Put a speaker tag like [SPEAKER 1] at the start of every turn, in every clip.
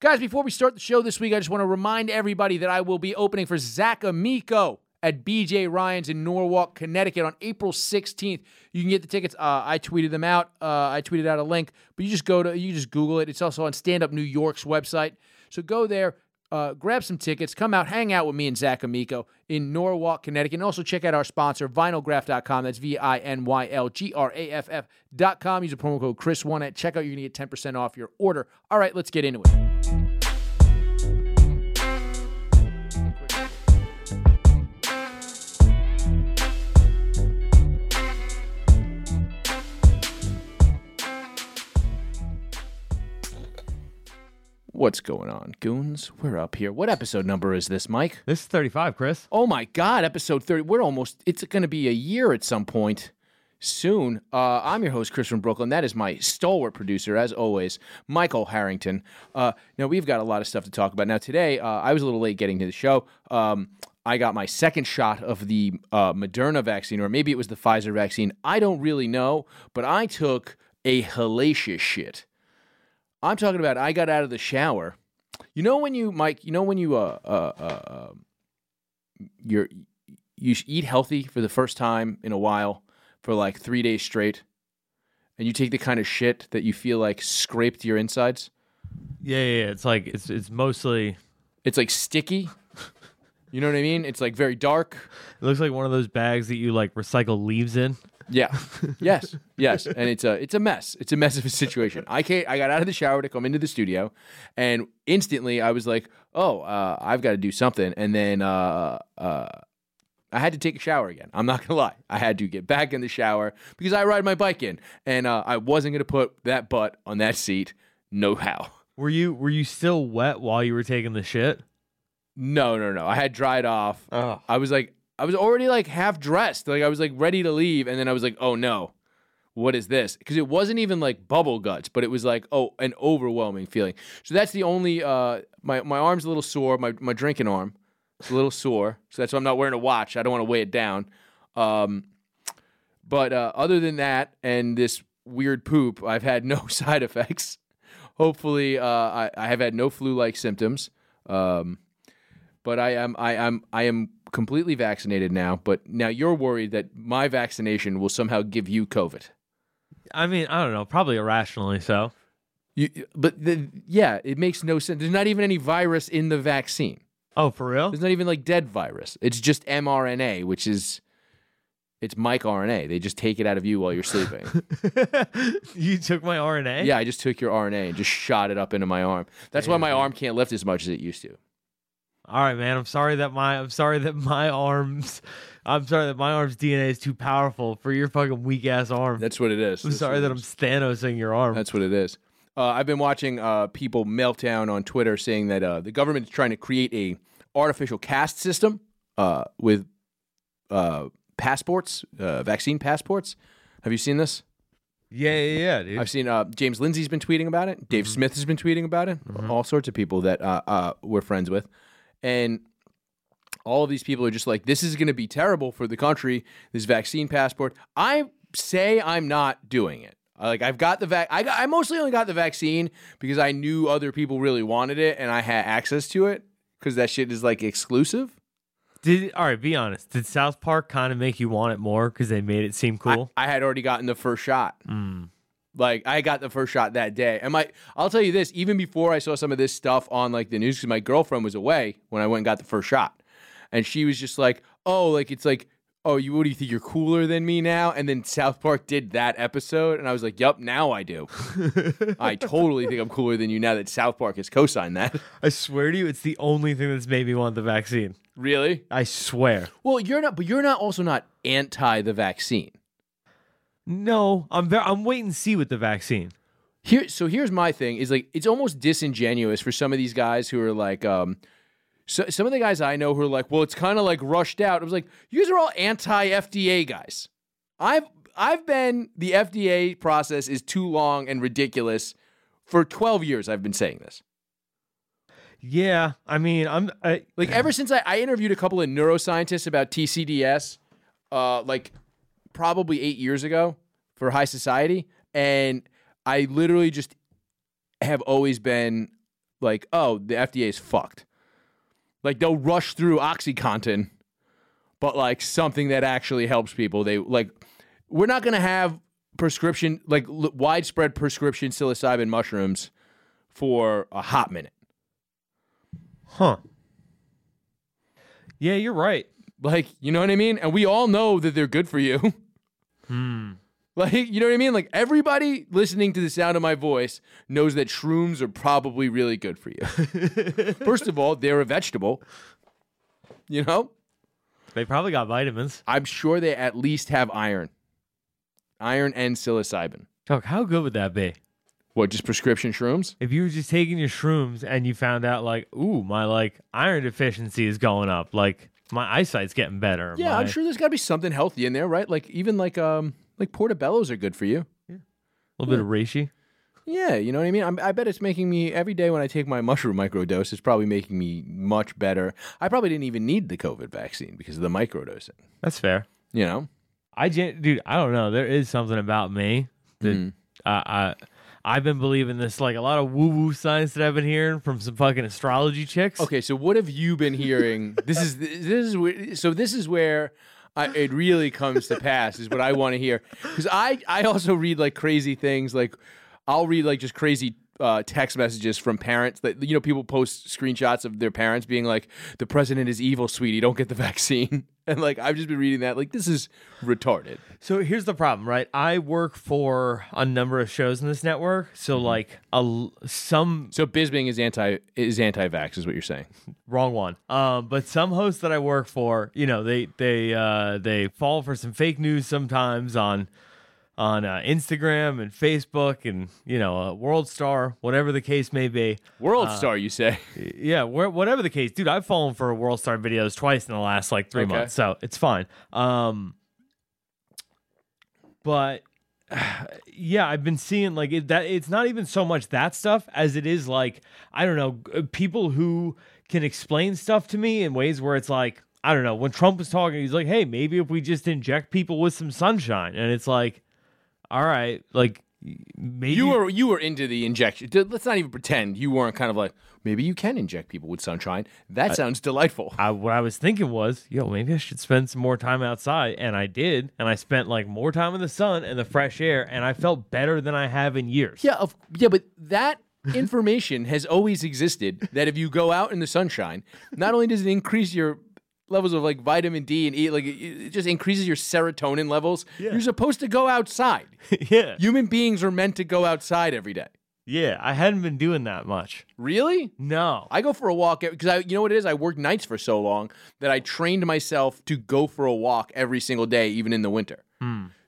[SPEAKER 1] Guys, before we start the show this week, I just want to remind everybody that I will be opening for Zach Amico at BJ Ryan's in Norwalk, Connecticut on April 16th. You can get the tickets. Uh, I tweeted them out. Uh, I tweeted out a link, but you just go to, you just Google it. It's also on Stand Up New York's website. So go there, uh, grab some tickets, come out, hang out with me and Zach Amico in Norwalk, Connecticut. And also check out our sponsor, vinylgraph.com. That's V I N Y L G R A F F.com. Use the promo code Chris1 at checkout. You're going to get 10% off your order. All right, let's get into it. What's going on, goons? We're up here. What episode number is this, Mike?
[SPEAKER 2] This is 35, Chris.
[SPEAKER 1] Oh my God, episode 30. We're almost, it's going to be a year at some point soon. Uh, I'm your host, Chris from Brooklyn. That is my stalwart producer, as always, Michael Harrington. Uh, now, we've got a lot of stuff to talk about. Now, today, uh, I was a little late getting to the show. Um, I got my second shot of the uh, Moderna vaccine, or maybe it was the Pfizer vaccine. I don't really know, but I took a hellacious shit. I'm talking about I got out of the shower. You know when you, Mike, you know when you, uh, uh, uh, uh, you're you sh- eat healthy for the first time in a while for like three days straight, and you take the kind of shit that you feel like scraped your insides.
[SPEAKER 2] Yeah, yeah, yeah. It's like it's it's mostly it
[SPEAKER 1] It's like sticky. You know what I mean? It's like very dark.
[SPEAKER 2] looks like one of those bags that you like recycle leaves in.
[SPEAKER 1] Yeah. Yes. Yes. And it's a it's a mess. It's a mess of a situation. I can't. I got out of the shower to come into the studio, and instantly I was like, "Oh, uh, I've got to do something." And then uh, uh, I had to take a shower again. I'm not gonna lie. I had to get back in the shower because I ride my bike in, and uh, I wasn't gonna put that butt on that seat. No how.
[SPEAKER 2] Were you were you still wet while you were taking the shit?
[SPEAKER 1] No, no, no. I had dried off.
[SPEAKER 2] Oh.
[SPEAKER 1] I was like, I was already like half dressed. Like I was like ready to leave, and then I was like, oh no, what is this? Because it wasn't even like bubble guts, but it was like oh, an overwhelming feeling. So that's the only. Uh, my my arm's a little sore. My my drinking arm, it's a little sore. So that's why I'm not wearing a watch. I don't want to weigh it down. Um, but uh, other than that, and this weird poop, I've had no side effects. Hopefully, uh, I, I have had no flu-like symptoms. Um, but I am I am I am completely vaccinated now. But now you're worried that my vaccination will somehow give you COVID.
[SPEAKER 2] I mean, I don't know, probably irrationally so.
[SPEAKER 1] You, but the, yeah, it makes no sense. There's not even any virus in the vaccine.
[SPEAKER 2] Oh, for real?
[SPEAKER 1] There's not even like dead virus. It's just mRNA, which is it's mic RNA. They just take it out of you while you're sleeping.
[SPEAKER 2] you took my RNA?
[SPEAKER 1] yeah, I just took your RNA and just shot it up into my arm. That's why my arm can't lift as much as it used to.
[SPEAKER 2] All right, man. I'm sorry that my I'm sorry that my arms I'm sorry that my arm's DNA is too powerful for your fucking weak ass arm.
[SPEAKER 1] That's what it is.
[SPEAKER 2] I'm sorry that I'm Stanosing your arm.
[SPEAKER 1] That's what it is. Uh, I've been watching uh, people meltdown on Twitter saying that uh, the government is trying to create a artificial caste system uh, with uh, passports, uh, vaccine passports. Have you seen this?
[SPEAKER 2] yeah, yeah, yeah, dude.
[SPEAKER 1] I've seen uh, James Lindsay's been tweeting about it. Dave Smith has been tweeting about it. All sorts of people that uh, uh, we're friends with, and all of these people are just like, "This is going to be terrible for the country. This vaccine passport." I say I'm not doing it. I- Like I've got the vac. I got, I mostly only got the vaccine because I knew other people really wanted it and I had access to it because that shit is like exclusive.
[SPEAKER 2] Did all right? Be honest. Did South Park kind of make you want it more because they made it seem
[SPEAKER 1] I-
[SPEAKER 2] cool?
[SPEAKER 1] I, had already gotten the first shot. Like I got the first shot that day. And my I'll tell you this, even before I saw some of this stuff on like the news, because my girlfriend was away when I went and got the first shot. And she was just like, Oh, like it's like, oh, you what do you think you're cooler than me now? And then South Park did that episode, and I was like, Yup, now I do. I totally think I'm cooler than you now that South Park has co signed that.
[SPEAKER 2] I swear to you, it's the only thing that's made me want the vaccine.
[SPEAKER 1] really?
[SPEAKER 2] I swear.
[SPEAKER 1] Well, you're not but you're not also not anti the vaccine.
[SPEAKER 2] No, I'm ver- I'm waiting to see with the vaccine.
[SPEAKER 1] Here, so here's my thing: is like it's almost disingenuous for some of these guys who are like, um, so, some of the guys I know who are like, well, it's kind of like rushed out. I was like, you guys are all anti FDA guys. I've I've been the FDA process is too long and ridiculous. For 12 years, I've been saying this.
[SPEAKER 2] Yeah, I mean, I'm I,
[SPEAKER 1] Like ever since I, I interviewed a couple of neuroscientists about TCDS, uh, like probably eight years ago for High Society, and I literally just have always been like, oh, the FDA is fucked. Like they'll rush through OxyContin, but like something that actually helps people. They like, we're not gonna have prescription like l- widespread prescription psilocybin mushrooms for a hot minute.
[SPEAKER 2] Huh. Yeah, you're right.
[SPEAKER 1] Like, you know what I mean? And we all know that they're good for you.
[SPEAKER 2] Hmm.
[SPEAKER 1] Like, you know what I mean? Like, everybody listening to the sound of my voice knows that shrooms are probably really good for you. First of all, they're a vegetable. You know,
[SPEAKER 2] They probably got vitamins.
[SPEAKER 1] I'm sure they at least have iron, iron and psilocybin.
[SPEAKER 2] Chuck, how good would that be?
[SPEAKER 1] What, just prescription shrooms?
[SPEAKER 2] If you were just taking your shrooms and you found out like, ooh, my like iron deficiency is going up, like my eyesight's getting better.
[SPEAKER 1] Yeah, I'm
[SPEAKER 2] my-
[SPEAKER 1] sure there's got to be something healthy in there, right? Like, even like, um, like portobellos are good for you.
[SPEAKER 2] A little bit of reishi.
[SPEAKER 1] Yeah, you know what I mean. I'm, I bet it's making me every day when I take my mushroom microdose. It's probably making me much better. I probably didn't even need the COVID vaccine because of the microdosing.
[SPEAKER 2] That's fair.
[SPEAKER 1] You know,
[SPEAKER 2] I gen- dude, I don't know. There is something about me that uh, I I've been believing this like a lot of woo woo science that I've been hearing from some fucking astrology chicks.
[SPEAKER 1] Okay, so what have you been hearing? this is this is where- so this is where I, it really comes to pass is what I want to hear because I I also read like crazy things like I'll read like just crazy. Uh, text messages from parents that you know people post screenshots of their parents being like the president is evil sweetie don't get the vaccine and like i've just been reading that like this is retarded
[SPEAKER 2] So here's the problem, right? I work for a number of shows in this network. So like a l- some
[SPEAKER 1] so bisbing is anti is anti-vax is what you're saying
[SPEAKER 2] wrong one. Um, but some hosts that I work for, you know, they they uh, they fall for some fake news sometimes on on uh, Instagram and Facebook and you know, uh, World Star, whatever the case may be.
[SPEAKER 1] world star you say
[SPEAKER 2] Yeah, where, whatever the case, dude, I've fallen for World Star videos twice in the last like three
[SPEAKER 1] Okay.
[SPEAKER 2] months, so it's fine. Um, but yeah, I've been seeing like it, that. It's not even so much that stuff as it is like I don't know g- uh, people who can explain stuff to me in ways where it's like I don't know. When Trump was talking, he's like, "Hey, maybe if we just inject people with some sunshine," and it's like, all right, like y- maybe
[SPEAKER 1] You were you were into the injection. D- Let's not even pretend you weren't kind of like maybe you can inject people with sunshine. That sounds delightful.
[SPEAKER 2] I, what I was thinking was, yo, maybe I should spend some more time outside, and I did, and I spent like more time in the sun and the fresh air, and I felt better than I have in years.
[SPEAKER 1] Yeah, of, yeah, but that information has always existed. That if you go out in the sunshine, not only does it increase your levels of like vitamin D and E, like it- it just increases your serotonin levels. You're supposed to go outside.
[SPEAKER 2] yeah,
[SPEAKER 1] Human beings are meant to go outside every day.
[SPEAKER 2] yeah. I hadn't been doing that much.
[SPEAKER 1] Really?
[SPEAKER 2] No,
[SPEAKER 1] I go for a walk because I, you know what it is. I worked nights for so long that I trained myself to go for a walk every single day, even in the winter,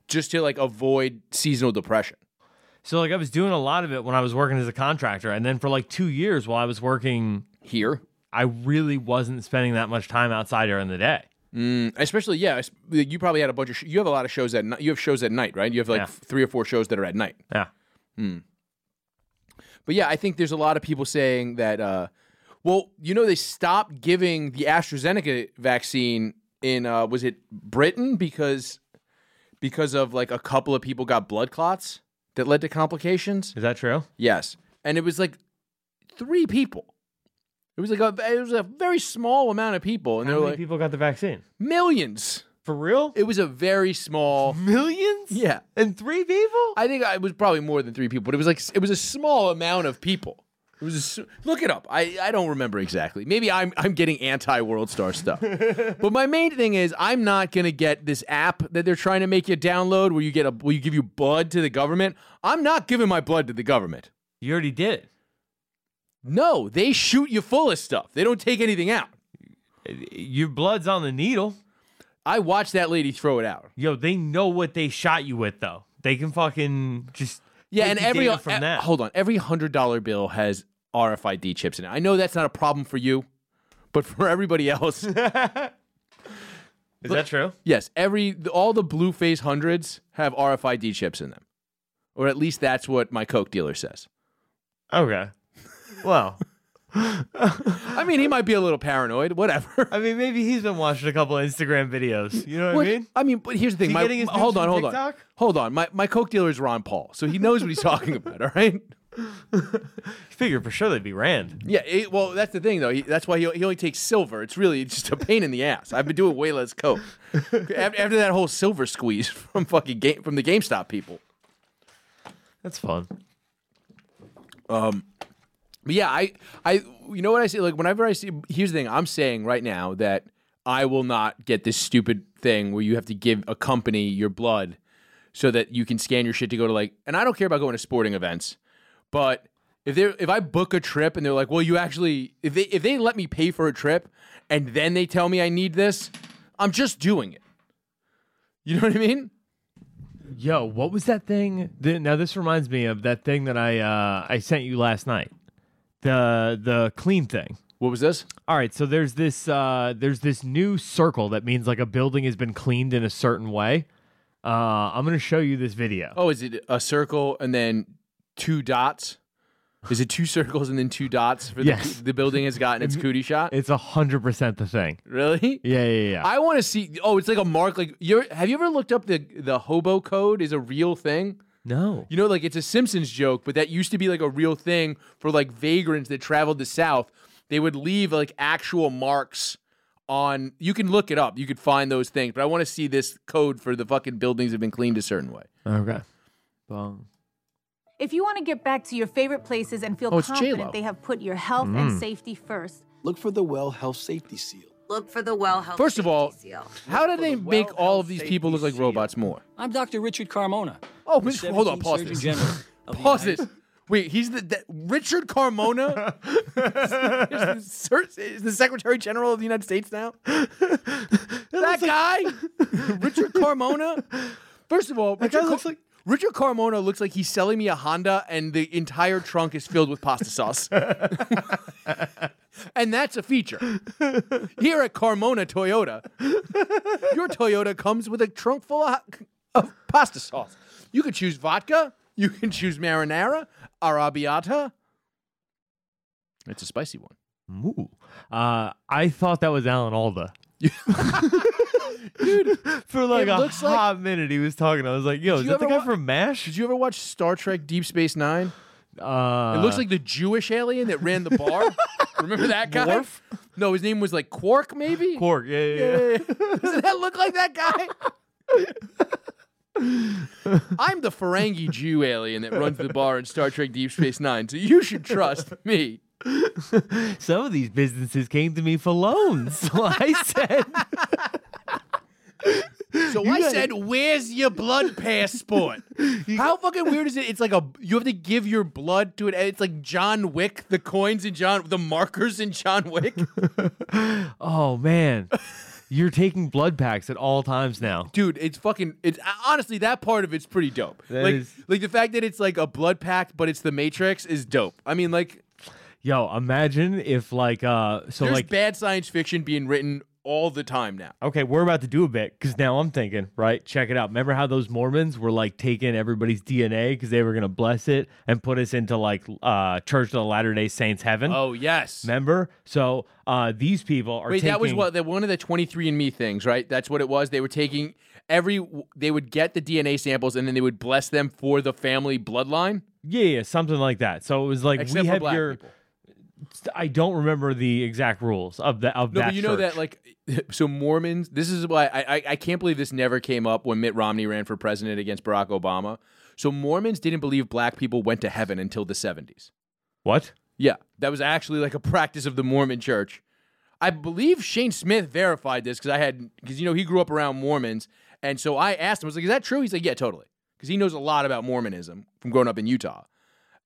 [SPEAKER 1] just to like avoid seasonal depression.
[SPEAKER 2] so like I was doing a lot of it when I was working as a contractor, and then for like two years while I was working,
[SPEAKER 1] Here,
[SPEAKER 2] I really wasn't spending that much time outside during the day.
[SPEAKER 1] Mm, especially, yeah, es- like, you probably had a bunch of. Sh- you have a lot of shows at night. You have shows at night, right? You have like
[SPEAKER 2] Yeah.
[SPEAKER 1] f- three or four shows that are at night.
[SPEAKER 2] Yeah,
[SPEAKER 1] But yeah, I think there's a lot of people saying that. Uh, well, you know, they stopped giving the AstraZeneca vaccine in uh, was it Britain because because of like a couple of people got blood clots that led to complications.
[SPEAKER 2] is that true?
[SPEAKER 1] Yes, and it was like three people. It was like a it was a very small amount of people, and
[SPEAKER 2] How
[SPEAKER 1] they
[SPEAKER 2] many
[SPEAKER 1] were like
[SPEAKER 2] people got the vaccine?
[SPEAKER 1] millions.
[SPEAKER 2] For real?
[SPEAKER 1] It was a very small.
[SPEAKER 2] Millions?
[SPEAKER 1] Yeah,
[SPEAKER 2] And three people?
[SPEAKER 1] I think it was probably more than three people, but it was like it was a small amount of people. It was a, s- look it up. I, I don't remember exactly. Maybe I'm I'm getting anti World Star stuff. but my main thing is I'm not gonna get this app that they're trying to make you download where you get a will you give you blood to the government. I'm not giving my blood to the government.
[SPEAKER 2] You already did.
[SPEAKER 1] No, they shoot you full of stuff. They don't take anything out.
[SPEAKER 2] Your blood's on the needle.
[SPEAKER 1] I watched that lady throw it out.
[SPEAKER 2] Yo, they know what they shot you with, though. They can fucking just
[SPEAKER 1] Yeah,
[SPEAKER 2] take
[SPEAKER 1] and
[SPEAKER 2] the
[SPEAKER 1] every
[SPEAKER 2] data from
[SPEAKER 1] e-
[SPEAKER 2] that.
[SPEAKER 1] hold on, every hundred dollar bill has RFID chips in it. I know that's not a problem for you, but for everybody else,
[SPEAKER 2] Is that true?
[SPEAKER 1] yes, every all the blue face hundreds have RFID chips in them, or at least that's what my Coke dealer says.
[SPEAKER 2] Okay. Well,
[SPEAKER 1] I mean, he might be a little paranoid, whatever.
[SPEAKER 2] I mean, maybe he's been watching a couple of Instagram videos. You know what,
[SPEAKER 1] What-
[SPEAKER 2] I mean?
[SPEAKER 1] but here's the thing.
[SPEAKER 2] he
[SPEAKER 1] my-
[SPEAKER 2] getting his news
[SPEAKER 1] hold on,
[SPEAKER 2] from
[SPEAKER 1] hold
[SPEAKER 2] TikTok?
[SPEAKER 1] on, hold on. My my coke dealer is Ron Paul, so he knows what he's talking about. All right,
[SPEAKER 2] Figure for sure they'd be Rand.
[SPEAKER 1] Yeah, it, well, that's the thing though. He, that's why he, he only takes silver. It's really just a pain in the ass. I've been doing way less coke Af- after that whole silver squeeze from fucking game from the GameStop people.
[SPEAKER 2] That's fun.
[SPEAKER 1] But yeah, I, I, you know what I say? Like whenever I see, here's the thing. I'm saying right now that I will not get this stupid thing where you have to give a company your blood so that you can scan your shit to go to like. And I don't care about going to sporting events, but if they if I book a trip and they're like, well, you actually if they if they let me pay for a trip and then they tell me I need this, I'm just doing it. You know what I mean?
[SPEAKER 2] Yo, what was that thing? Th- now this reminds me of that thing that I uh, I sent you last night. The the clean thing.
[SPEAKER 1] What was this?
[SPEAKER 2] All right, so there's this uh, there's this new circle that means like a building has been cleaned in a certain way. Uh, I'm gonna show you this video.
[SPEAKER 1] Oh, is it a circle and then two dots? Is it two circles and then two dots for the,
[SPEAKER 2] Yes.
[SPEAKER 1] the building has gotten its cootie shot?
[SPEAKER 2] It's a hundred percent the thing.
[SPEAKER 1] Really?
[SPEAKER 2] Yeah, yeah, yeah.
[SPEAKER 1] I want to see. Oh, it's like a mark. Like, you're, have you ever looked up the the hobo code? Is a real thing.
[SPEAKER 2] no.
[SPEAKER 1] You know, like it's a Simpsons joke, but that used to be like a real thing for like vagrants that traveled the South. They would leave like actual marks on. You can look it up. You could find those things. But I want to see this code for the fucking buildings that have been cleaned a certain way.
[SPEAKER 2] Okay. Bong.
[SPEAKER 3] If you want to get back to your favorite places and feel
[SPEAKER 1] Oh, it's
[SPEAKER 3] confident
[SPEAKER 1] J-Lo. Mm.
[SPEAKER 3] they have put your health and safety first,
[SPEAKER 4] Look for the Well Health Safety Seal.
[SPEAKER 5] Look for the well health.
[SPEAKER 1] First of
[SPEAKER 5] safety
[SPEAKER 1] all,
[SPEAKER 5] seal.
[SPEAKER 1] How did they make all of these people look like robots more?
[SPEAKER 6] I'm Dr. Richard Carmona.
[SPEAKER 1] Oh,
[SPEAKER 6] the
[SPEAKER 1] wait, hold on,
[SPEAKER 6] 17th
[SPEAKER 1] pause
[SPEAKER 6] Surgeon
[SPEAKER 1] this.
[SPEAKER 6] General of the
[SPEAKER 1] Pause
[SPEAKER 6] United-
[SPEAKER 1] this. Wait, he's the, that Richard Carmona is, the, cer- is the Secretary General of the United States now. that guy, Richard Carmona. First of all, Richard,
[SPEAKER 2] guy
[SPEAKER 1] Car-
[SPEAKER 2] looks like-
[SPEAKER 1] Richard Carmona looks like he's selling me a Honda, and the entire trunk is filled with pasta sauce. and that's a feature here at Carmona Toyota. Your Toyota comes with a trunk full of, of pasta sauce. You can choose vodka. You can choose marinara, arrabbiata. It's a spicy one.
[SPEAKER 2] Ooh. Uh, I thought that was Alan Alda. Dude, for like
[SPEAKER 1] it
[SPEAKER 2] a
[SPEAKER 1] looks
[SPEAKER 2] hot
[SPEAKER 1] like-
[SPEAKER 2] minute, he was talking. I was like, "Yo,
[SPEAKER 1] Did
[SPEAKER 2] is
[SPEAKER 1] you
[SPEAKER 2] that the
[SPEAKER 1] ever
[SPEAKER 2] guy
[SPEAKER 1] wa-
[SPEAKER 2] from Mash?"
[SPEAKER 1] Did you ever watch Star Trek Deep Space Nine?
[SPEAKER 2] uh,
[SPEAKER 1] It looks like the Jewish alien that ran the bar. Remember that guy?
[SPEAKER 2] Worf?
[SPEAKER 1] No, his name was like Quark, maybe?
[SPEAKER 2] Quark. Yeah, yeah, yeah.
[SPEAKER 1] Yeah. Doesn't that look like that guy? I'm the Ferengi Jew alien that runs the bar in Star Trek Deep Space Nine, so you should trust me.
[SPEAKER 2] Some of these businesses came to me for loans. So I said,
[SPEAKER 1] So I said, "Where's your blood passport?" How fucking weird is it? It's like a you have to give your blood to it. It's like John Wick, the coins in John, the markers in John Wick.
[SPEAKER 2] "Oh man, you're taking blood packs at all times now."
[SPEAKER 1] dude it's fucking it's honestly that part of it's pretty dope
[SPEAKER 2] That
[SPEAKER 1] like
[SPEAKER 2] is-
[SPEAKER 1] like the fact that it's like a blood pact but it's the matrix is dope i mean like
[SPEAKER 2] Yo, imagine if like uh, so
[SPEAKER 1] there's
[SPEAKER 2] like
[SPEAKER 1] bad science fiction being written all the time now
[SPEAKER 2] okay, we're about to do a bit because now I'm thinking, right? Check it out. Remember how those Mormons were like taking everybody's DNA because they were gonna bless it and put us into like uh Church of the Latter Day Saints heaven.
[SPEAKER 1] oh yes
[SPEAKER 2] Remember? So uh these people are
[SPEAKER 1] Wait, that was
[SPEAKER 2] taking-
[SPEAKER 1] what the one of the 23andMe things, right? That's what it was. They were taking every they would get the DNA samples and then they would bless them for the family bloodline.
[SPEAKER 2] Yeah, yeah, something like that. So it was like
[SPEAKER 1] Except
[SPEAKER 2] we
[SPEAKER 1] for
[SPEAKER 2] have
[SPEAKER 1] black
[SPEAKER 2] your.
[SPEAKER 1] people.
[SPEAKER 2] I don't remember the exact rules of the of
[SPEAKER 1] No,
[SPEAKER 2] that.
[SPEAKER 1] but you know that
[SPEAKER 2] church.
[SPEAKER 1] like so Mormons. This is why I, I I can't believe this never came up when Mitt Romney ran for president against Barack Obama. So Mormons didn't believe black people went to heaven until the seventies.
[SPEAKER 2] what?
[SPEAKER 1] Yeah, that was actually like a practice of the Mormon Church. I believe Shane Smith verified this because I had because you know he grew up around Mormons, and so I asked him. I was like, "Is that true?" He's like, "Yeah, totally," because he knows a lot about Mormonism from growing up in Utah.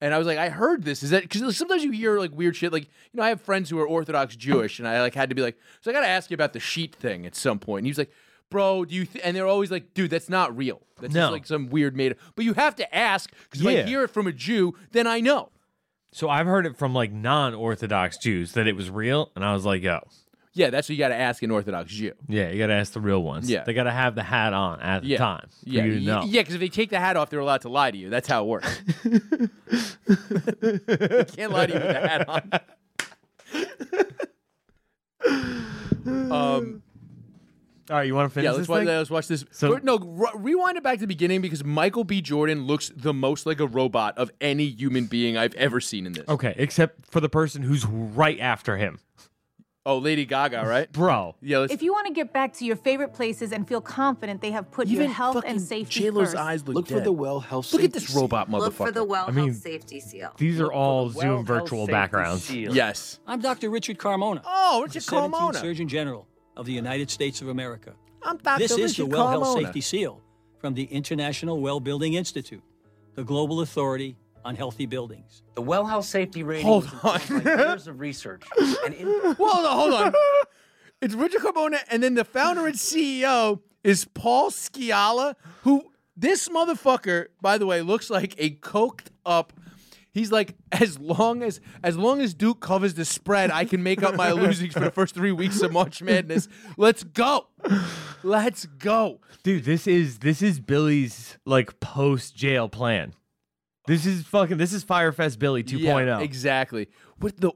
[SPEAKER 1] And I was like, I heard this. Is that because sometimes you hear like weird shit? Like, you know, I have friends who are Orthodox Jewish, and I like had to be like, so I got to ask you about the sheet thing at some point. And he was like, bro, do you? Th-? And they're always like, dude, that's not real. That's
[SPEAKER 2] No.
[SPEAKER 1] just like some weird made. up. But you have to ask because
[SPEAKER 2] Yeah.
[SPEAKER 1] if I hear it from a Jew, then I know.
[SPEAKER 2] So I've heard it from like non-Orthodox Jews that it was real, and I was like, yo,
[SPEAKER 1] Yeah, that's what you got to ask an Orthodox Jew.
[SPEAKER 2] yeah, you gotta ask the real ones.
[SPEAKER 1] Yeah.
[SPEAKER 2] they gotta have the hat on at the
[SPEAKER 1] Yeah.
[SPEAKER 2] time for
[SPEAKER 1] yeah,
[SPEAKER 2] you to
[SPEAKER 1] y-
[SPEAKER 2] know.
[SPEAKER 1] yeah, because if they take the hat off, they're allowed to lie to you. That's how it works. they can't lie to you with the hat on. Um,
[SPEAKER 2] All right, you want to finish
[SPEAKER 1] Yeah,
[SPEAKER 2] this
[SPEAKER 1] let's watch,
[SPEAKER 2] thing?
[SPEAKER 1] let's watch this.
[SPEAKER 2] So-
[SPEAKER 1] Go- no, re- rewind it back to the beginning because Michael B. Jordan looks the most like a robot of any human being I've ever seen in this.
[SPEAKER 2] Okay, except for the person who's right after him.
[SPEAKER 1] Oh, Lady Gaga, right?
[SPEAKER 2] Bro.
[SPEAKER 1] Yeah, let's.
[SPEAKER 3] If you want to get back to your favorite places and feel confident they have put your health and safety
[SPEAKER 1] J-Lo's
[SPEAKER 3] first.
[SPEAKER 1] eyes look,
[SPEAKER 4] Look for
[SPEAKER 1] dead.
[SPEAKER 4] the well health
[SPEAKER 1] Look
[SPEAKER 4] safety
[SPEAKER 1] at this robot motherfucker.
[SPEAKER 5] Look for the well
[SPEAKER 2] I mean,
[SPEAKER 5] health safety seal.
[SPEAKER 2] These are all
[SPEAKER 6] Well,
[SPEAKER 2] Zoom
[SPEAKER 6] health
[SPEAKER 2] virtual
[SPEAKER 6] safety
[SPEAKER 2] backgrounds.
[SPEAKER 6] seal.
[SPEAKER 1] Yes.
[SPEAKER 7] I'm Dr. Richard Carmona.
[SPEAKER 1] Oh,
[SPEAKER 7] the
[SPEAKER 1] Richard
[SPEAKER 7] 17th
[SPEAKER 1] Carmona.
[SPEAKER 7] Surgeon General of the United States of America.
[SPEAKER 1] I'm Dr.
[SPEAKER 7] This is the
[SPEAKER 1] Richard
[SPEAKER 7] Well Health
[SPEAKER 1] Carmona.
[SPEAKER 7] Safety Seal from the International Well Building Institute, the global authority on healthy buildings.
[SPEAKER 6] The well house safety rating
[SPEAKER 1] Hold
[SPEAKER 6] is
[SPEAKER 1] on.
[SPEAKER 6] informed by years of research and in-
[SPEAKER 1] Well, no, hold on. It's Richard Carbona, and then the founder and CEO is Paul Sciala, who this motherfucker, by the way, looks like a coked up. He's like, as long as as long as Duke covers the spread, I can make up my losings for the first three weeks of March Madness. Let's go, let's go.
[SPEAKER 2] Dude, this is this is Billy's like post jail plan. This is fucking this is Firefest Billy oh. 2.0.
[SPEAKER 1] Yeah, exactly. With the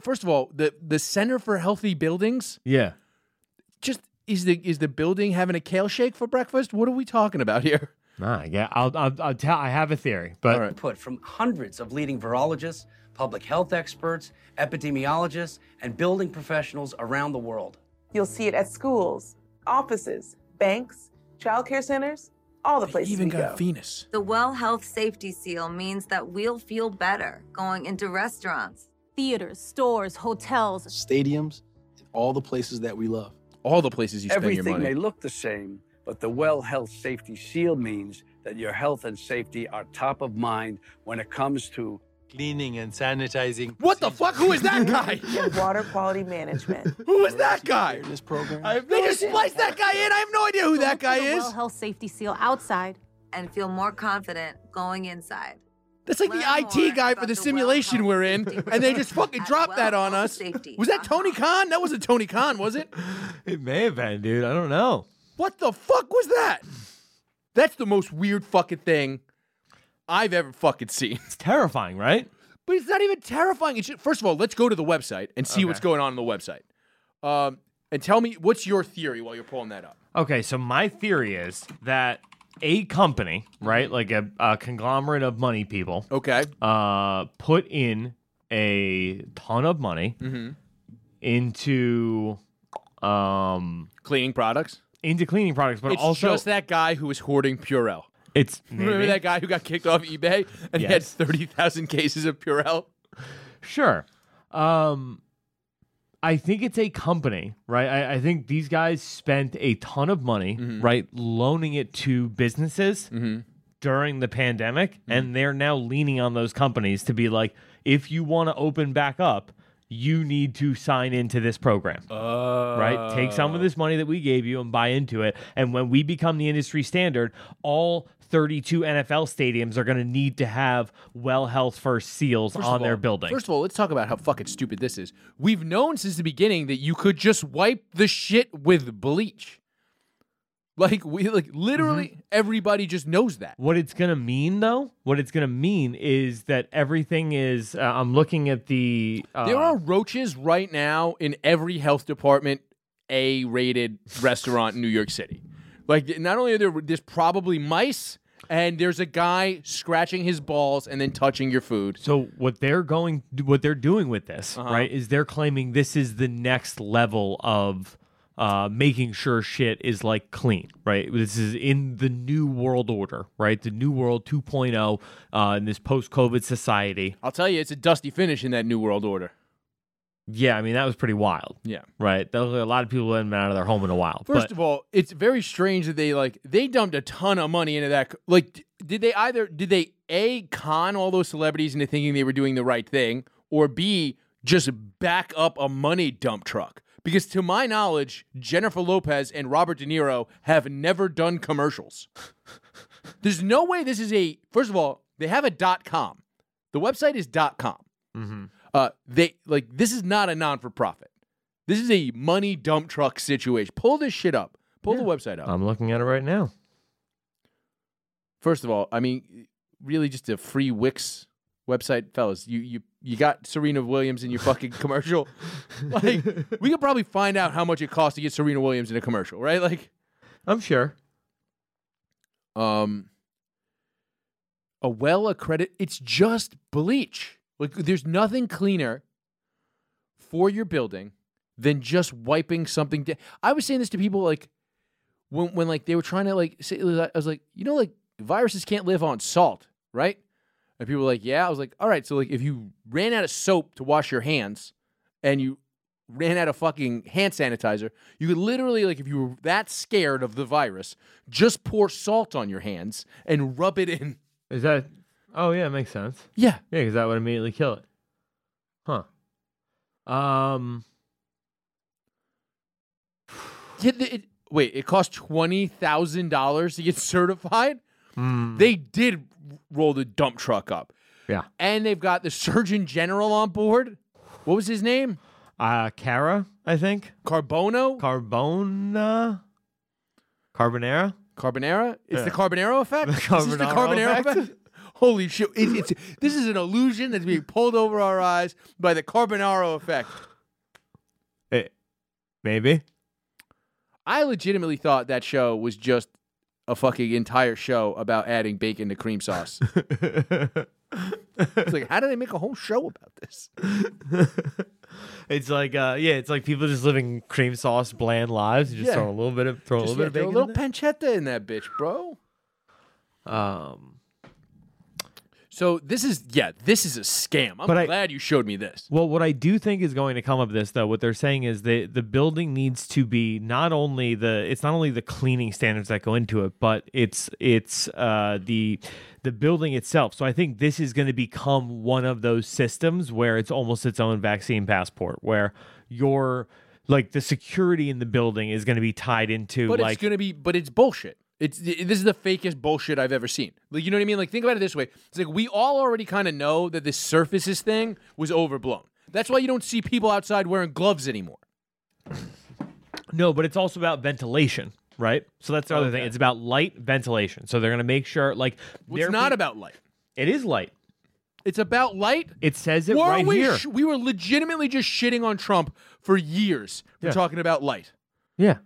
[SPEAKER 1] first of all, the the Center for Healthy Buildings
[SPEAKER 2] yeah.
[SPEAKER 1] just is the is the building having a kale shake for breakfast? What are we talking about here?
[SPEAKER 2] Nah, yeah, I'll, I'll, I'll tell. I have a theory, but
[SPEAKER 1] All right.
[SPEAKER 6] input from hundreds of leading virologists, public health experts, epidemiologists, and building professionals around the world.
[SPEAKER 8] You'll see it at schools, offices, banks, childcare centers, all the places
[SPEAKER 1] even
[SPEAKER 8] we
[SPEAKER 1] got
[SPEAKER 8] go.
[SPEAKER 1] Venus.
[SPEAKER 5] The well health safety seal means that we'll feel better going into restaurants.
[SPEAKER 3] Theaters, stores, hotels.
[SPEAKER 4] Stadiums, and all the places that we love.
[SPEAKER 1] All the places you spend your
[SPEAKER 6] Everything
[SPEAKER 1] money.
[SPEAKER 6] may look the same, but the well health safety seal means that your health and safety are top of mind when it comes to
[SPEAKER 9] cleaning and sanitizing.
[SPEAKER 1] what the fuck? Who is that guy?
[SPEAKER 8] And water quality management.
[SPEAKER 1] who is that guy?
[SPEAKER 4] Awareness programs.
[SPEAKER 1] They just spliced that guy in. I have no idea who that guy
[SPEAKER 3] Look for the Well
[SPEAKER 1] is.
[SPEAKER 3] Health Safety Seal outside.
[SPEAKER 5] and feel more confident going inside.
[SPEAKER 1] That's like the
[SPEAKER 5] Learn
[SPEAKER 1] IT
[SPEAKER 5] more
[SPEAKER 1] guy
[SPEAKER 5] about
[SPEAKER 1] for the
[SPEAKER 5] the
[SPEAKER 1] simulation
[SPEAKER 5] well
[SPEAKER 1] we're in,
[SPEAKER 5] health
[SPEAKER 1] and they just fucking
[SPEAKER 5] at
[SPEAKER 1] dropped that on us.
[SPEAKER 5] wellhealthsafety.com.
[SPEAKER 1] Was that Tony Khan? That wasn't Tony Khan, was it?
[SPEAKER 2] it may have been, dude. I don't know.
[SPEAKER 1] What the fuck was that? That's the most weird fucking thing I've ever fucking seen.
[SPEAKER 2] It's terrifying, right?
[SPEAKER 1] But it's not even terrifying. It's just, first of all, let's go to the website and see what's going on on the website. Um, and tell me what's your theory while you're pulling that up.
[SPEAKER 2] Okay, so my theory is that a company, right, like a, a conglomerate of money people,
[SPEAKER 1] Okay.
[SPEAKER 2] uh, put in a ton of money
[SPEAKER 1] Mm-hmm.
[SPEAKER 2] into um
[SPEAKER 1] Cleaning products.
[SPEAKER 2] into cleaning products, but
[SPEAKER 1] It's
[SPEAKER 2] also
[SPEAKER 1] just that guy who was hoarding Purell.
[SPEAKER 2] it's
[SPEAKER 1] Remember
[SPEAKER 2] maybe.
[SPEAKER 1] that guy who got kicked off eBay and he had
[SPEAKER 2] Yes.
[SPEAKER 1] 30,000 cases of Purell?
[SPEAKER 2] Sure. Um, I think it's a company, right? I, I think these guys spent a ton of money,
[SPEAKER 1] Mm-hmm.
[SPEAKER 2] right, loaning it to businesses during the pandemic,
[SPEAKER 1] Mm-hmm.
[SPEAKER 2] and they're now leaning on those companies to be like, if you want to open back up, you need to sign into this program, right? Take some
[SPEAKER 1] Oh.
[SPEAKER 2] of this money that we gave you and buy into it. And when we become the industry standard, all 32 NFL stadiums are going to need to have well health first seals
[SPEAKER 1] First
[SPEAKER 2] on
[SPEAKER 1] of
[SPEAKER 2] their
[SPEAKER 1] all-
[SPEAKER 2] building.
[SPEAKER 1] First of all, let's talk about how fucking stupid this is. We've known since the beginning that you could just wipe the shit with bleach. Like we like literally
[SPEAKER 2] Mm-hmm.
[SPEAKER 1] everybody just knows that.
[SPEAKER 2] What it's going to mean, though, what it's going to mean is that everything is. Uh, I'm looking at the. Uh,
[SPEAKER 1] There are roaches right now in every health department A rated restaurant in New York City. Like not only are there there's probably mice and there's a guy scratching his balls and then touching your food.
[SPEAKER 2] So what they're going, what they're doing with this,
[SPEAKER 1] Uh-huh.
[SPEAKER 2] right, is they're claiming this is the next level of uh, making sure shit is like clean, right? This is in the new world order, right? The new world 2.0 uh, in this post-COVID society.
[SPEAKER 1] I'll tell you it's a dusty finish in that new world order.
[SPEAKER 2] Yeah, I mean that was pretty wild,
[SPEAKER 1] Yeah.
[SPEAKER 2] right? That was- a lot of people haven't been out of their home in a while.
[SPEAKER 1] First
[SPEAKER 2] but-
[SPEAKER 1] of all, it's very strange that they like they dumped a ton of money into that. c- Like, d- did they either did they a con all those celebrities into thinking they were doing the right thing, or b just back up a money dump truck? Because to my knowledge, Jennifer Lopez and Robert De Niro have never done commercials. There's no way this is a. First of all, they have a dot com. The website is dot com. Uh, they like this is not a non for profit. This is a money dump truck situation. Pull this shit up. Pull the website up.
[SPEAKER 2] I'm looking at it right now.
[SPEAKER 1] First of all, I mean, really, just a free Wix website, fellas. You you you got Serena Williams in your fucking commercial. like, we could probably find out how much it costs to get Serena Williams in a commercial, right? Like,
[SPEAKER 2] I'm sure.
[SPEAKER 1] um, a well accredited. It's just bleach. Like, there's nothing cleaner for your building than just wiping something down. I was saying this to people like when when like they were trying to like say I was like, you know, like viruses can't live on salt, right? And people were like, yeah. I was like, all right, so like if you ran out of soap to wash your hands and you ran out of fucking hand sanitizer, you could literally like if you were that scared of the virus, just pour salt on your hands and rub it in.
[SPEAKER 2] Is that? Oh yeah, it makes sense.
[SPEAKER 1] Yeah.
[SPEAKER 2] Yeah, because that would immediately kill it. Huh. Um.
[SPEAKER 1] Yeah, th- it- wait, it cost twenty thousand dollars to get certified.
[SPEAKER 2] Hmm.
[SPEAKER 1] They did roll the dump truck up,
[SPEAKER 2] Yeah.
[SPEAKER 1] and they've got the Surgeon General on board. What was his name?
[SPEAKER 2] Uh, Cara, I think.
[SPEAKER 1] Carbono,
[SPEAKER 2] Carbona. Carbonara.
[SPEAKER 1] Carbonara. It's the
[SPEAKER 2] Yeah.
[SPEAKER 1] Carbonaro effect.
[SPEAKER 2] The
[SPEAKER 1] Is this the
[SPEAKER 2] Carbonaro
[SPEAKER 1] Carbonaro effect?
[SPEAKER 2] effect?
[SPEAKER 1] Holy shit! It, it's this is an illusion that's being pulled over our eyes by the Carbonaro effect.
[SPEAKER 2] Eh, maybe.
[SPEAKER 1] I legitimately thought that show was just a fucking entire show about adding bacon to cream sauce. It's like, how do they make a whole show about this?
[SPEAKER 2] it's like uh yeah, it's like people just living cream sauce bland lives. You just
[SPEAKER 1] Yeah.
[SPEAKER 2] throw a little bit of throw a
[SPEAKER 1] Just
[SPEAKER 2] little bit
[SPEAKER 1] throw
[SPEAKER 2] of
[SPEAKER 1] a
[SPEAKER 2] bacon.
[SPEAKER 1] little pancetta in that bitch, bro.
[SPEAKER 2] in there. um
[SPEAKER 1] So this is yeah, this is a scam. I'm
[SPEAKER 2] But I-
[SPEAKER 1] glad you showed me this.
[SPEAKER 2] Well, what I do think is going to come of this, though, what they're saying is that the building needs to be not only the it's not only the cleaning standards that go into it, but it's it's uh, the the building itself. So I think this is going to become one of those systems where it's almost its own vaccine passport, where your like the security in the building is going to be tied into
[SPEAKER 1] But
[SPEAKER 2] like
[SPEAKER 1] it's gonna be, but it's bullshit. It's this is the fakest bullshit I've ever seen. Like you know what I mean? Like think about it this way: it's like we all already kind of know that this surfaces thing was overblown. That's why you don't see people outside wearing gloves anymore.
[SPEAKER 2] No, but it's also about ventilation, right? So that's the other thing. It's about light ventilation. So they're going to make sure, like,
[SPEAKER 1] Well, it's
[SPEAKER 2] there
[SPEAKER 1] not
[SPEAKER 2] be-
[SPEAKER 1] about light.
[SPEAKER 2] It is light.
[SPEAKER 1] It's about light.
[SPEAKER 2] It says it
[SPEAKER 1] were
[SPEAKER 2] right
[SPEAKER 1] we?
[SPEAKER 2] here.
[SPEAKER 1] sh- we were legitimately just shitting on Trump for years for
[SPEAKER 2] Yeah.
[SPEAKER 1] talking about light.
[SPEAKER 2] yeah,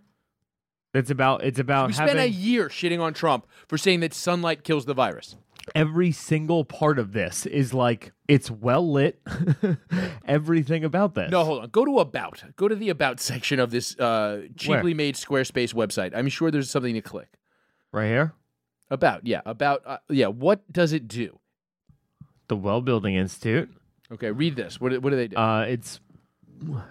[SPEAKER 2] it's about it's about
[SPEAKER 1] We spent
[SPEAKER 2] having
[SPEAKER 1] a year shitting on Trump for saying that sunlight kills the virus.
[SPEAKER 2] every single part of this is like it's well lit. Everything about this.
[SPEAKER 1] No, hold on. Go to about. Go to the about section of this uh, cheaply
[SPEAKER 2] Where?
[SPEAKER 1] made Squarespace website. I'm sure there's something to click.
[SPEAKER 2] right here,
[SPEAKER 1] About, yeah, about, uh, yeah. What does it do?
[SPEAKER 2] the Well Building Institute.
[SPEAKER 1] Okay, read this. What, do- what do they do?
[SPEAKER 2] Uh, it's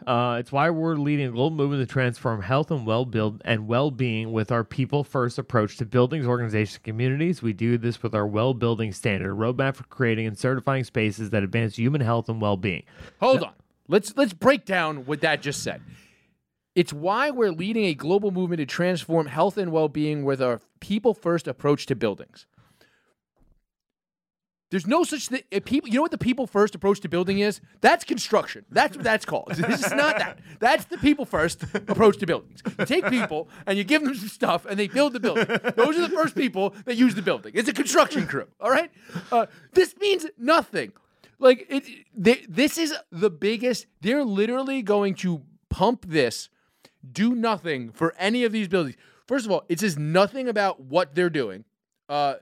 [SPEAKER 2] uh, it's why we're leading a global movement to transform health and well build and well being with our people first approach to buildings, organizations, and communities. We do this with our well building standard a roadmap for creating and certifying spaces that advance human health and well being.
[SPEAKER 1] Hold on. Let's let's break down what that just said. It's why we're leading a global movement to transform health and well-being with our people-first approach to buildings. There's no such thing. if People, you know what the people-first approach to building is? That's construction. That's what that's called. This is not that. That's the people-first approach to buildings. You take people and you give them some stuff, and they build the building. Those are the first people that use the building. It's a construction crew. All right. Uh, this means nothing. Like it, th- this is the biggest. They're literally going to pump this, do nothing for any of these buildings. First of all, it says nothing about what they're doing. Uh,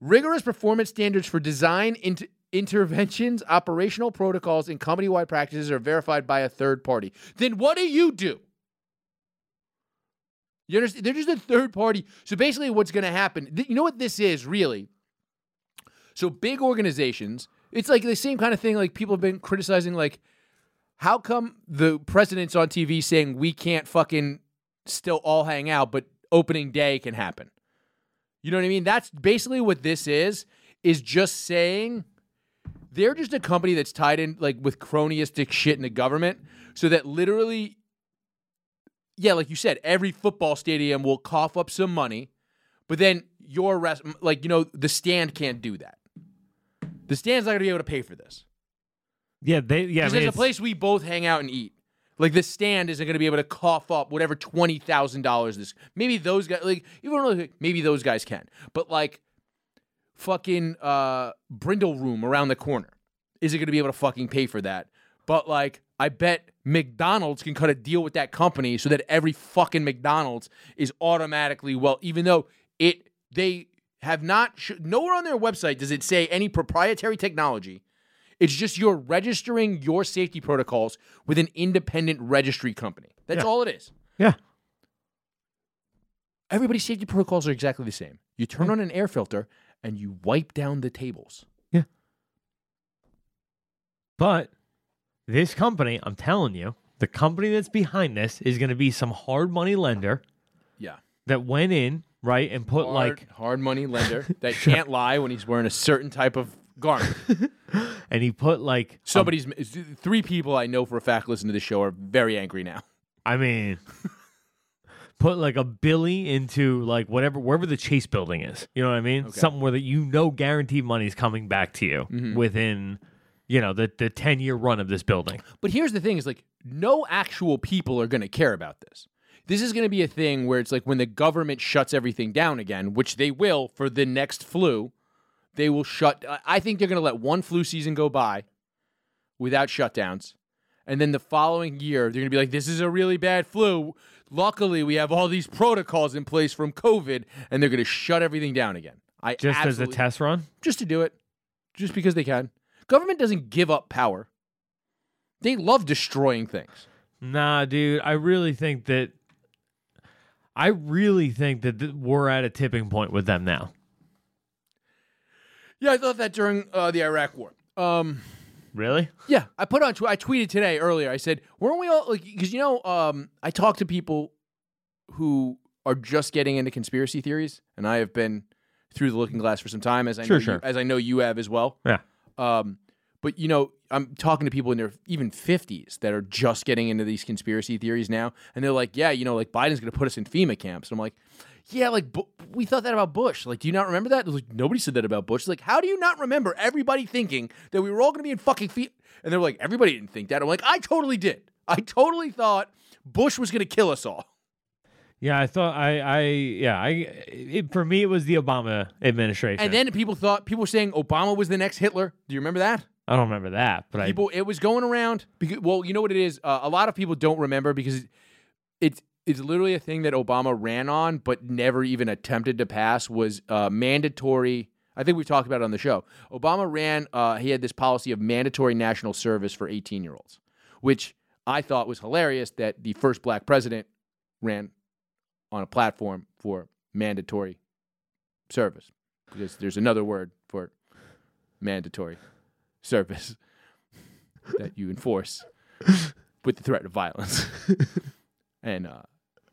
[SPEAKER 1] rigorous performance standards for design int- interventions, operational protocols, and company-wide practices are verified by a third party. Then what do you do? You understand? They're just a third party. So basically, what's going to happen? th- you know what this is really? So big organizations, it's like the same kind of thing. Like people have been criticizing, like, how come the president's on TV saying we can't fucking still all hang out, but opening day can happen? You know what I mean? That's basically what this is. Is just saying they're just a company that's tied in like with cronyistic shit in the government, so that literally, yeah, like you said, every football stadium will cough up some money. But then your rest, like you know, the stand can't do that. The stand's not gonna be able to pay for this
[SPEAKER 2] Yeah, they yeah.
[SPEAKER 1] because there's a place we both hang out and eat. Like the stand isn't gonna be able to cough up whatever twenty thousand dollars this. Maybe those guys, like you don't really, maybe those guys can, but like fucking uh, Brindle Room around the corner is it going to be able to fucking pay for that? But like, I bet McDonald's can cut a deal with that company so that every fucking McDonald's is automatically well, even though it they have not sh- nowhere on their website does it say any proprietary technology. It's just you're registering your safety protocols with an independent registry company. That's all it is
[SPEAKER 2] Yeah.
[SPEAKER 1] everybody's safety protocols are exactly the same. You turn on an air filter and you wipe down the tables.
[SPEAKER 2] But this company, I'm telling you, the company that's behind this is going to be some hard money lender
[SPEAKER 1] Yeah.
[SPEAKER 2] that went in, right, and put
[SPEAKER 1] Hard,
[SPEAKER 2] like,
[SPEAKER 1] hard money lender that can't lie when he's wearing a certain type of garment.
[SPEAKER 2] and he put like, a
[SPEAKER 1] Somebody's three people I know for a fact listen to the show are very angry now.
[SPEAKER 2] I mean, put like a billy into like whatever wherever the Chase building is. You know what I mean? Something where that you know guaranteed money is coming back to you
[SPEAKER 1] Mm-hmm.
[SPEAKER 2] within, you know, the the ten year run of this building.
[SPEAKER 1] But here's the thing is like no actual people are going to care about this. This is going to be a thing where it's like when the government shuts everything down again, which they will for the next flu, they will shut I- I think they're going to let one flu season go by without shutdowns. And then the following year, they're going to be like this is a really bad flu. Luckily, we have all these protocols in place from COVID and they're going to shut everything down again. I
[SPEAKER 2] Just as
[SPEAKER 1] absolutely-
[SPEAKER 2] a test run.
[SPEAKER 1] just to do it, just because they can. Government doesn't give up power. They love destroying things.
[SPEAKER 2] Nah, dude, I really think that I really think that th- we're at a tipping point with them now.
[SPEAKER 1] Yeah, I thought that during uh, the Iraq War. Um,
[SPEAKER 2] Really?
[SPEAKER 1] yeah, I put on. Tw- I tweeted today earlier. I said, "Weren't we all like?" Because you know, um, I talk to people who are just getting into conspiracy theories, and I have been through the looking glass for some time, as I
[SPEAKER 2] Sure,
[SPEAKER 1] know You,
[SPEAKER 2] sure.
[SPEAKER 1] as I know you have as well.
[SPEAKER 2] Yeah.
[SPEAKER 1] Um, but you know, I'm talking to people in their even 50s that are just getting into these conspiracy theories now, and they're like, "Yeah, you know, like Biden's going to put us in FEMA camps." And I'm like, "Yeah, like Bu- we thought that about Bush. Like, do you not remember that?" They're Like, nobody said that about Bush. Like, how do you not remember everybody thinking that we were all going to be in fucking FEMA? And they're like, "Everybody didn't think that." I'm like, "I totally did. I totally thought Bush was going to kill us all."
[SPEAKER 2] Yeah, I thought I, I, yeah, I. It, for me, it was the Obama administration.
[SPEAKER 1] And then people thought people were saying Obama was the next Hitler. Do you remember that?
[SPEAKER 2] I don't remember that, but I
[SPEAKER 1] people it was going around because well you know what it is uh, a lot of people don't remember because it's it's literally a thing that obama ran on but never even attempted to pass was uh, mandatory i think we've talked about it on the show obama ran uh, he had this policy of mandatory national service for 18 year olds which i thought was hilarious that the first black president ran on a platform for mandatory service because there's another word for mandatory service that you enforce with the threat of violence. and uh,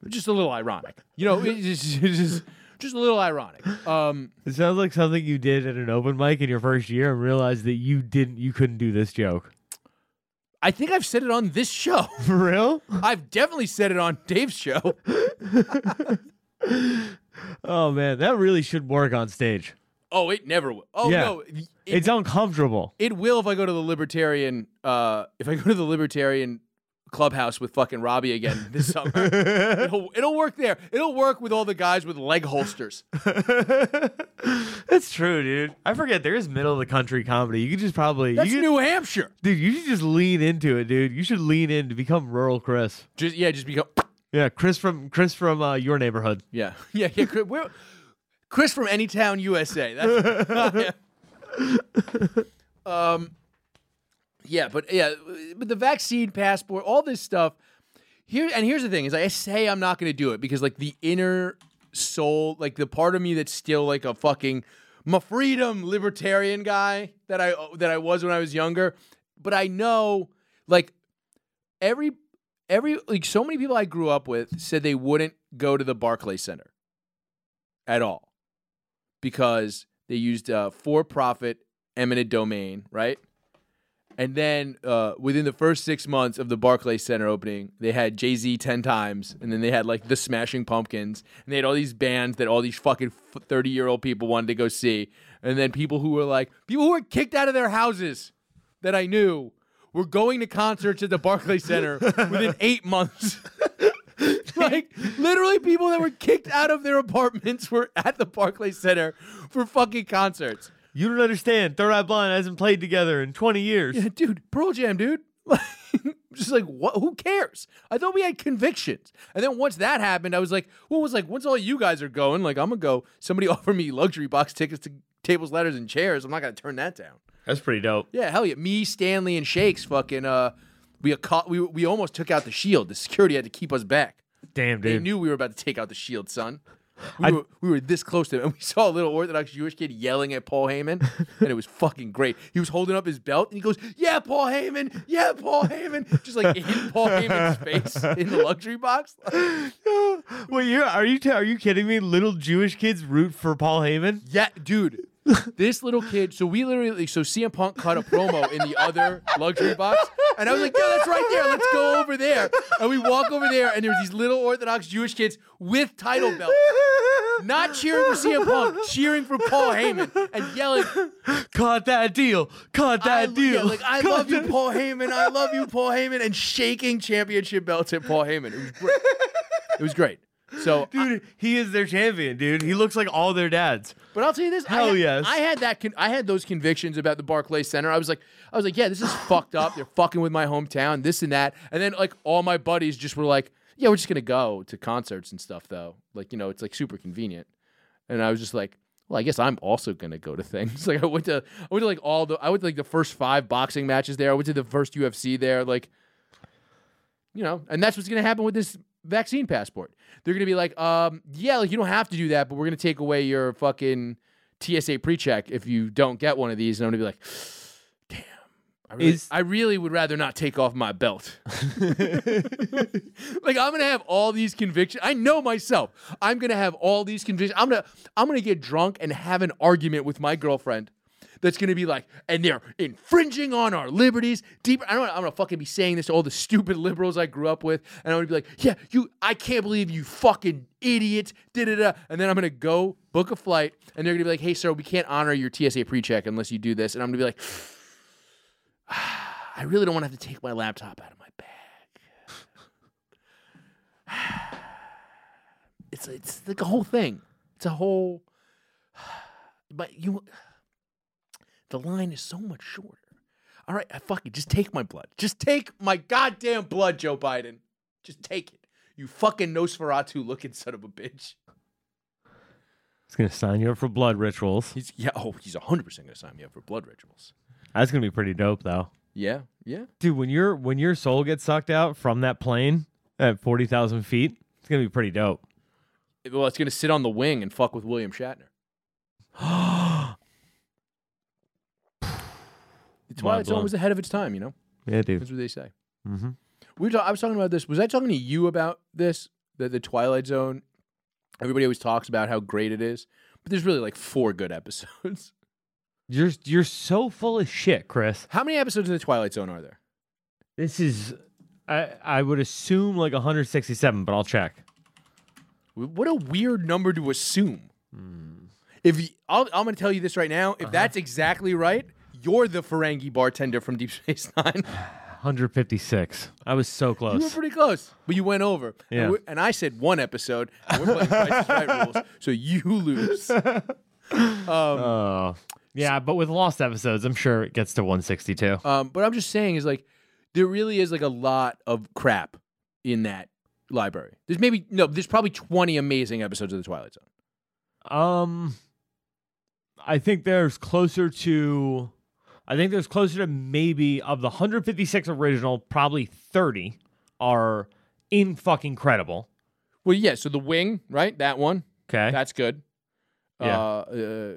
[SPEAKER 1] just a little ironic. You know, it's just, it's just, just a little ironic. Um,
[SPEAKER 2] It sounds like something you did at an open mic in your first year and realized that you didn't, you couldn't do this joke.
[SPEAKER 1] I think I've said it on this show.
[SPEAKER 2] For real?
[SPEAKER 1] I've definitely said it on Dave's show.
[SPEAKER 2] Oh man, that really should work on stage.
[SPEAKER 1] Oh, it never will. Oh,
[SPEAKER 2] Yeah.
[SPEAKER 1] no. It,
[SPEAKER 2] it's uncomfortable.
[SPEAKER 1] it will if I go to the libertarian, uh, if I go to the libertarian clubhouse with fucking Robbie again this summer. it'll, it'll work there. It'll work with all the guys with leg holsters.
[SPEAKER 2] That's true, dude. I forget there is middle of the country comedy. You could just probably,
[SPEAKER 1] That's
[SPEAKER 2] you could-
[SPEAKER 1] New Hampshire.
[SPEAKER 2] dude. You should just lean into it, dude. You should lean in to become rural Chris.
[SPEAKER 1] Just, yeah, just become.
[SPEAKER 2] Yeah, Chris from Chris from uh, your neighborhood.
[SPEAKER 1] Yeah, yeah, yeah. Chris, where- Chris from Anytown, USA. That's, um, yeah, but yeah, but the vaccine passport, all this stuff. Here and here's the thing: is I say I'm not going to do it because like the inner soul, like the part of me that's still like a fucking my freedom libertarian guy that I that I was when I was younger. But I know, like every every like so many people I grew up with said they wouldn't go to the Barclay Center at all because they used a for-profit eminent domain, right? And then uh, within the first six months of the Barclay Center opening, they had Jay Z ten times, and then they had like the Smashing Pumpkins, and they had all these bands that all these fucking thirty-year-old people wanted to go see, and then people who were like people who were kicked out of their houses that I knew were going to concerts at the Barclay Center within eight months. like literally, people that were kicked out of their apartments were at the Barclay Center for fucking concerts.
[SPEAKER 2] You don't understand. Third Eye Blind hasn't played together in 20 years.
[SPEAKER 1] Yeah, dude, Pearl Jam, dude. Just like what? Who cares? I thought we had convictions, and then once that happened, I was like, "Well, it was like once all you guys are going, like I'm gonna go." Somebody offer me luxury box tickets to tables, ladders, and chairs. I'm not gonna turn that down.
[SPEAKER 2] That's pretty dope.
[SPEAKER 1] Yeah, hell yeah. Me, Stanley, and Shakes, fucking, uh, we acco- we we almost took out the shield. The security had to keep us back.
[SPEAKER 2] Damn,
[SPEAKER 1] They
[SPEAKER 2] dude.
[SPEAKER 1] knew we were about to take out the shield, son. We,
[SPEAKER 2] I-
[SPEAKER 1] were, we were this close to him, and we saw a little Orthodox Jewish kid yelling at Paul Heyman, and it was fucking great. He was holding up his belt, and he goes, "Yeah, Paul Heyman, yeah, Paul Heyman," just like in Paul Heyman's face in the luxury box.
[SPEAKER 2] Wait, you're, are you t- are you kidding me? Little Jewish kids root for Paul Heyman?
[SPEAKER 1] Yeah, dude. This little kid. So we literally. So CM Punk cut a promo in the other luxury box, and I was like, "Yo, that's right there. Let's go over there." And we walk over there, and there's these little Orthodox Jewish kids with title belts, not cheering for CM Punk, cheering for Paul Heyman, and yelling,
[SPEAKER 2] Caught that deal. Caught
[SPEAKER 1] I,
[SPEAKER 2] that deal.
[SPEAKER 1] yeah, like I
[SPEAKER 2] Caught
[SPEAKER 1] love you,
[SPEAKER 2] that-
[SPEAKER 1] Paul Heyman. I love you, Paul Heyman, and shaking championship belts at Paul Heyman. It was great. It was great. So
[SPEAKER 2] Dude, he is their champion, dude. He looks like all their dads.
[SPEAKER 1] But I'll tell you this: I
[SPEAKER 2] Hell
[SPEAKER 1] had,
[SPEAKER 2] yes.
[SPEAKER 1] I had that. Con- I had those convictions about the Barclay Center. I was like, I was like, yeah, this is fucked up. They're fucking with my hometown, this and that. And then like all my buddies just were like, yeah, we're just gonna go to concerts and stuff, though. Like you know, it's like super convenient. And I was just like, well, I guess I'm also gonna go to things. Like I went to, I went to like all the, I went to like the first five boxing matches there. I went to the first UFC there. Like, you know, and that's what's gonna happen with this vaccine passport. They're gonna be like, um, yeah, like you don't have to do that, but we're gonna take away your fucking TSA pre-check if you don't get one of these. And I'm gonna be like, damn, I really,
[SPEAKER 2] Is-
[SPEAKER 1] I really would rather not take off my belt. like I'm gonna have all these convictions. I know myself. I'm gonna have all these convictions. I'm gonna I'm gonna get drunk and have an argument with my girlfriend. That's gonna be like, and they're infringing on our liberties. Deeper, I don't. I'm gonna fucking be saying this to all the stupid liberals I grew up with, and I'm gonna be like, yeah, you. I can't believe you fucking idiots. Da da da. And then I'm gonna go book a flight, and they're gonna be like, hey, sir, we can't honor your TSA pre-check unless you do this. And I'm gonna be like, I really don't want to have to take my laptop out of my bag. It's it's like a whole thing. It's a whole. But you, the line is so much shorter. All right, I fucking just take my blood. Just take my goddamn blood, Joe Biden. Just take it. You fucking Nosferatu looking son of a bitch.
[SPEAKER 2] He's gonna sign you up for blood rituals.
[SPEAKER 1] He's yeah. Oh, he's hundred percent gonna sign me up for blood rituals.
[SPEAKER 2] That's gonna be pretty dope, though.
[SPEAKER 1] Yeah, yeah.
[SPEAKER 2] Dude, when your when your soul gets sucked out from that plane at forty thousand feet, it's gonna be pretty dope.
[SPEAKER 1] Well, it's gonna sit on the wing and fuck with William Shatner. The Twilight Zone
[SPEAKER 2] blown.
[SPEAKER 1] was ahead of its time, you know.
[SPEAKER 2] Yeah,
[SPEAKER 1] That's
[SPEAKER 2] dude.
[SPEAKER 1] what they say.
[SPEAKER 2] Mm-hmm.
[SPEAKER 1] We were ta- I was talking about this. Was I talking to you about this? That the Twilight Zone. Everybody always talks about how great it is, but there's really like four good episodes.
[SPEAKER 2] You're you're so full of shit, Chris.
[SPEAKER 1] How many episodes of the Twilight Zone are there?
[SPEAKER 2] This is, I I would assume like one hundred sixty seven, but I'll check.
[SPEAKER 1] W- What a weird number to assume.
[SPEAKER 2] Hmm.
[SPEAKER 1] If you, I'll, I'm going to tell you this right now, if
[SPEAKER 2] Uh-huh.
[SPEAKER 1] that's exactly right, you're the Ferengi bartender from Deep Space Nine.
[SPEAKER 2] One hundred fifty six. I was so
[SPEAKER 1] You were
[SPEAKER 2] close.
[SPEAKER 1] pretty close, but you went over.
[SPEAKER 2] Yeah.
[SPEAKER 1] And, we- and I said one episode. And we're playing Price is Right rules, so you lose.
[SPEAKER 2] Oh, yeah, but with lost episodes, I'm sure it gets to one sixty two.
[SPEAKER 1] Um, but I'm just saying is like there really is like a lot of crap in that library. There's maybe no, there's probably 20 amazing episodes of the Twilight Zone.
[SPEAKER 2] Um, I think there's closer to, I think there's closer to maybe of the 156 original, probably 30 are in fucking credible.
[SPEAKER 1] Well, yeah. So the Wing, right? That one,
[SPEAKER 2] Okay.
[SPEAKER 1] that's good.
[SPEAKER 2] Yeah.
[SPEAKER 1] Uh, uh,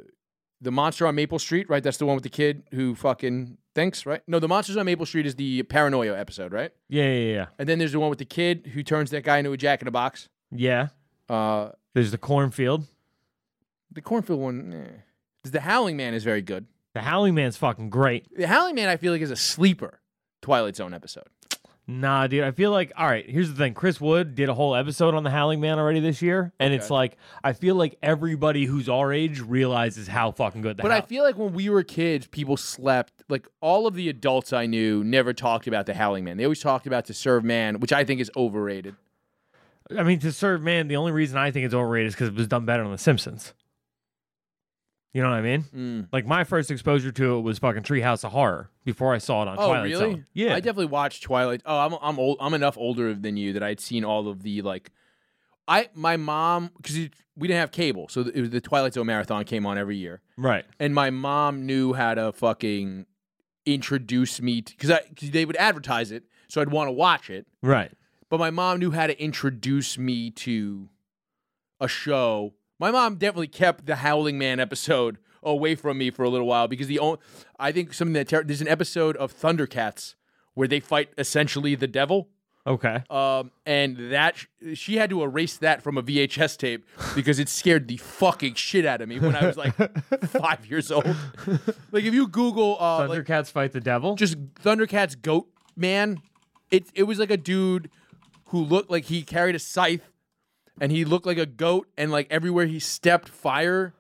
[SPEAKER 1] the Monster on Maple Street, right? That's the one with the kid who fucking thinks, right? No, the Monsters on Maple Street is the paranoia episode, right?
[SPEAKER 2] yeah, yeah, yeah.
[SPEAKER 1] And then there's the one with the kid who turns that guy into a jack in a box.
[SPEAKER 2] Yeah.
[SPEAKER 1] Uh,
[SPEAKER 2] There's the cornfield.
[SPEAKER 1] the cornfield one, eh. the Howling Man is very good.
[SPEAKER 2] The Howling Man's fucking great.
[SPEAKER 1] The Howling Man, I feel like, is a sleeper Twilight Zone episode.
[SPEAKER 2] Nah, dude. I feel like all right. Here's the thing. Chris Wood did a whole episode on the Howling Man already this year, and it's like I feel like everybody who's our age realizes how fucking good. The
[SPEAKER 1] But I
[SPEAKER 2] Howl-
[SPEAKER 1] feel like when we were kids, people slept like all of the adults I knew never talked about the Howling Man. They always talked about to serve man, which I think is overrated.
[SPEAKER 2] I mean, to serve man, the only reason I think it's overrated is because it was done better on The Simpsons. You know what I mean?
[SPEAKER 1] Hmm.
[SPEAKER 2] Like my first exposure to it was fucking Treehouse of Horror before I saw it on
[SPEAKER 1] Oh,
[SPEAKER 2] Twilight
[SPEAKER 1] really?
[SPEAKER 2] Zone. Yeah,
[SPEAKER 1] I definitely watched Twilight. Oh, I'm I'm old. I'm enough older than you that I'd seen all of the like. I my mom because we didn't have cable, so it was the Twilight Zone marathon came on every year,
[SPEAKER 2] right.
[SPEAKER 1] and my mom knew how to fucking introduce me because I cause they would advertise it, so I'd want to watch it.
[SPEAKER 2] Right.
[SPEAKER 1] But my mom knew how to introduce me to a show. My mom definitely kept the Howling Man episode away from me for a little while because the only I think something that ter- there's an episode of Thundercats where they fight essentially the devil.
[SPEAKER 2] Okay.
[SPEAKER 1] Um, and that sh- she had to erase that from a VHS tape because it scared the fucking shit out of me when I was like five years old. Like if you Google uh, like,
[SPEAKER 2] Thundercats fight the devil.
[SPEAKER 1] just Thundercats goat man. It it was like a dude who looked like he carried a scythe and he looked like a goat and like everywhere he stepped fire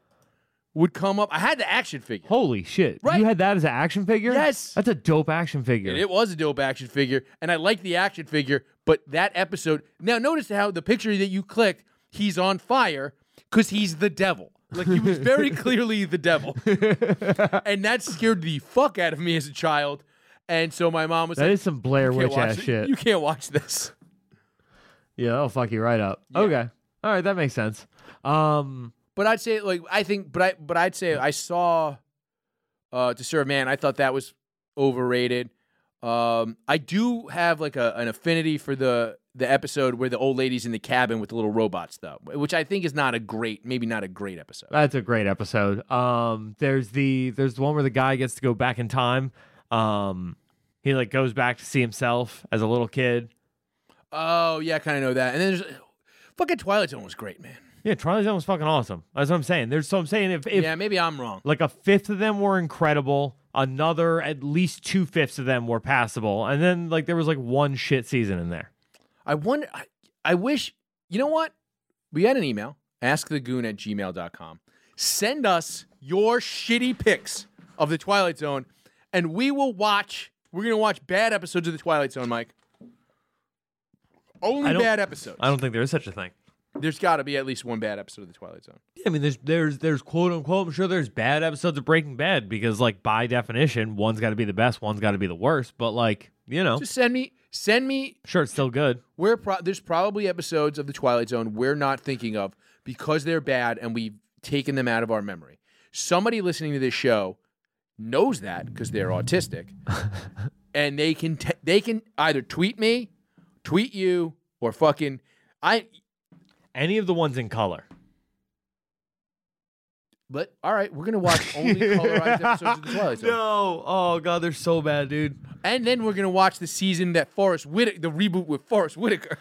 [SPEAKER 1] would come up. I had the action figure.
[SPEAKER 2] Holy shit!
[SPEAKER 1] Right.
[SPEAKER 2] You had that as an action figure?
[SPEAKER 1] Yes.
[SPEAKER 2] That's a dope action figure.
[SPEAKER 1] And it was a dope action figure and I liked the action figure, but that episode Now notice how the picture that you clicked, he's on fire cuz he's the devil. Like he was very clearly the devil. and that scared the fuck out of me as a child. And so my mom was
[SPEAKER 2] that
[SPEAKER 1] like,
[SPEAKER 2] is some Blair
[SPEAKER 1] can't
[SPEAKER 2] Witch
[SPEAKER 1] watch
[SPEAKER 2] ass
[SPEAKER 1] it.
[SPEAKER 2] shit.
[SPEAKER 1] You can't watch this.
[SPEAKER 2] Yeah, that'll fuck you right up. Okay. All right, that makes sense. Um,
[SPEAKER 1] But I'd say like I think but I but I'd say I saw uh to serve man, I thought that was overrated. Um I do have like a, an affinity for the the episode where the old lady's in the cabin with the little robots though, which I think is not a great maybe not a great episode.
[SPEAKER 2] that's a great episode. Um, there's the there's the one where the guy gets to go back in time. Um, he like goes back to see himself as a little kid.
[SPEAKER 1] Oh yeah, I kinda know that. And then there's fucking Twilight Zone was great, man.
[SPEAKER 2] Yeah, Twilight Zone was fucking awesome. That's what I'm saying. There's so I'm saying if if
[SPEAKER 1] yeah, maybe I'm wrong.
[SPEAKER 2] like a fifth of them were incredible, another at least two fifths of them were passable, and then like there was like one shit season in there.
[SPEAKER 1] I wonder. I, I wish. You know what? We had an email askthegoon at gmail.com. Send us your shitty picks of The Twilight Zone, and we will watch. We're going to watch bad episodes of The Twilight Zone, Mike. Only
[SPEAKER 2] I don't-
[SPEAKER 1] bad episodes.
[SPEAKER 2] I don't think there is such a thing.
[SPEAKER 1] There's got to be at least one bad episode of The Twilight Zone.
[SPEAKER 2] I mean, there's there's there's quote unquote. I'm sure there's bad episodes of Breaking Bad because, like, by definition, one's got to be the best, one's got to be the worst. But like, you know,
[SPEAKER 1] Just send me. Send me.
[SPEAKER 2] sure, it's still good.
[SPEAKER 1] We're pro- there's probably episodes of The Twilight Zone we're not thinking of because they're bad and we've taken them out of our memory. Somebody listening to this show knows that because they're autistic, and they can t- they can either tweet me, tweet you, or fucking I.
[SPEAKER 2] Any of the ones in color.
[SPEAKER 1] But all right, we're gonna watch only colorized episodes of The Twilight Zone,
[SPEAKER 2] No, oh god, they're so bad, dude.
[SPEAKER 1] and then we're gonna watch the season that Forrest Whitaker, the reboot with Forrest Whitaker.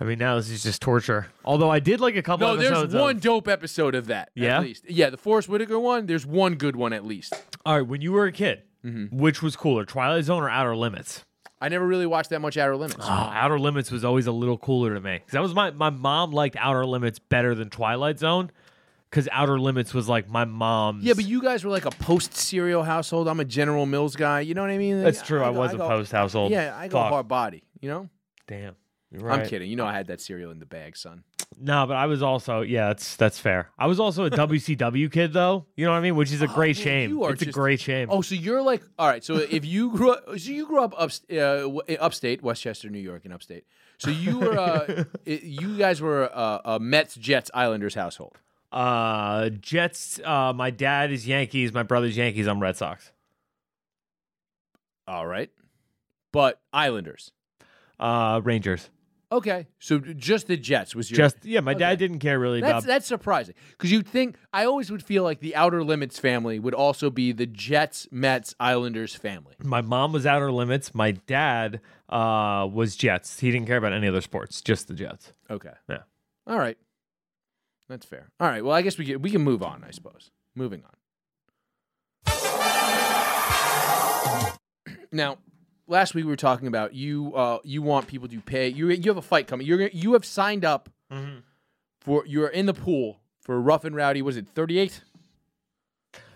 [SPEAKER 2] I mean, now this is just torture. Although I did like a couple.
[SPEAKER 1] No, there's
[SPEAKER 2] episodes of-
[SPEAKER 1] one dope episode of that.
[SPEAKER 2] Yeah?
[SPEAKER 1] at least. yeah, the Forrest Whitaker one. There's one good one at least.
[SPEAKER 2] All right, when you were a kid,
[SPEAKER 1] Mm-hmm.
[SPEAKER 2] which was cooler, Twilight Zone or Outer Limits?
[SPEAKER 1] I never really watched that much Outer Limits.
[SPEAKER 2] Oh, Outer Limits was always a little cooler to me because that was my my mom liked Outer Limits better than Twilight Zone because Outer Limits was like my mom's.
[SPEAKER 1] yeah, but you guys were like a post cereal household. I'm a General Mills guy. You know what I mean? Like,
[SPEAKER 2] That's true. I,
[SPEAKER 1] go-
[SPEAKER 2] was a
[SPEAKER 1] go-
[SPEAKER 2] post household.
[SPEAKER 1] Yeah, I go
[SPEAKER 2] Fuck.
[SPEAKER 1] hard body. You know?
[SPEAKER 2] Damn.
[SPEAKER 1] I'm kidding. You know, I had that cereal in the bag, son.
[SPEAKER 2] No, but I was also yeah, that's that's fair. I was also a WCW kid though. You know what I mean? Which is a great
[SPEAKER 1] Oh, man,
[SPEAKER 2] shame.
[SPEAKER 1] you are
[SPEAKER 2] it's a
[SPEAKER 1] just-
[SPEAKER 2] great shame.
[SPEAKER 1] Oh, so you're like, all right. So if you grew up, so you grew up up, uh, w- upstate, Westchester, New York, and upstate. So you were, uh, i- you guys were uh, a Mets, Jets, Islanders household.
[SPEAKER 2] Uh, Jets. Uh, my dad is Yankees. My brother's Yankees. I'm Red Sox.
[SPEAKER 1] All right, but Islanders.
[SPEAKER 2] Uh, Rangers.
[SPEAKER 1] Okay, so just the Jets was your
[SPEAKER 2] Just yeah, my
[SPEAKER 1] Okay.
[SPEAKER 2] dad didn't care really
[SPEAKER 1] That's
[SPEAKER 2] about.
[SPEAKER 1] that's surprising because you'd think I always would feel like the Outer Limits family would also be the Jets, Mets, Islanders family.
[SPEAKER 2] my mom was outer limits. My dad uh was Jets. He didn't care about any other sports, just the Jets.
[SPEAKER 1] Okay.
[SPEAKER 2] Yeah.
[SPEAKER 1] All right. That's fair. All right. Well, I guess we can, we can move on. I suppose. Moving on. Now, last week we were talking about you. Uh, you want people to pay. You you have a fight coming. You're gonna- you have signed up for. You're in the pool for rough and rowdy. Was it 38?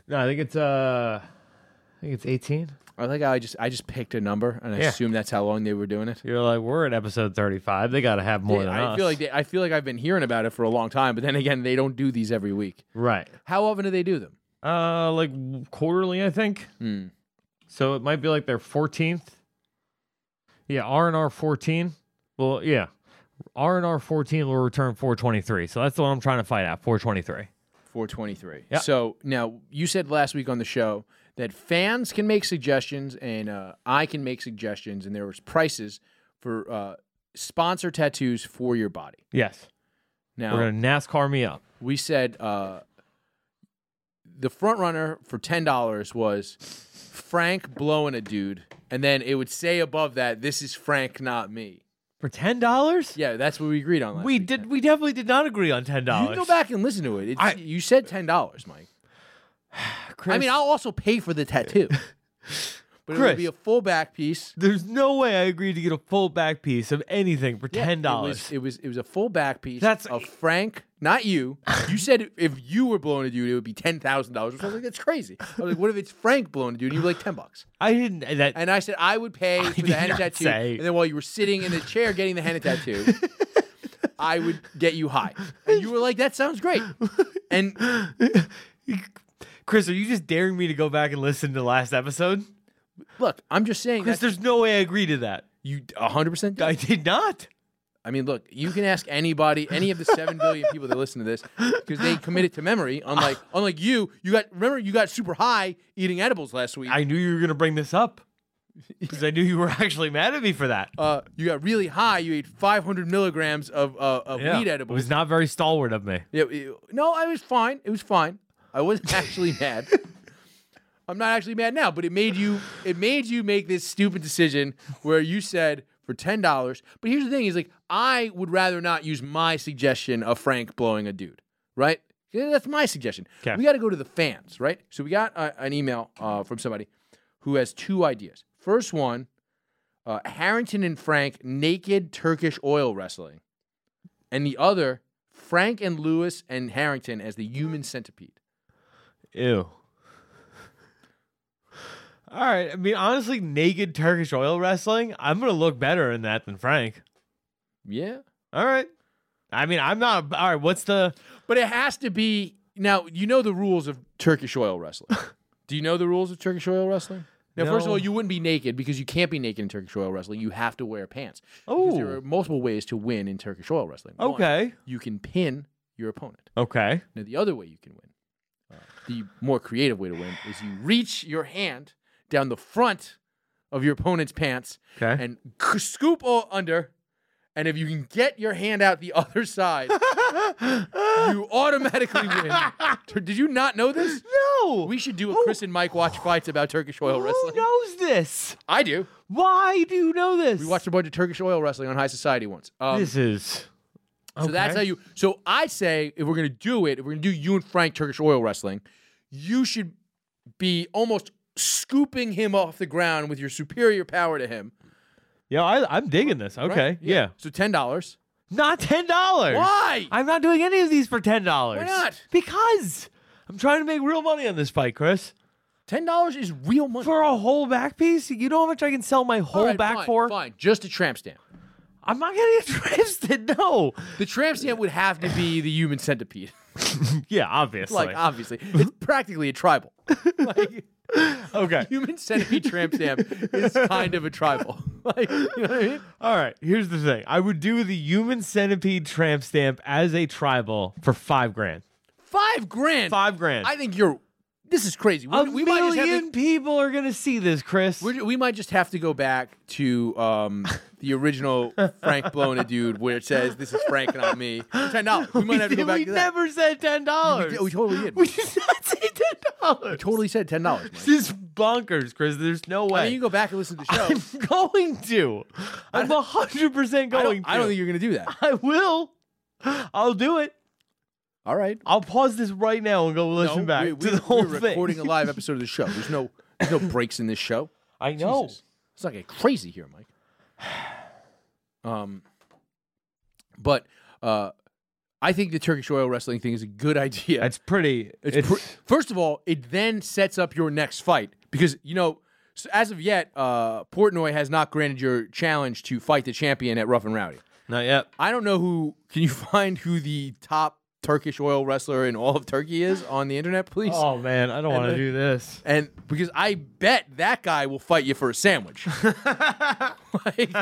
[SPEAKER 2] No, I think it's uh, I think it's 18.
[SPEAKER 1] I like how I just I just picked a number and I
[SPEAKER 2] Yeah.
[SPEAKER 1] assumed that's how long they were doing it.
[SPEAKER 2] You're like, we're at episode 35. They got to have more
[SPEAKER 1] Yeah,
[SPEAKER 2] than
[SPEAKER 1] I
[SPEAKER 2] us.
[SPEAKER 1] feel like they, I feel like I've been hearing about it for a long time, but then again, they don't do these every week.
[SPEAKER 2] right.
[SPEAKER 1] How often do they do them?
[SPEAKER 2] Uh, like w- quarterly, I think.
[SPEAKER 1] Hmm.
[SPEAKER 2] So it might be like their fourteenth. Yeah, R and R fourteen. Well, yeah, R and R fourteen will return four twenty three. So that's the one I'm trying to fight at four twenty three.
[SPEAKER 1] 423.
[SPEAKER 2] Yeah.
[SPEAKER 1] So now you said last week on the show that fans can make suggestions and uh, I can make suggestions, and there was prices for uh, sponsor tattoos for your body.
[SPEAKER 2] Yes,
[SPEAKER 1] Now
[SPEAKER 2] we're gonna NASCAR me up.
[SPEAKER 1] we said uh, the front runner for ten dollars was Frank blowing a dude, and then it would say above that, "This is Frank, not me."
[SPEAKER 2] For ten dollars?
[SPEAKER 1] Yeah, that's what we agreed on. Last
[SPEAKER 2] we
[SPEAKER 1] week.
[SPEAKER 2] did. We definitely did not agree on ten
[SPEAKER 1] You
[SPEAKER 2] dollars.
[SPEAKER 1] can go back and listen to it. It's,
[SPEAKER 2] I-
[SPEAKER 1] you said ten dollars, Mike. I mean, I'll also pay for the tattoo, but it
[SPEAKER 2] Chris.
[SPEAKER 1] would be a full back piece.
[SPEAKER 2] there's no way I agreed to get a full back piece of anything for
[SPEAKER 1] Yeah,
[SPEAKER 2] ten
[SPEAKER 1] It was,
[SPEAKER 2] dollars.
[SPEAKER 1] it was it was a full back piece.
[SPEAKER 2] That's-
[SPEAKER 1] of Frank, not you. You said if you were blowing a dude, it would be ten thousand dollars. I was like, that's crazy. I was like, what if it's Frank blowing a dude? And you were like ten bucks.
[SPEAKER 2] I didn't. That
[SPEAKER 1] And I said I would pay for
[SPEAKER 2] did
[SPEAKER 1] the henna
[SPEAKER 2] not
[SPEAKER 1] tattoo.
[SPEAKER 2] say-
[SPEAKER 1] And then while you were sitting in the chair getting the henna tattoo, I would get you high. And you were like, that sounds great. And
[SPEAKER 2] Chris, are you just daring me to go back and listen to the last episode?
[SPEAKER 1] look, I'm just saying
[SPEAKER 2] Chris,
[SPEAKER 1] that
[SPEAKER 2] there's no way I agree to that.
[SPEAKER 1] you 100 percent
[SPEAKER 2] I did not.
[SPEAKER 1] I mean, look, you can ask anybody, any of the seven billion people that listen to this, because they commit it to memory. Unlike, unlike you, you got remember you got super high eating edibles last week.
[SPEAKER 2] I knew you were going to bring this up because I knew you were actually mad at me for that.
[SPEAKER 1] uh, you got really high. You ate 500 milligrams of uh, of weed
[SPEAKER 2] it
[SPEAKER 1] edibles.
[SPEAKER 2] was not very stalwart of me.
[SPEAKER 1] Yeah, it- no, I was fine. It was fine. I wasn't actually mad. I'm not actually mad now, but it made you it made you make this stupid decision where you said for ten dollars. But here's the thing: is like I would rather not use my suggestion of Frank blowing a dude, right? Yeah, that's my suggestion.
[SPEAKER 2] 'Kay.
[SPEAKER 1] We got to go to the fans, right? So we got uh, an email uh, from somebody who has two ideas. First one: uh, Harrington and Frank naked Turkish oil wrestling, and the other Frank and Lewis and Harrington as the human centipede.
[SPEAKER 2] Ew. All right. I mean, honestly, naked Turkish oil wrestling, I'm going to look better in that than Frank.
[SPEAKER 1] Yeah.
[SPEAKER 2] All right. I mean, I'm not. All right. What's the.
[SPEAKER 1] But it has to be now. You know the rules of Turkish oil wrestling. Do you know the rules of Turkish oil wrestling? Now, first of
[SPEAKER 2] No.
[SPEAKER 1] all, you wouldn't be naked because you can't be naked in Turkish oil wrestling. You have to wear pants. Because there
[SPEAKER 2] Oh,
[SPEAKER 1] are multiple ways to win in Turkish oil wrestling. One,
[SPEAKER 2] okay.
[SPEAKER 1] you can pin your opponent.
[SPEAKER 2] Okay.
[SPEAKER 1] Now, the other way you can win, uh, the more creative way to win, is you reach your hand down the front of your opponent's pants
[SPEAKER 2] Okay.
[SPEAKER 1] and k- scoop all under. And if you can get your hand out the other side, you automatically win. Tur- Did you not know this?
[SPEAKER 2] no.
[SPEAKER 1] We should do a Chris and Mike watch fights about Turkish oil
[SPEAKER 2] Who
[SPEAKER 1] wrestling.
[SPEAKER 2] knows this?
[SPEAKER 1] I do.
[SPEAKER 2] Why do you know this?
[SPEAKER 1] We watched a bunch of Turkish oil wrestling on High Society once. Um,
[SPEAKER 2] this is.
[SPEAKER 1] so that's how you. So I say if we're gonna do it, if we're gonna do you and Frank Turkish oil wrestling, you should be almost scooping him off the ground with your superior power to him.
[SPEAKER 2] Yeah, I, I'm digging this.
[SPEAKER 1] right?
[SPEAKER 2] Okay. Yeah.
[SPEAKER 1] So ten dollars.
[SPEAKER 2] Not ten dollars.
[SPEAKER 1] Why?
[SPEAKER 2] I'm not doing any of these for ten dollars.
[SPEAKER 1] Why not?
[SPEAKER 2] Because I'm trying to make real money on this fight, Chris.
[SPEAKER 1] Ten dollars is real money.
[SPEAKER 2] For a whole back piece, you know how much I can sell my
[SPEAKER 1] All
[SPEAKER 2] whole
[SPEAKER 1] right,
[SPEAKER 2] back
[SPEAKER 1] fine,
[SPEAKER 2] for?
[SPEAKER 1] fine, just a tramp stamp.
[SPEAKER 2] I'm not gonna get twisted. No.
[SPEAKER 1] The tramp stamp would have to be the human centipede.
[SPEAKER 2] Yeah, obviously.
[SPEAKER 1] like obviously, it's practically a tribal. like
[SPEAKER 2] okay.
[SPEAKER 1] human centipede tramp stamp is kind of a tribal. like you know what I mean?
[SPEAKER 2] All right. Here's the thing. I would do the human centipede tramp stamp as a tribal for five grand.
[SPEAKER 1] Five grand.
[SPEAKER 2] Five grand.
[SPEAKER 1] I think you're. This is crazy. We,
[SPEAKER 2] a
[SPEAKER 1] we might just have
[SPEAKER 2] million
[SPEAKER 1] to,
[SPEAKER 2] people are gonna see this, Chris.
[SPEAKER 1] we're, we might just have to go back to um, the original Frank blowing a dude, where it says "This is Frank, not me." Ten dollars. We might have to
[SPEAKER 2] did-
[SPEAKER 1] go back
[SPEAKER 2] we
[SPEAKER 1] to that.
[SPEAKER 2] never said ten dollars.
[SPEAKER 1] We, did- we totally did.
[SPEAKER 2] We
[SPEAKER 1] We
[SPEAKER 2] did not say ten dollars.
[SPEAKER 1] totally said ten dollars.
[SPEAKER 2] This is bonkers, Chris. There's no way.
[SPEAKER 1] I mean, you go back and listen to the show.
[SPEAKER 2] I'm going to. I'm hundred percent
[SPEAKER 1] I
[SPEAKER 2] going
[SPEAKER 1] don't,
[SPEAKER 2] to.
[SPEAKER 1] I don't think you're gonna do that.
[SPEAKER 2] I will. I'll do it.
[SPEAKER 1] All right.
[SPEAKER 2] I'll pause this right now and go listen
[SPEAKER 1] No,
[SPEAKER 2] back
[SPEAKER 1] we,
[SPEAKER 2] to
[SPEAKER 1] we-
[SPEAKER 2] the whole
[SPEAKER 1] we're
[SPEAKER 2] thing.
[SPEAKER 1] recording a live episode of the show. There's no there's no breaks in this show.
[SPEAKER 2] I know.
[SPEAKER 1] Jesus. It's not get crazy here, Mike. Um, but uh, I think the Turkish oil wrestling thing is a good idea.
[SPEAKER 2] That's pretty.
[SPEAKER 1] It's pr- first of all, it then sets up your next fight because you know, so as of yet, uh, Portnoy has not granted your challenge to fight the champion at Rough and Rowdy.
[SPEAKER 2] not yet.
[SPEAKER 1] I don't know who. Can you find who the top Turkish oil wrestler in all of Turkey is on the internet, please?
[SPEAKER 2] Oh man, I don't want to do this.
[SPEAKER 1] And because I bet that guy will fight you for a sandwich. Like,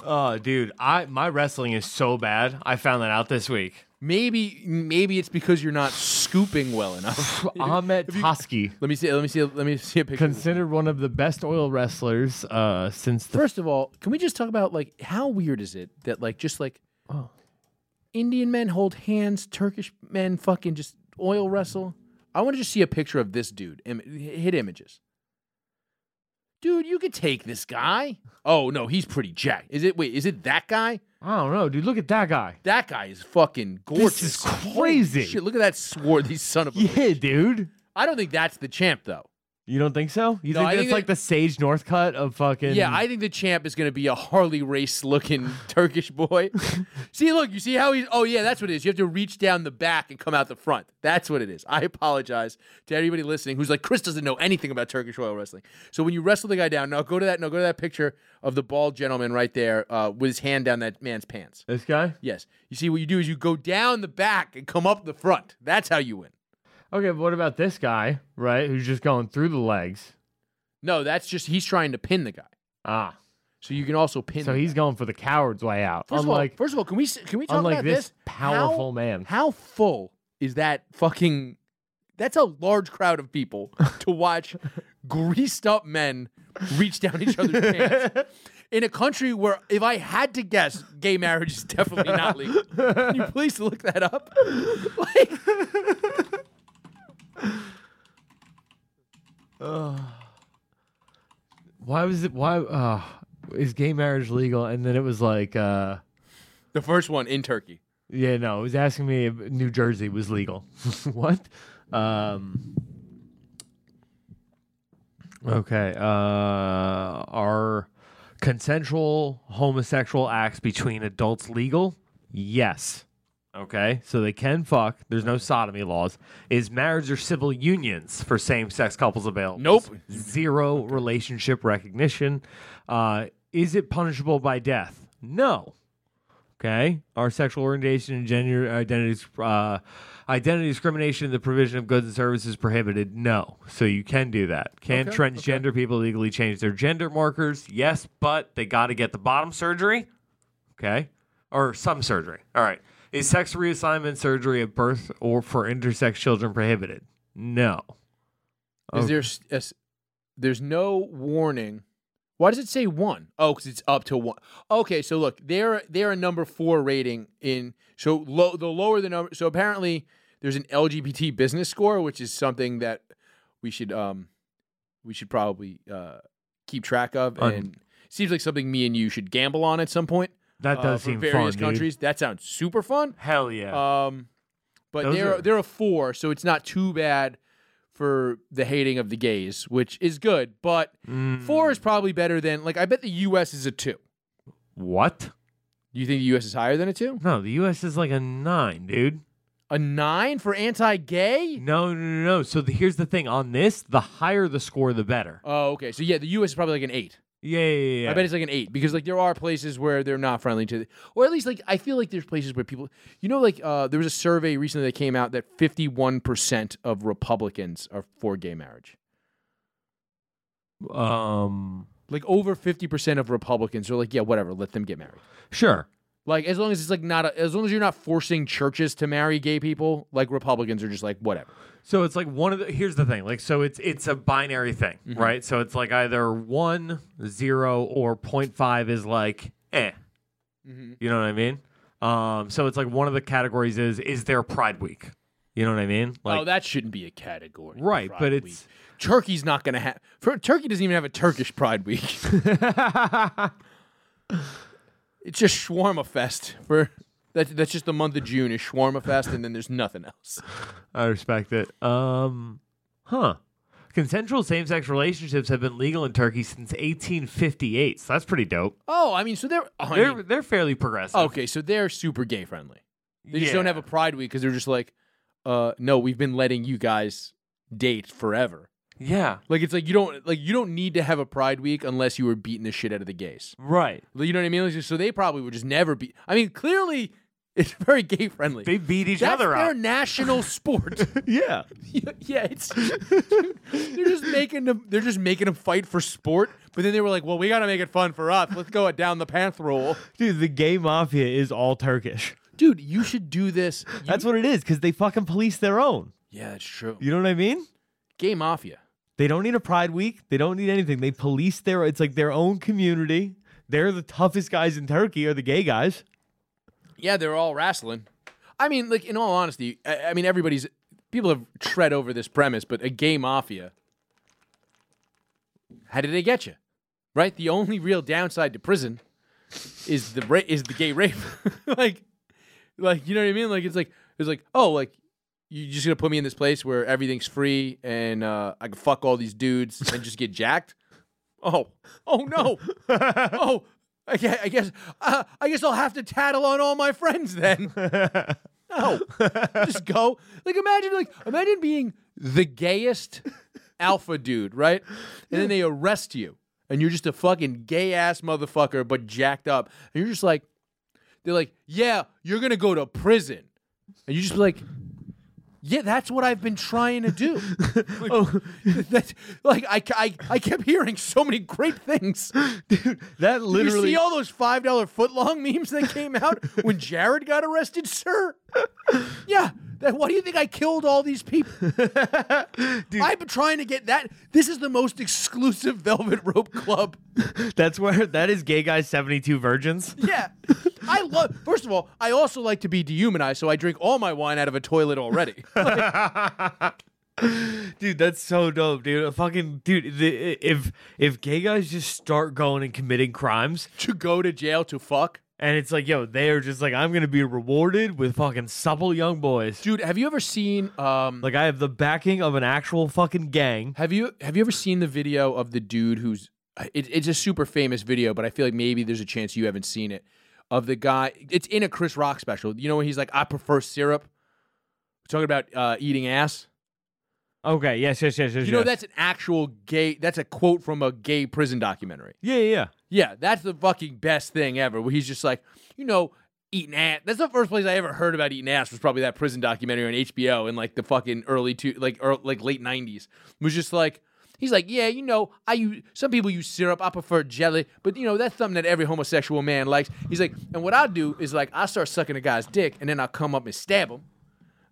[SPEAKER 2] Oh, dude, I my wrestling is so bad. I found that out this week.
[SPEAKER 1] maybe maybe it's because you're not scooping well enough.
[SPEAKER 2] Ahmet Toski,
[SPEAKER 1] Let me see. Let me see. Let me see a picture. of this.
[SPEAKER 2] considered one of the best oil wrestlers uh, since the
[SPEAKER 1] First of all, can we just talk about like how weird is it that like just like
[SPEAKER 2] Oh.
[SPEAKER 1] Indian men hold hands, Turkish men fucking just oil wrestle? I want to just see a picture of this dude. Im- hit images. Dude, you could take this guy. Oh no, he's pretty jacked. Is it? Wait, is it that guy?
[SPEAKER 2] I don't know, dude. Look at that guy.
[SPEAKER 1] That guy is fucking gorgeous.
[SPEAKER 2] This is
[SPEAKER 1] Holy
[SPEAKER 2] crazy.
[SPEAKER 1] shit, look at that swarthy son of a.
[SPEAKER 2] Yeah, dude.
[SPEAKER 1] I don't think that's the champ though.
[SPEAKER 2] You don't think so? You
[SPEAKER 1] No,
[SPEAKER 2] think
[SPEAKER 1] I
[SPEAKER 2] that's
[SPEAKER 1] think
[SPEAKER 2] like
[SPEAKER 1] that-
[SPEAKER 2] the Sage Northcutt of fucking?
[SPEAKER 1] Yeah, I think the champ is going to be a Harley race looking Turkish boy. see, look, you see how he's. Oh, yeah, that's what it is. You have to reach down the back and come out the front. That's what it is. I apologize to everybody listening who's like, Chris doesn't know anything about Turkish oil wrestling. So when you wrestle the guy down, no, go to that. No, go to that picture of the bald gentleman right there uh, with his hand down that man's pants.
[SPEAKER 2] this guy.
[SPEAKER 1] Yes. You see, what you do is you go down the back and come up the front. That's how you win.
[SPEAKER 2] Okay, but what about this guy? Right, who's just going through the legs?
[SPEAKER 1] No, that's just he's trying to pin the guy.
[SPEAKER 2] Ah,
[SPEAKER 1] So you can also pin.
[SPEAKER 2] so
[SPEAKER 1] the
[SPEAKER 2] he's going for the coward's way out.
[SPEAKER 1] First of
[SPEAKER 2] unlike
[SPEAKER 1] all, first of all, can we s- can we talk
[SPEAKER 2] unlike
[SPEAKER 1] about
[SPEAKER 2] this
[SPEAKER 1] this
[SPEAKER 2] powerful
[SPEAKER 1] How-
[SPEAKER 2] man.
[SPEAKER 1] How full is that fucking? That's a large crowd of people to watch greased up men reach down each other's pants in a country where, if I had to guess, gay marriage is definitely not legal. Can you please look that up? Like,
[SPEAKER 2] why was it? Why uh, is gay marriage legal? And then it was like, uh,
[SPEAKER 1] the first one in Turkey.
[SPEAKER 2] yeah, no, it was asking me if New Jersey was legal. what? Um, okay, uh, are consensual homosexual acts between adults legal? Yes. Okay, so they can fuck. There's no sodomy laws. Is marriage or civil unions for same-sex couples available?
[SPEAKER 1] Nope.
[SPEAKER 2] Zero relationship recognition. Uh, is it punishable by death? No. Okay. Our sexual orientation and gender identity uh, identity discrimination in the provision of goods and services prohibited? No. So you can do that. Can transgender people legally change their gender markers? Yes, but they got to get the bottom surgery. Okay. Or some surgery. All right. Is sex reassignment surgery at birth or for intersex children prohibited? No.
[SPEAKER 1] Is
[SPEAKER 2] Oh.
[SPEAKER 1] there s- a s- there's no warning. Why does it say one? Oh, because it's up to one. Okay, so look, they're they're a number four rating in so low the lower the number. So apparently there's an LGBT business score, which is something that we should um we should probably uh keep track of,
[SPEAKER 2] Un-
[SPEAKER 1] and seems like something me and you should gamble on at some point.
[SPEAKER 2] That
[SPEAKER 1] uh,
[SPEAKER 2] does
[SPEAKER 1] for
[SPEAKER 2] seem
[SPEAKER 1] various
[SPEAKER 2] fun,
[SPEAKER 1] countries. That sounds super fun.
[SPEAKER 2] Dude. Hell yeah.
[SPEAKER 1] Um, but
[SPEAKER 2] Those
[SPEAKER 1] they're
[SPEAKER 2] are-
[SPEAKER 1] they're a four, so it's not too bad for the hating of the gays, which is good. But four
[SPEAKER 2] Mm.
[SPEAKER 1] is probably better than like I bet the U.S. is a two.
[SPEAKER 2] what?
[SPEAKER 1] Do you think the U.S. is higher than a two?
[SPEAKER 2] No, the U.S. is like a nine, dude.
[SPEAKER 1] A nine for anti-gay?
[SPEAKER 2] No, no, no, no. So the, here's the thing on this: the higher the score, the better.
[SPEAKER 1] Oh, okay. So yeah, the U.S. is probably like an eight.
[SPEAKER 2] Yeah, yeah, yeah. yeah.
[SPEAKER 1] I bet it's like an eight because like there are places where they're not friendly to, the, or at least like I feel like there's places where people, you know, like uh, there was a survey recently that came out that 51 percent of Republicans are for gay marriage.
[SPEAKER 2] um,
[SPEAKER 1] Like over 50% of Republicans are like, yeah, whatever, let them get married.
[SPEAKER 2] sure.
[SPEAKER 1] Like as long as it's like not a, as long as you're not forcing churches to marry gay people, like Republicans are just like whatever.
[SPEAKER 2] So it's like one of the. Here's the thing: like, so it's it's a binary thing,
[SPEAKER 1] Mm-hmm.
[SPEAKER 2] right? So it's like either one, zero, or 0.5 is like eh.
[SPEAKER 1] Mm-hmm.
[SPEAKER 2] You know what I mean? Um, so it's like one of the categories is is there Pride Week? You know what I mean? Like,
[SPEAKER 1] oh, that shouldn't be a category.
[SPEAKER 2] Right, but
[SPEAKER 1] Pride
[SPEAKER 2] it's-
[SPEAKER 1] Week. Turkey's not going to have Turkey doesn't even have a Turkish Pride Week. it's just Shawarma Fest for that that's just the month of June is Shawarma Fest and then there's nothing else.
[SPEAKER 2] I respect it. Um, huh. Consensual same-sex relationships have been legal in Turkey since 1858. So that's pretty dope.
[SPEAKER 1] Oh, I mean, so they're oh, I
[SPEAKER 2] They're
[SPEAKER 1] mean-
[SPEAKER 2] they're fairly progressive.
[SPEAKER 1] Okay, so they're super gay friendly. They just don't
[SPEAKER 2] Yeah.
[SPEAKER 1] have a pride week because they're just like, uh, no, we've been letting you guys date forever.
[SPEAKER 2] Yeah.
[SPEAKER 1] Like it's like you don't like you don't need to have a pride week unless you were beating the shit out of the gays.
[SPEAKER 2] Right.
[SPEAKER 1] Like, You know what I mean? Like, so they probably would just never be. I mean, clearly It's very gay friendly.
[SPEAKER 10] They beat each
[SPEAKER 1] That's
[SPEAKER 10] other
[SPEAKER 1] their
[SPEAKER 10] up.
[SPEAKER 1] national sport.
[SPEAKER 2] Yeah.
[SPEAKER 1] yeah, it's dude, they're just making them. They're just making them fight for sport. But then they were like, "Well, we got to make it fun for us. Let's go a down the path rule."
[SPEAKER 2] Dude, the gay mafia is all Turkish.
[SPEAKER 1] Dude, you should do this. You-
[SPEAKER 2] That's what it is because they fucking police their own.
[SPEAKER 1] yeah, it's true.
[SPEAKER 2] You know what I mean?
[SPEAKER 1] Gay mafia.
[SPEAKER 2] They don't need a pride week. They don't need anything. They police their it's like their own community. They're the toughest guys in Turkey are the gay guys.
[SPEAKER 1] Yeah, they're all wrestling. I mean, like in all honesty, I, I mean everybody's people have tread over this premise, but a gay mafia. How did they get you? Right. The only real downside to prison is the ra- is the gay rape. like, like you know what I mean? Like it's like it's like oh like you just gonna put me in this place where everything's free and uh, I can fuck all these dudes and just get jacked. Oh, oh no, oh. I guess I guess, uh, I guess I'll have to tattle on all my friends then. no, just go. Like imagine like imagine being the gayest alpha dude, right? And then they arrest you, and you're just a fucking gay ass motherfucker, but jacked up, and you're just like, they're like, yeah, you're gonna go to prison, and you just be like. Yeah, that's what I've been trying to do. Like, that's, like I, I, I kept hearing so many great things.
[SPEAKER 2] Dude, that
[SPEAKER 1] Did
[SPEAKER 2] literally
[SPEAKER 1] you see all those five dollar footlong memes that came out when Jared got arrested, sir? Yeah. That, why do you think I killed all these people? I've been trying to get that. This is the most exclusive Velvet Rope Club.
[SPEAKER 2] that's where that is gay guys 72 virgins.
[SPEAKER 1] Yeah. I love. First of all, I also like to be dehumanized, so I drink all my wine out of a toilet already.
[SPEAKER 2] dude, that's so dope, dude. A fucking dude, the, if if gay guys just start going and committing crimes
[SPEAKER 1] to go to jail to fuck.
[SPEAKER 2] and it's like, yo, they are just like I'm going to be rewarded with fucking supple young boys.
[SPEAKER 1] Dude, have you ever seen? Um,
[SPEAKER 2] Like I have the backing of an actual fucking gang.
[SPEAKER 1] Have you have you ever seen the video of the dude who's it, it's a super famous video, but I feel like maybe there's a chance you haven't seen it of the guy. It's in a Chris Rock special. You know when he's like, "I prefer syrup." We're talking about uh, eating ass.
[SPEAKER 2] Okay, yes, yes, yes, yes.
[SPEAKER 1] You know
[SPEAKER 2] yes.
[SPEAKER 1] that's an actual gay. That's a quote from a gay prison documentary.
[SPEAKER 2] Yeah, yeah, yeah.
[SPEAKER 1] Yeah, that's the fucking best thing ever. Where he's just like, you know, eating ass. That's the first place I ever heard about eating ass was probably that prison documentary on HBO in like the fucking early two, like early, like late nineties. Was just like. He's like, yeah, you know, I use some people use syrup. I prefer jelly, but you know that's something that every homosexual man likes. He's like, and what I do is like I start sucking a guy's dick, and then I come up and stab him.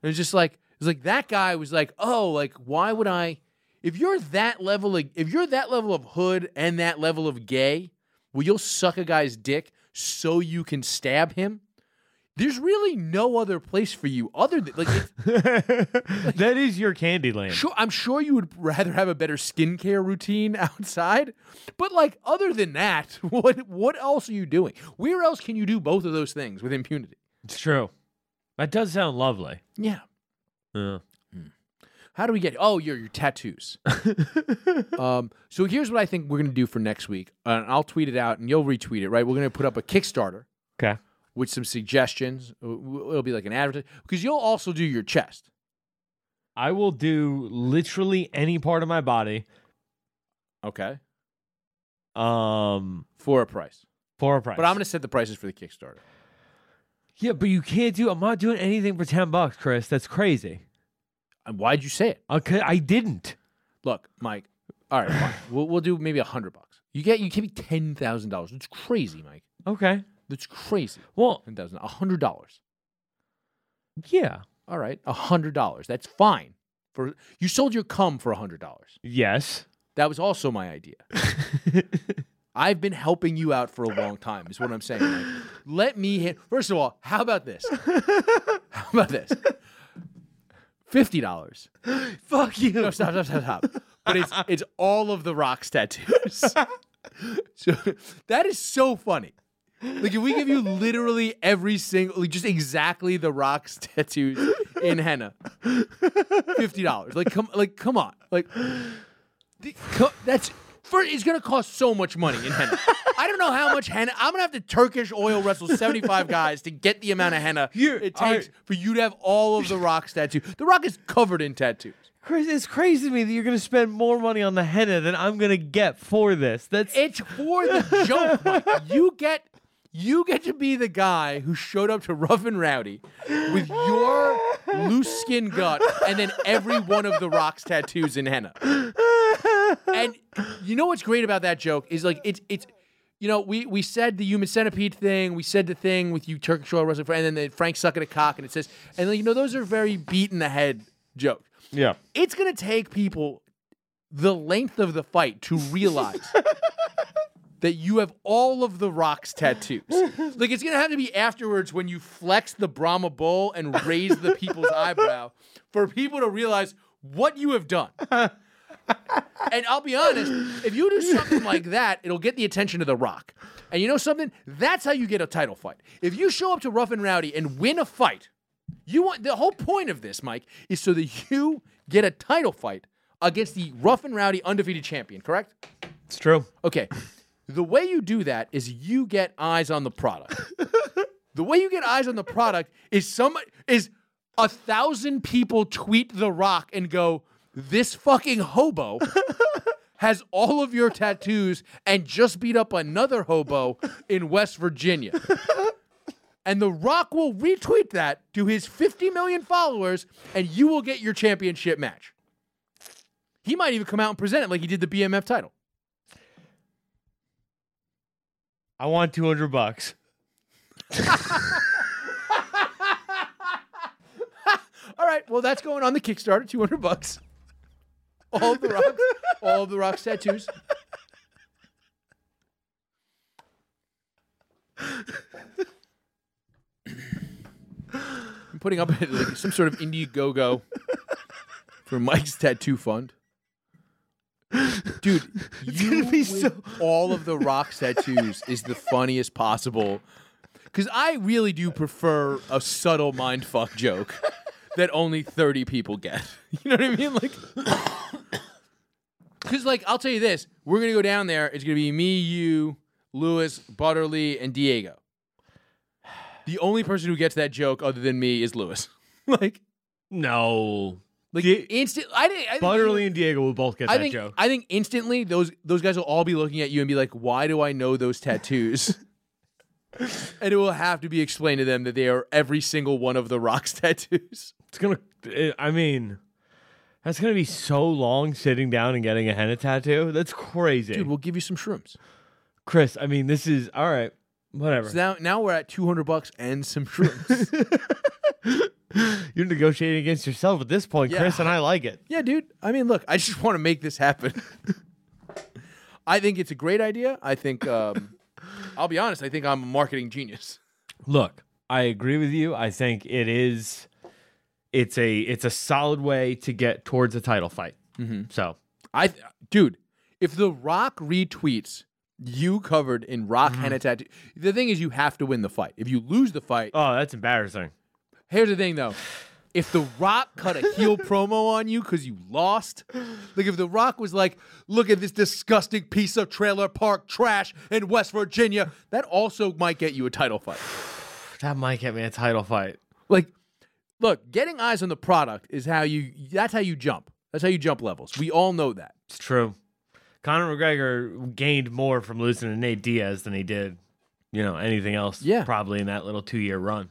[SPEAKER 1] And it's just like it's like that guy was like, oh, like why would I? If you're that level, of, if you're that level of hood and that level of gay, where you'll suck a guy's dick so you can stab him, there's really no other place for you other than like. It's,
[SPEAKER 2] that is your candy land.
[SPEAKER 1] sure, I'm sure you would rather have a better skincare routine outside, but like other than that, what what else are you doing? Where else can you do both of those things with impunity?
[SPEAKER 2] It's true. That does sound lovely.
[SPEAKER 1] Yeah.
[SPEAKER 2] Yeah.
[SPEAKER 1] Hmm. How do we get? Oh, your your tattoos. um, so here's what I think we're gonna do for next week, uh, and I'll tweet it out, and you'll retweet it. Right? We're gonna put up a Kickstarter
[SPEAKER 2] Okay.
[SPEAKER 1] with some suggestions. W- It'll be like an advertisement because you'll also do your chest.
[SPEAKER 2] I will do literally any part of my body
[SPEAKER 1] Okay.
[SPEAKER 2] um
[SPEAKER 1] For a price,
[SPEAKER 2] for a price.
[SPEAKER 1] but I'm gonna set the prices for the Kickstarter.
[SPEAKER 2] Yeah, but you can't do I'm not doing anything for 10 bucks, Chris. That's crazy.
[SPEAKER 1] And why'd you say it?
[SPEAKER 2] Okay, I didn't.
[SPEAKER 1] Look, Mike. All right, fine. we'll we'll do maybe a hundred bucks. You get you give me ten thousand dollars. That's crazy, Mike.
[SPEAKER 2] Okay.
[SPEAKER 1] That's crazy.
[SPEAKER 2] Well,
[SPEAKER 1] Ten thousand, a hundred dollars.
[SPEAKER 2] yeah.
[SPEAKER 1] All right, a hundred dollars. That's fine. For you sold your cum for a hundred dollars.
[SPEAKER 2] Yes.
[SPEAKER 1] That was also my idea. I've been helping you out for a long time, is what I'm saying. Like, let me hit. First of all, how about this? How about this? Fifty dollars. Fuck you. No, stop, stop, stop, stop. But it's it's all of the rocks tattoos. so that is so funny. Like if we give you literally every single, like just exactly the rocks tattoos in henna, fifty dollars. Like come, like come on, like the- co- That's for, it's gonna cost so much money in henna. I don't know how much henna. I'm gonna have to Turkish oil wrestle 75 guys to get the amount of henna
[SPEAKER 2] You-
[SPEAKER 1] it takes
[SPEAKER 2] all right.
[SPEAKER 1] for you to have all of the Rock's tattoo. The Rock is covered in tattoos.
[SPEAKER 2] Chris, it's crazy to me that you're going to spend more money on the henna than I'm going to get for this. That's
[SPEAKER 1] It's for the joke. Mike. You get You get to be the guy who showed up to Rough and Rowdy with your loose skin gut and then every one of the Rock's tattoos in henna. And you know what's great about that joke is like it's it's you know we we said the human centipede thing, we said the thing with you Turkish oil wrestling, and then the Frank sucking a cock, and it says and like, you know those are very beat in the head jokes.
[SPEAKER 2] Yeah.
[SPEAKER 1] It's gonna take people the length of the fight to realize that you have all of the Rock's tattoos. Like it's gonna have to be afterwards when you flex the Brahma bull and raise the people's eyebrow for people to realize what you have done. And I'll be honest, if you do something like that, it'll get the attention of The Rock. And you know something? That's how you get a title fight. If you show up to Rough and Rowdy and win a fight, you want the whole point of this, Mike, is so that you get a title fight against the Rough and Rowdy undefeated champion, correct?
[SPEAKER 2] It's true.
[SPEAKER 1] Okay. The way you do that is you get eyes on the product. the way you get eyes on the product is some is a thousand people tweet The Rock and go, "This fucking hobo has all of your tattoos and just beat up another hobo in West Virginia." And The Rock will retweet that to his 50 million followers, and you will get your championship match. He might even come out and present it like he did the BMF title.
[SPEAKER 2] I want 200 bucks.
[SPEAKER 1] All right, well that's going on the Kickstarter, two hundred bucks. All of the rocks, all of the rocks tattoos. I'm putting up like, some sort of Indiegogo for Mike's tattoo fund. Dude, you
[SPEAKER 2] gonna be
[SPEAKER 1] with
[SPEAKER 2] so-
[SPEAKER 1] all of the rocks tattoos is the funniest possible. Because I really do prefer a subtle mind fuck joke that only 30 people get. You know what I mean? Like, because, like, I'll tell you this we're going to go down there. It's going to be me, you, Lewis, Butterly, and Diego. The only person who gets that joke other than me is Lewis. like,
[SPEAKER 2] No.
[SPEAKER 1] like
[SPEAKER 2] Di-
[SPEAKER 1] instant. I didn't. I didn't
[SPEAKER 2] Butterly and Diego will both get
[SPEAKER 1] I
[SPEAKER 2] that
[SPEAKER 1] think
[SPEAKER 2] joke.
[SPEAKER 1] I think instantly those those guys will all be looking at you and be like, "Why do I know those tattoos?" and it will have to be explained to them that they are every single one of the Rock's tattoos.
[SPEAKER 2] It's gonna. eh, I mean, that's gonna be so long sitting down and getting a henna tattoo. That's crazy,
[SPEAKER 1] Dude, we'll give you some shrooms.
[SPEAKER 2] Chris. I mean, this is all right. Whatever.
[SPEAKER 1] So now now we're at two hundred bucks and some shrooms.
[SPEAKER 2] You're negotiating against yourself at this point,
[SPEAKER 1] Yeah.
[SPEAKER 2] Chris, and I like it.
[SPEAKER 1] yeah, dude. I mean, look, I just want to make this happen. I think it's a great idea. I think um, I'll be honest. I think I'm a marketing genius.
[SPEAKER 2] Look, I agree with you. I think it is. It's a it's a solid way to get towards a title fight.
[SPEAKER 1] Mm-hmm.
[SPEAKER 2] So
[SPEAKER 1] I, th- dude, if The Rock retweets you covered in Rock henna tattoo, the thing is, you have to win the fight. If you lose the fight,
[SPEAKER 2] Oh, that's embarrassing.
[SPEAKER 1] here's the thing though. If The Rock cut a heel promo on you because you lost, like if The Rock was like, look at this disgusting piece of trailer park trash in West Virginia, that also might get you a title fight.
[SPEAKER 2] That might get me a title fight.
[SPEAKER 1] Like, look, getting eyes on the product is how you, that's how you jump. That's how you jump levels. We all know that.
[SPEAKER 2] It's true. Conor McGregor gained more from losing to Nate Diaz than he did, you know, anything else.
[SPEAKER 1] Yeah.
[SPEAKER 2] Probably in that little two year run.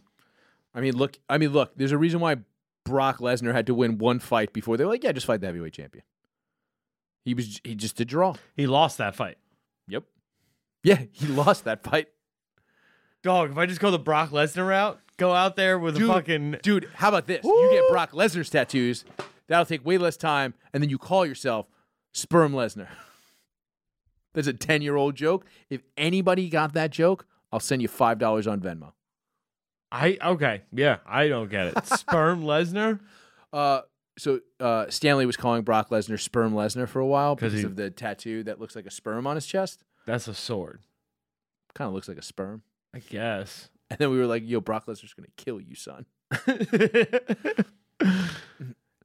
[SPEAKER 1] I mean, look. I mean, look. There's a reason why Brock Lesnar had to win one fight before they were like, "Yeah, just fight the heavyweight champion." He was he just a draw.
[SPEAKER 2] He lost that fight.
[SPEAKER 1] Yep. Yeah, he lost that fight.
[SPEAKER 2] Dog, if I just go the Brock Lesnar route, go out there with a fucking
[SPEAKER 1] dude. How about this? You get Brock Lesnar's tattoos. That'll take way less time, and then you call yourself Sperm Lesnar. That's a ten-year-old joke. If anybody got that joke, I'll send you five dollars on Venmo.
[SPEAKER 2] I okay. Yeah, I don't get it. Sperm Lesnar?
[SPEAKER 1] Uh, so uh, Stanley was calling Brock Lesnar Sperm Lesnar for a while
[SPEAKER 2] 'Cause
[SPEAKER 1] because
[SPEAKER 2] he-
[SPEAKER 1] of the tattoo that looks like a sperm on his chest.
[SPEAKER 2] That's a sword.
[SPEAKER 1] kind of looks like a sperm.
[SPEAKER 2] I guess.
[SPEAKER 1] And then we were like, yo, Brock Lesnar's going to kill you, son.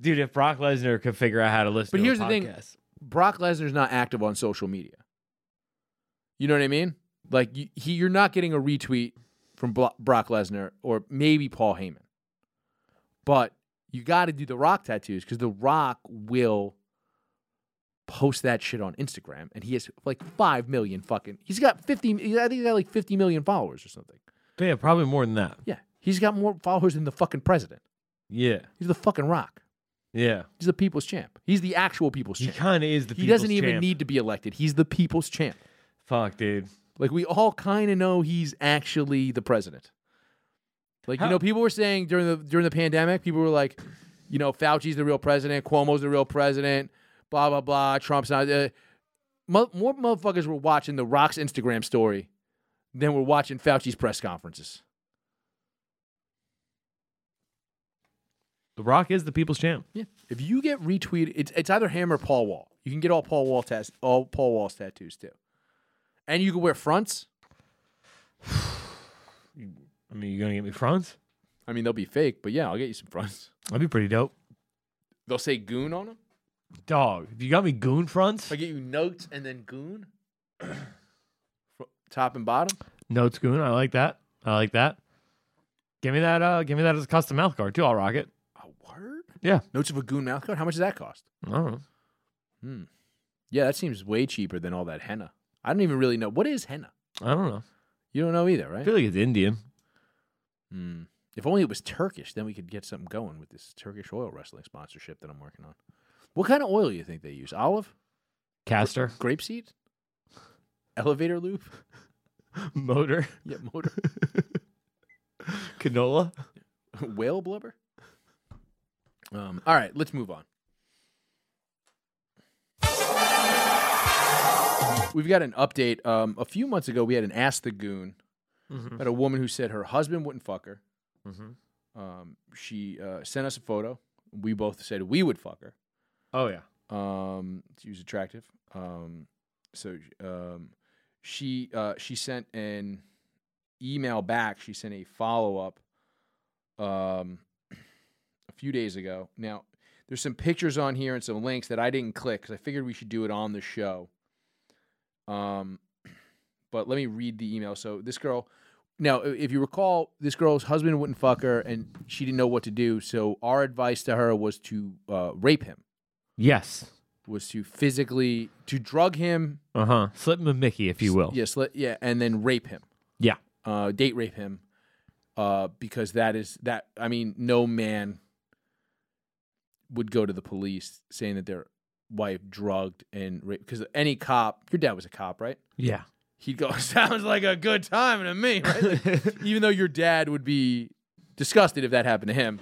[SPEAKER 2] Dude, if Brock Lesnar could figure out how to listen
[SPEAKER 1] But
[SPEAKER 2] to
[SPEAKER 1] here's
[SPEAKER 2] a
[SPEAKER 1] the thing.
[SPEAKER 2] podcast.
[SPEAKER 1] Brock Lesnar's not active on social media. You know what I mean? Like, you, he, you're not getting a retweet from Blo- Brock Lesnar or maybe Paul Heyman. But you got to do the Rock tattoos because the Rock will posts that shit on Instagram, and he has like five million fucking. He's got fifty. I think he got like fifty million followers or something.
[SPEAKER 2] But yeah, probably more than that.
[SPEAKER 1] Yeah, he's got more followers than the fucking president.
[SPEAKER 2] Yeah.
[SPEAKER 1] He's the fucking Rock.
[SPEAKER 2] Yeah.
[SPEAKER 1] He's the people's champ. He's the actual people's
[SPEAKER 2] He
[SPEAKER 1] champ.
[SPEAKER 2] kind of is the
[SPEAKER 1] he doesn't
[SPEAKER 2] people's
[SPEAKER 1] even
[SPEAKER 2] champ.
[SPEAKER 1] need to be elected. He's the people's champ.
[SPEAKER 2] Fuck, dude.
[SPEAKER 1] Like we all kind of know he's actually the president. Like
[SPEAKER 2] How-
[SPEAKER 1] you know, people were saying during the during the pandemic, people were like, you know, Fauci's the real president, Cuomo's the real president, blah blah blah. Trump's not. Uh, mo- more motherfuckers were watching the Rock's Instagram story than were watching Fauci's press conferences.
[SPEAKER 2] The Rock is the people's champ.
[SPEAKER 1] Yeah. If you get retweeted, it's it's either him or Paul Wall. You can get all Paul Wall tats, all Paul Wall's tattoos too, and you can wear fronts.
[SPEAKER 2] I mean, you gonna get me fronts?
[SPEAKER 1] I mean, they'll be fake, but yeah, I'll get you some fronts.
[SPEAKER 2] That'd be pretty dope.
[SPEAKER 1] They'll say goon on them.
[SPEAKER 2] Dog, if you got me goon fronts,
[SPEAKER 1] I get you notes and then goon, Fro- top and bottom.
[SPEAKER 2] notes goon. I like that. I like that. Give me that. Uh, give me that as a custom mouth guard too. I'll rock it.
[SPEAKER 1] A word?
[SPEAKER 2] Yeah.
[SPEAKER 1] Notes of a goon mouth guard. How much does that cost?
[SPEAKER 2] I don't know.
[SPEAKER 1] Yeah, that seems way cheaper than all that henna. I don't even really know what is henna.
[SPEAKER 2] I don't know.
[SPEAKER 1] You don't know either,
[SPEAKER 2] I
[SPEAKER 1] right?
[SPEAKER 2] feel like it's Indian.
[SPEAKER 1] Hmm. If only it was Turkish, then we could get something going with this Turkish oil wrestling sponsorship that I'm working on. What kind of oil do you think they use? Olive,
[SPEAKER 2] Caster
[SPEAKER 1] grapeseed, elevator loop,
[SPEAKER 2] motor
[SPEAKER 1] yeah, motor,
[SPEAKER 2] canola.
[SPEAKER 1] whale blubber. Um, all right, let's move on. We've got an update. Um, a few months ago, we had an Ask the Goon
[SPEAKER 2] Mm-hmm,
[SPEAKER 1] about a woman who said her husband wouldn't fuck her.
[SPEAKER 2] Mhm.
[SPEAKER 1] Um, she uh, sent us a photo. We both said we would fuck her.
[SPEAKER 2] Oh yeah.
[SPEAKER 1] Um, she was attractive. Um, so um, she uh, she sent an email back. She sent a follow up um, a few days ago. Now there's some pictures on here and some links that I didn't click because I figured we should do it on the show. Um, but let me read the email. So this girl. Now, i- if you recall, this girl's husband wouldn't fuck her, and she didn't know what to do. So our advice to her was to uh, rape him
[SPEAKER 2] Yes.
[SPEAKER 1] was to physically to drug him,
[SPEAKER 2] Uh huh. Slip him a Mickey, if you will.
[SPEAKER 1] yes, let, yeah, and then rape him,
[SPEAKER 2] Yeah.
[SPEAKER 1] uh, date rape him, uh, because that is that. I mean, no man would go to the police saying that their wife drugged and raped because any cop. Your dad was a cop, right?
[SPEAKER 2] Yeah.
[SPEAKER 1] He'd go, sounds like a good time to me, right? Like, even though your dad would be disgusted if that happened to him.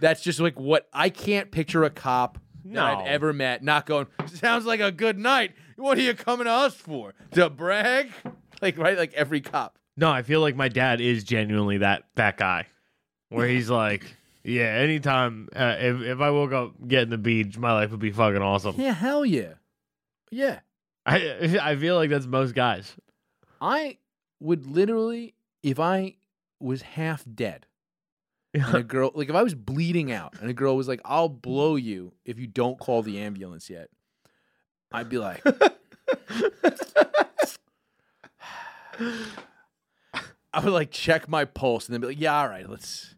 [SPEAKER 1] That's just like what I can't picture a cop that
[SPEAKER 2] No.
[SPEAKER 1] I've ever met not going, sounds like a good night. What are you coming to us for? To brag? Like, right? Like every cop.
[SPEAKER 2] No, I feel like my dad is genuinely that that guy, where he's like, yeah, anytime uh, if if I woke up getting the beach, my life would be fucking awesome.
[SPEAKER 1] Yeah, hell yeah. Yeah.
[SPEAKER 2] I I feel like that's most guys.
[SPEAKER 1] I would literally, if I was half dead, and a girl like if I was bleeding out and a girl was like, "I'll blow you if you don't call the ambulance yet," I'd be like, I would like check my pulse and then be like, "Yeah, all right, let's."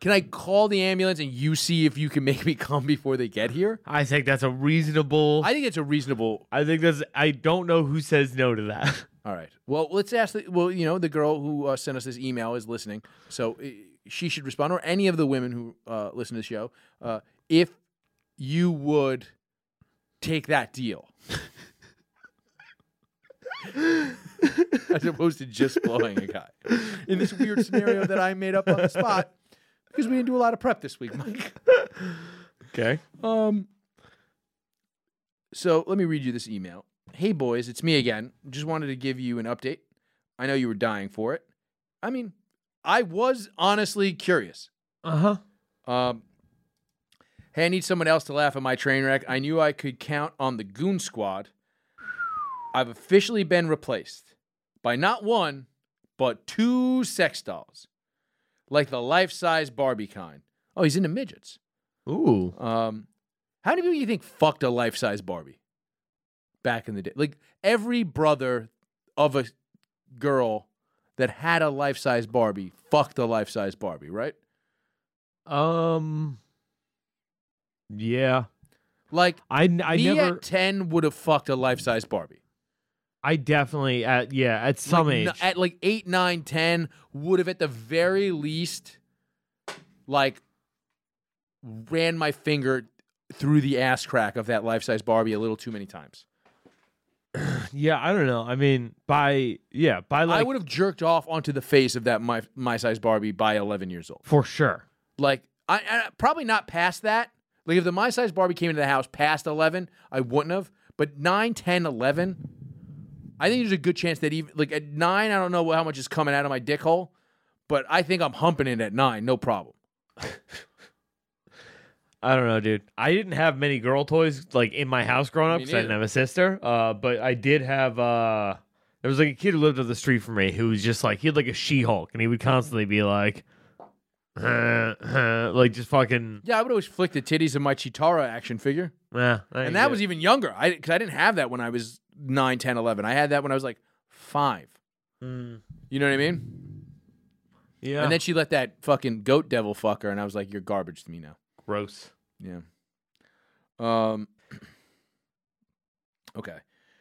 [SPEAKER 1] Can I call the ambulance and you see if you can make me come before they get here?
[SPEAKER 2] I think that's a reasonable.
[SPEAKER 1] I think it's a reasonable.
[SPEAKER 2] I think that's. I don't know who says no to that.
[SPEAKER 1] All right. Well, let's ask. The, well, you know, the girl who uh, sent us this email is listening, so uh, she should respond, or any of the women who uh, listen to the show, uh, if you would take that deal, as opposed to just blowing a guy in this weird scenario that I made up on the spot because we didn't do a lot of prep this week, Mike.
[SPEAKER 2] Okay.
[SPEAKER 1] Um. So let me read you this email. Hey boys, it's me again. Just wanted to give you an update. I know you were dying for it. I mean, I was honestly curious.
[SPEAKER 2] Uh huh.
[SPEAKER 1] Um, hey, I need someone else to laugh at my train wreck. I knew I could count on the Goon Squad. I've officially been replaced by not one, but two sex dolls, like the life-size Barbie kind. Oh, he's into midgets.
[SPEAKER 2] Ooh.
[SPEAKER 1] Um, how many people do you think fucked a life size Barbie back in the day? Like every brother of a girl that had a life size Barbie fucked a life size Barbie, right?
[SPEAKER 2] Um. Yeah.
[SPEAKER 1] Like
[SPEAKER 2] I, n- I
[SPEAKER 1] me
[SPEAKER 2] never.
[SPEAKER 1] at ten would have fucked a life size Barbie.
[SPEAKER 2] I definitely at yeah at some
[SPEAKER 1] like,
[SPEAKER 2] age.
[SPEAKER 1] n- at like eight, nine, ten, would have at the very least, like, ran my finger through the ass crack of that life size Barbie a little too many times.
[SPEAKER 2] yeah, I don't know. I mean, by yeah, by
[SPEAKER 1] I
[SPEAKER 2] like
[SPEAKER 1] would have jerked off onto the face of that my my size Barbie by eleven years old.
[SPEAKER 2] for sure.
[SPEAKER 1] Like, I, I probably not past that. Like, if the my size Barbie came into the house past eleven, I wouldn't have. But 9, 10, 11, I think there's a good chance that even like at nine, I don't know how much is coming out of my dick hole, but I think I'm humping it at nine, no problem.
[SPEAKER 2] I don't know, dude. I didn't have many girl toys like in my house growing up
[SPEAKER 1] Me
[SPEAKER 2] 'cause I didn't
[SPEAKER 1] neither.
[SPEAKER 2] have a sister. Uh, but I did have. Uh, there was like a kid who lived up the street from me who was just like he had like a She Hulk, and he would constantly be like, like just fucking.
[SPEAKER 1] Yeah, I would always flick the titties of my Chitara action figure.
[SPEAKER 2] Eh,
[SPEAKER 1] And that was even younger. I cuz I didn't have that when I was 9, 10, 11. I had that when I was like 5. You know what I mean?
[SPEAKER 2] yeah.
[SPEAKER 1] And then she let that fucking goat devil fuck her and I was like you're garbage to me now.
[SPEAKER 2] gross.
[SPEAKER 1] Yeah. Um Okay.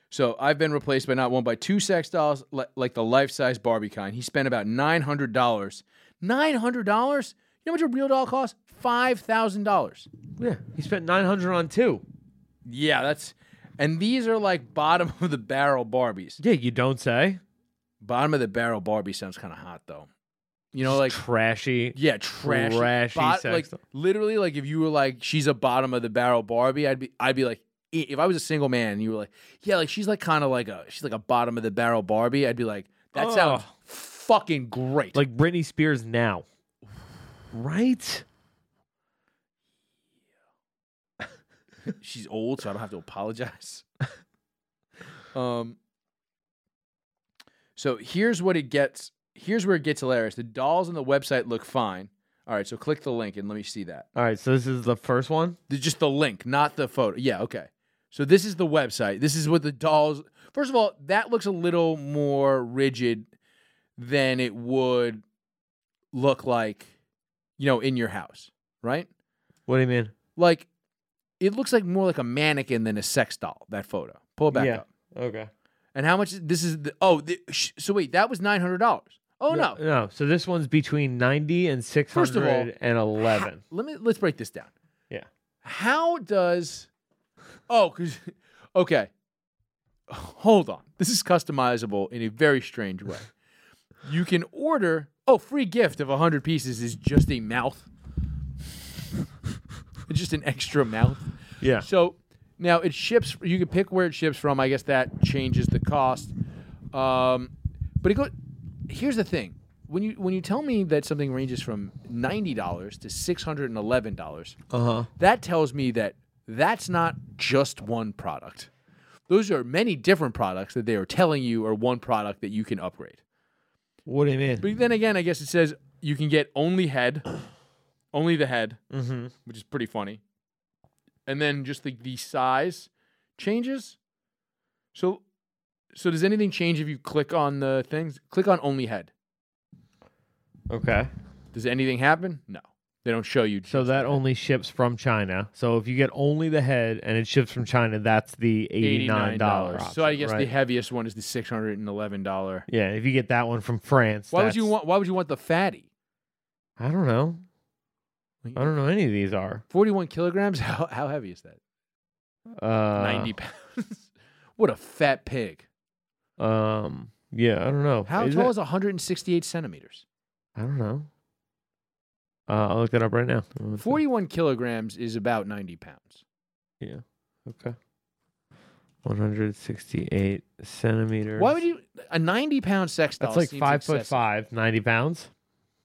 [SPEAKER 1] So I've been replaced by not one by two sex dolls li- like the life-size Barbie kind. He spent about $900. $900? You know how much a real doll costs? $5,000.
[SPEAKER 2] Yeah, he spent nine hundred on two.
[SPEAKER 1] Yeah, that's and these are like bottom of the barrel Barbies.
[SPEAKER 2] Yeah, you don't say.
[SPEAKER 1] Bottom of the barrel Barbie sounds kind of hot though. You know, like
[SPEAKER 2] trashy.
[SPEAKER 1] yeah, trashy,
[SPEAKER 2] trashy sex
[SPEAKER 1] like
[SPEAKER 2] doll.
[SPEAKER 1] literally, like if you were like she's a bottom of the barrel Barbie, I'd be, I'd be like, i- if I was a single man, and you were like, yeah, like she's like kind of like a, she's like a bottom of the barrel Barbie. I'd be like, that sounds
[SPEAKER 2] Ugh.
[SPEAKER 1] fucking great.
[SPEAKER 2] like Britney Spears now. Right?
[SPEAKER 1] she's old, so I don't have to apologize. um. So here's what it gets. Here's where it gets hilarious. The dolls on the website look fine. All right, so click the link and let me see that.
[SPEAKER 2] All right, so this is the first one.
[SPEAKER 1] The- just the link, not the photo. Yeah, okay. So this is the website. This is what the dolls. First of all, that looks a little more rigid than it would look like, you know, in your house, right?
[SPEAKER 2] What do you mean?
[SPEAKER 1] Like, it looks like more like a mannequin than a sex doll. That photo. Pull it back
[SPEAKER 2] Yeah.
[SPEAKER 1] up.
[SPEAKER 2] Okay.
[SPEAKER 1] And how much? This is the oh. The, sh- so wait, that was nine hundred dollars. Oh no.
[SPEAKER 2] No, so this one's between 90 and
[SPEAKER 1] First of all,
[SPEAKER 2] 611.
[SPEAKER 1] Let me let's break this down.
[SPEAKER 2] Yeah.
[SPEAKER 1] How does? Oh, 'cause- okay. Hold on. This is customizable in a very strange way. You can order. Oh, free gift of hundred pieces is just a mouth. It's just an extra mouth.
[SPEAKER 2] Yeah.
[SPEAKER 1] So now it ships. You can pick where it ships from. I guess that changes the cost. Um, but it go. Here's the thing: when you when you tell me that something ranges from ninety dollars to six hundred and eleven dollars,
[SPEAKER 2] Uh-huh.
[SPEAKER 1] that tells me that that's not just one product. Those are many different products that they are telling you are one product that you can upgrade.
[SPEAKER 2] What do you mean?
[SPEAKER 1] But then again, I guess it says you can get only head, only the head,
[SPEAKER 2] Mm-hmm.
[SPEAKER 1] which is pretty funny. And then just the, the size changes. So so does anything change if you click on the things? Click on only head.
[SPEAKER 2] Okay.
[SPEAKER 1] Does anything happen? No. They don't show you.
[SPEAKER 2] So that only ships from China. So if you get only the head and it ships from China, that's the $89.
[SPEAKER 1] So I guess the
[SPEAKER 2] right?
[SPEAKER 1] heaviest one is the six hundred and eleven dollar.
[SPEAKER 2] Yeah, if you get that one from France.
[SPEAKER 1] Why would you
[SPEAKER 2] that's-
[SPEAKER 1] want? Why would you want the fatty?
[SPEAKER 2] I don't know.
[SPEAKER 1] Like,
[SPEAKER 2] I don't know any of these are.
[SPEAKER 1] Forty-one kilograms. How, how heavy is that?
[SPEAKER 2] Uh,
[SPEAKER 1] Ninety pounds. what a fat pig!
[SPEAKER 2] Um. Yeah, I don't know.
[SPEAKER 1] How
[SPEAKER 2] Is
[SPEAKER 1] tall
[SPEAKER 2] it-
[SPEAKER 1] is one hundred and sixty-eight centimeters?
[SPEAKER 2] I don't know. Uh, I'll look that up right now. Let's see.
[SPEAKER 1] Forty-one kilograms is about ninety pounds.
[SPEAKER 2] Yeah. Okay. 168 centimeters.
[SPEAKER 1] Why would you? A ninety-pound sex doll.
[SPEAKER 2] That's like
[SPEAKER 1] seems
[SPEAKER 2] five foot
[SPEAKER 1] excessive.
[SPEAKER 2] five, 90 pounds.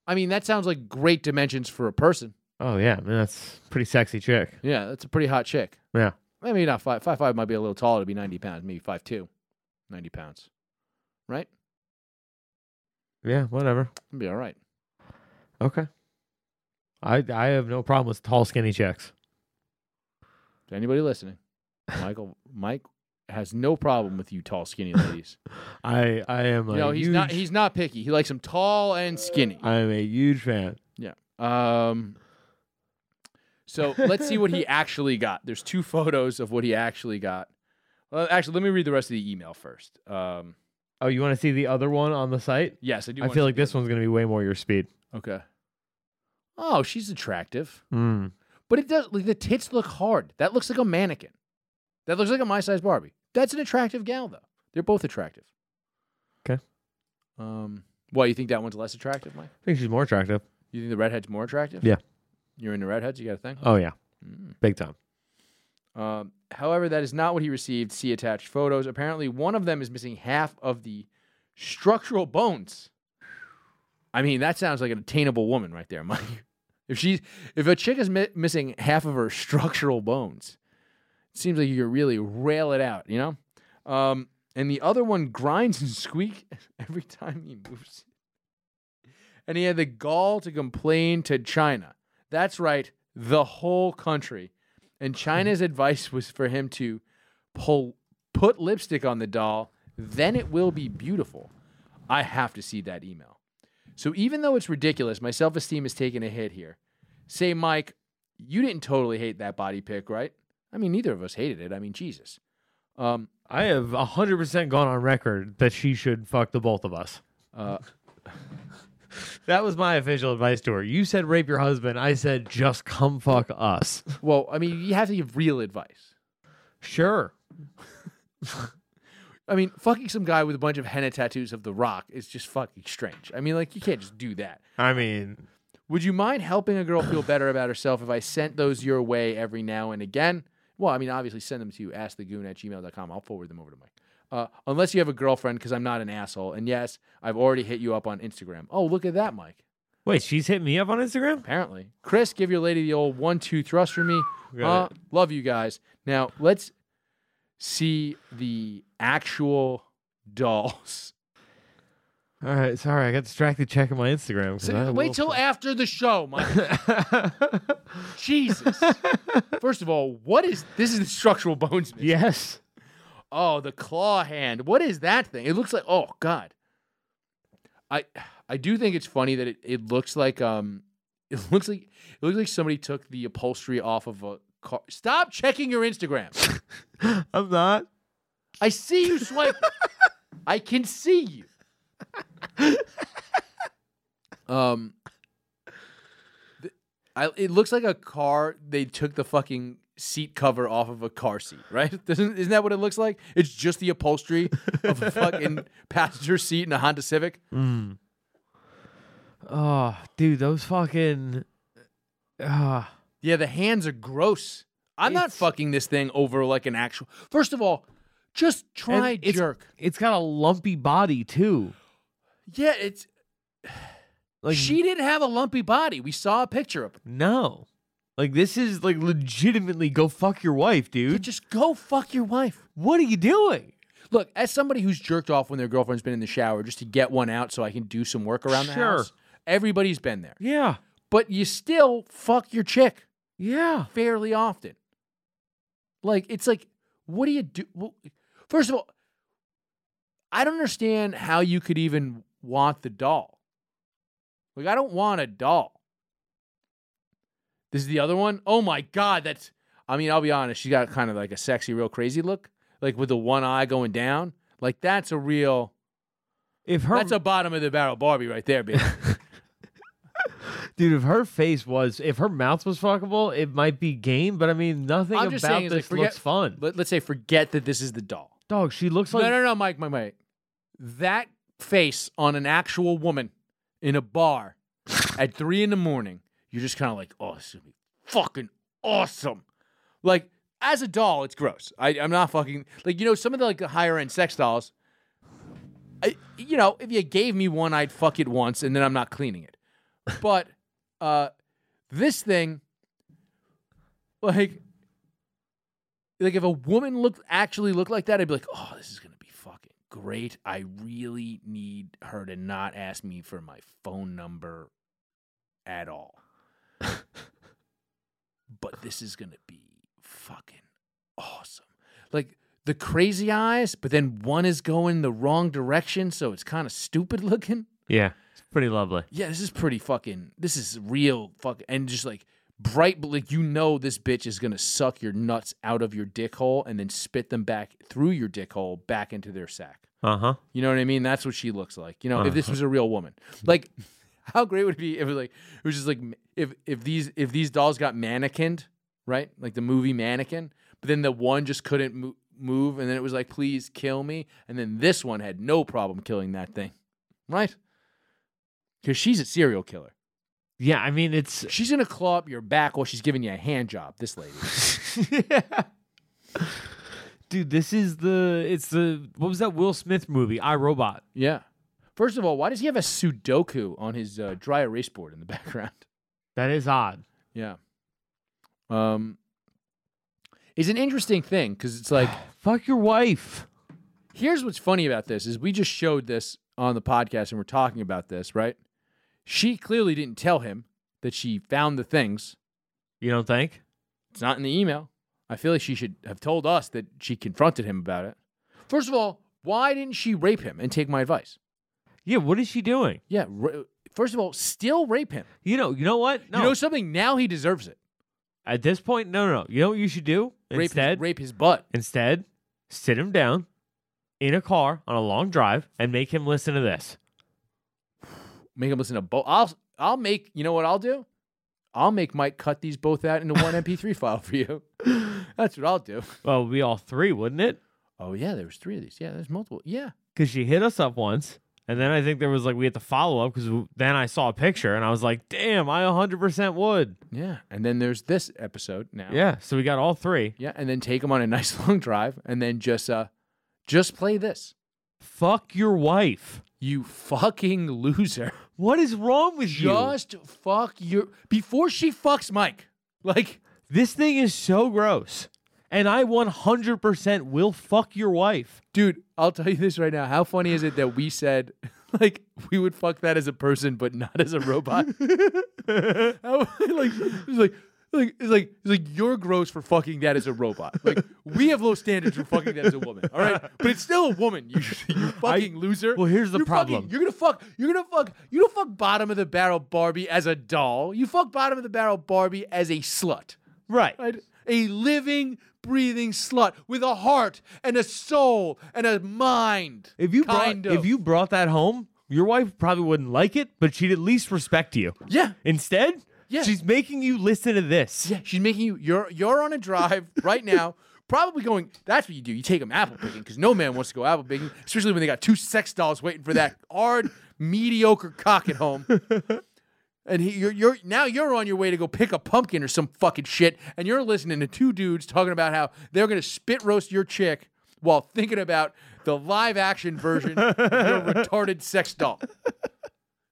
[SPEAKER 1] I mean, that sounds like great dimensions for a person.
[SPEAKER 2] Oh yeah, man, that's pretty sexy chick.
[SPEAKER 1] Yeah, that's a pretty hot chick.
[SPEAKER 2] Yeah.
[SPEAKER 1] Maybe not five. Five five might be a little taller to be ninety pounds. Maybe five two. Ninety pounds. Right?
[SPEAKER 2] Yeah. Whatever.
[SPEAKER 1] That'd be all right.
[SPEAKER 2] Okay. I I have no problem with tall, skinny chicks.
[SPEAKER 1] To anybody listening, Michael Mike has no problem with you tall, skinny ladies.
[SPEAKER 2] I I am.
[SPEAKER 1] you
[SPEAKER 2] A
[SPEAKER 1] know, he's not
[SPEAKER 2] huge-
[SPEAKER 1] he's not picky. He likes them tall and skinny.
[SPEAKER 2] I am a huge fan.
[SPEAKER 1] Yeah. Um So let's see what he actually got. There's two photos of what he actually got. Well, actually, let me read the rest of the email first. Um,
[SPEAKER 2] Oh, you want to see the other one on the site?
[SPEAKER 1] yes, I do.
[SPEAKER 2] I
[SPEAKER 1] wanna
[SPEAKER 2] feel
[SPEAKER 1] see
[SPEAKER 2] like
[SPEAKER 1] the
[SPEAKER 2] this one's going to be way more your speed.
[SPEAKER 1] other- Okay. Oh, she's attractive,
[SPEAKER 2] Mm.
[SPEAKER 1] but it does. Like the tits look hard. That looks like a mannequin. That looks like a my size Barbie. That's an attractive gal though. They're both attractive.
[SPEAKER 2] 'Kay.
[SPEAKER 1] Um. Why you think that one's less attractive, Mike?
[SPEAKER 2] I think she's more attractive.
[SPEAKER 1] You think the redhead's more attractive?
[SPEAKER 2] Yeah.
[SPEAKER 1] You're into redheads. You got a thing.
[SPEAKER 2] Oh yeah,
[SPEAKER 1] Hmm.
[SPEAKER 2] big time.
[SPEAKER 1] Um, however, that is not what he received. See attached photos. Apparently, one of them is missing half of the structural bones. I mean, that sounds like an attainable woman right there, Mike. If she's if a chick is mi- missing half of her structural bones, it seems like you could really rail it out, you know. Um, and the other one grinds and squeak every time he moves. And he had the gall to complain to China. That's right, the whole country. And China's advice was for him to pull, put lipstick on the doll, then it will be beautiful. I have to see that email. So even though it's ridiculous, my self esteem is taking a hit here. Say, Mike, you didn't totally hate that body pick, right? I mean, neither of us hated it. I mean, Jesus. Um,
[SPEAKER 2] I have hundred percent gone on record that she should fuck the both of us.
[SPEAKER 1] uh,
[SPEAKER 2] That was my official advice to her. You said rape your husband. I said just come fuck us.
[SPEAKER 1] well, I mean, you have to give real advice.
[SPEAKER 2] sure.
[SPEAKER 1] I mean, fucking some guy with a bunch of henna tattoos of The Rock is just fucking strange. I mean, like, you can't just do that.
[SPEAKER 2] I mean,
[SPEAKER 1] Would you mind helping a girl feel better about herself if I sent those your way every now and again? Well, I mean, obviously send them to askthegoon at gmail.com. I'll forward them over to Mike. Uh, unless you have a girlfriend, because I'm not an asshole. And yes, I've already hit you up on Instagram. Oh, look at that, Mike.
[SPEAKER 2] wait, she's hit me up on Instagram.
[SPEAKER 1] Apparently. Chris, give your lady the old one, two thrust for me.
[SPEAKER 2] Got
[SPEAKER 1] Uh, love you guys. Now, let's see the actual dolls.
[SPEAKER 2] All right, sorry, I got distracted checking my Instagram. 'cause I
[SPEAKER 1] So,
[SPEAKER 2] will-
[SPEAKER 1] wait till after the show, Mike. Jesus. First of all, what is this? Is the structural bones? missing.
[SPEAKER 2] yes.
[SPEAKER 1] Oh, the claw hand. What is that thing? It looks like oh god. I I do think it's funny that it, it looks like um it looks like it looks like somebody took the upholstery off of a car. Stop checking your Instagram.
[SPEAKER 2] I'm not.
[SPEAKER 1] I see you swipe. I can see you. Um, th- I, it looks like a car. They took the fucking seat cover off of a car seat, right? Doesn't, isn't that what it looks like? It's just the upholstery of a fucking passenger seat in a Honda Civic.
[SPEAKER 2] Oh, Hmm. dude, those fucking. Ah.
[SPEAKER 1] Yeah, the hands are gross. I'm not
[SPEAKER 2] It's-
[SPEAKER 1] fucking this thing over like an actual. First of all, just
[SPEAKER 2] And
[SPEAKER 1] try
[SPEAKER 2] it's-
[SPEAKER 1] jerk.
[SPEAKER 2] It's got a lumpy body too.
[SPEAKER 1] Yeah, it's
[SPEAKER 2] Like
[SPEAKER 1] she didn't have a lumpy body. We saw a picture of her.
[SPEAKER 2] no. Like this is like legitimately go fuck your wife,
[SPEAKER 1] Yeah,
[SPEAKER 2] dude.
[SPEAKER 1] just go fuck your wife.
[SPEAKER 2] What are you doing?
[SPEAKER 1] Look, as somebody who's jerked off when their girlfriend's been in the shower just to get one out so I can do some work around the
[SPEAKER 2] Sure.
[SPEAKER 1] house, everybody's been there.
[SPEAKER 2] Yeah.
[SPEAKER 1] But you still fuck your chick
[SPEAKER 2] Yeah.
[SPEAKER 1] fairly often. Like, it's like, what do you do? Well, first of all, I don't understand how you could even want the doll. Like, I don't want a doll. This is the other one. Oh my God, that's, I mean, I'll be honest, she got kind of like a sexy, real crazy look, like with the one eye going down. Like, that's a real,
[SPEAKER 2] If her
[SPEAKER 1] that's a bottom of the barrel Barbie right there, baby.
[SPEAKER 2] dude, if her face was if her mouth was fuckable, it might be game, but I mean nothing
[SPEAKER 1] I'm
[SPEAKER 2] about
[SPEAKER 1] just saying, is,
[SPEAKER 2] this
[SPEAKER 1] like, forget-
[SPEAKER 2] looks fun.
[SPEAKER 1] Let, let's say, forget that this is the doll.
[SPEAKER 2] Dog, she looks like
[SPEAKER 1] no, no, no, Mike, Mike, Mike. That face on an actual woman in a bar at three in the morning, you're just kind of like, oh, this is gonna be fucking awesome. Like, as a doll, it's gross. I, I'm not fucking like you know some of the like the higher end sex dolls. I, you know, if you gave me one, I'd fuck it once, and then I'm not cleaning it. But uh, this thing, like, like if a woman looked actually looked like that, I'd be like, oh, this is gonna be fucking great. I really need her to not ask me for my phone number at all. but this is gonna be fucking awesome. Like the crazy eyes, but then one is going the wrong direction, so it's kind of stupid looking
[SPEAKER 2] Yeah. It's pretty lovely.
[SPEAKER 1] yeah, this is pretty fucking. This is real fuck, and just like bright, like you know, this bitch is gonna suck your nuts out of your dick hole and then spit them back through your dick hole back into their sack.
[SPEAKER 2] Uh huh.
[SPEAKER 1] You know what I mean? That's what she looks like. You know, if this was a real woman, like how great would it be if it like it was just like m- if if these if these dolls got mannequined, right? Like the movie Mannequin, but then the one just couldn't mo- move, and then it was like, please kill me, and then this one had no problem killing that thing, right? Because she's a serial killer.
[SPEAKER 2] Yeah, I mean it's
[SPEAKER 1] She's gonna claw up your back while she's giving you a hand job. This lady.
[SPEAKER 2] Dude, this is the it's the what was that Will Smith movie? I Robot.
[SPEAKER 1] Yeah. First of all, why does he have a Sudoku on his uh, dry erase board in the background?
[SPEAKER 2] That is odd.
[SPEAKER 1] Yeah. Um, it's an interesting thing because it's like,
[SPEAKER 2] Fuck your wife.
[SPEAKER 1] here's what's funny about this is we just showed this on the podcast and we're talking about this, right? She clearly didn't tell him that she found the things.
[SPEAKER 2] You don't think?
[SPEAKER 1] It's not in the email. I feel like she should have told us that she confronted him about it. First of all, why didn't she rape him and take my advice?
[SPEAKER 2] Yeah, what is she doing?
[SPEAKER 1] Yeah. Ra- first of all, still rape him.
[SPEAKER 2] You know, you know what? No.
[SPEAKER 1] You know something? Now he deserves it.
[SPEAKER 2] At this point, no, no, no. You know what you should do
[SPEAKER 1] Rape his,
[SPEAKER 2] instead?
[SPEAKER 1] rape his butt.
[SPEAKER 2] Instead, sit him down in a car on a long drive and make him listen to this.
[SPEAKER 1] Make him listen to both. I'll I'll make you know what I'll do. I'll make Mike cut these both out into one MP3 file for you. That's what I'll do.
[SPEAKER 2] Well, we all three, wouldn't it?
[SPEAKER 1] Oh yeah, there was three of these. Yeah, there's multiple. Yeah,
[SPEAKER 2] Because she hit us up once, and then I think there was like we had to follow up because then I saw a picture and I was like, damn, I 100% would.
[SPEAKER 1] yeah. And then there's this episode now.
[SPEAKER 2] Yeah, so we got all three.
[SPEAKER 1] yeah. And then take him on a nice long drive, and then just uh, just play this.
[SPEAKER 2] Fuck your wife.
[SPEAKER 1] You fucking loser.
[SPEAKER 2] What is wrong with you?
[SPEAKER 1] Just fuck your before she fucks Mike. Like
[SPEAKER 2] This thing is so gross. And I 100% will fuck your wife.
[SPEAKER 1] Dude, I'll tell you this right now. How funny is it that we said, like, we would fuck that as a person, but not as a robot? How, like, it's like, like, it's like, it's like you're gross for fucking that as a robot. Like, we have low standards for fucking that as a woman. All right, but it's still a woman. You, you fucking loser.
[SPEAKER 2] well, here's the
[SPEAKER 1] You're fucking-
[SPEAKER 2] problem.
[SPEAKER 1] you're gonna fuck. You're gonna fuck. You don't fuck bottom of the barrel Barbie as a doll. You fuck bottom of the barrel Barbie as a slut.
[SPEAKER 2] Right.
[SPEAKER 1] Right? A living, breathing slut with a heart and a soul and a mind.
[SPEAKER 2] If you
[SPEAKER 1] kind
[SPEAKER 2] brought,
[SPEAKER 1] of.
[SPEAKER 2] if you brought that home, your wife probably wouldn't like it, but she'd at least respect you.
[SPEAKER 1] yeah,
[SPEAKER 2] Instead,
[SPEAKER 1] Yeah.
[SPEAKER 2] she's making you listen to this.
[SPEAKER 1] yeah, she's making you. You're you're on a drive right now. Probably going. That's what you do. You take them apple picking because no man wants to go apple picking, especially when they got two sex dolls waiting for that hard, mediocre cock at home. And he, you're, you're now you're on your way to go pick a pumpkin or some fucking shit, and you're listening to two dudes talking about how they're gonna spit roast your chick while thinking about the live action version of your retarded sex doll.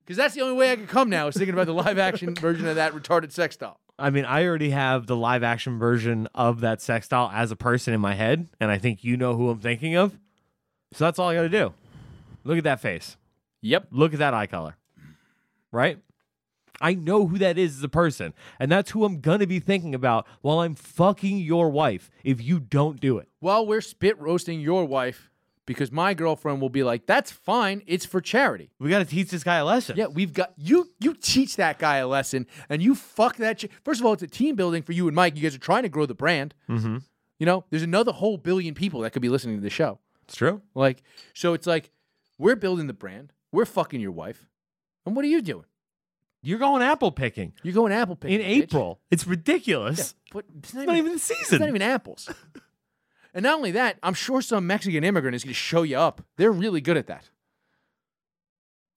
[SPEAKER 1] Because that's the only way I can come now is thinking about the live action version of that retarded sex doll.
[SPEAKER 2] I mean, I already have the live action version of that sex doll as a person in my head, and I think you know who I'm thinking of. So that's all I got to do. Look at that face.
[SPEAKER 1] Yep.
[SPEAKER 2] Look at that eye color. Right? I know who that is as a person, and that's who I'm going to be thinking about while I'm fucking your wife if you don't do it.
[SPEAKER 1] While we're spit roasting your wife, because my girlfriend will be like, "That's fine. It's for charity."
[SPEAKER 2] We got to teach this guy a lesson.
[SPEAKER 1] Yeah, we've got you. You teach that guy a lesson, and you fuck that. Ch- First of all, it's a team building for you and Mike. You guys are trying to grow the brand. Mm-hmm. You know, there's another whole billion people that could be listening to the show.
[SPEAKER 2] It's true.
[SPEAKER 1] Like, so it's like we're building the brand. We're fucking your wife, and what are you doing?
[SPEAKER 2] You're going apple picking
[SPEAKER 1] You're going apple picking
[SPEAKER 2] in
[SPEAKER 1] bitch.
[SPEAKER 2] April. It's ridiculous.
[SPEAKER 1] Yeah, but it's not,
[SPEAKER 2] It's not even the
[SPEAKER 1] It's
[SPEAKER 2] season.
[SPEAKER 1] not even apples. and not only that, I'm sure some Mexican immigrant is going to show you up. They're really good at that.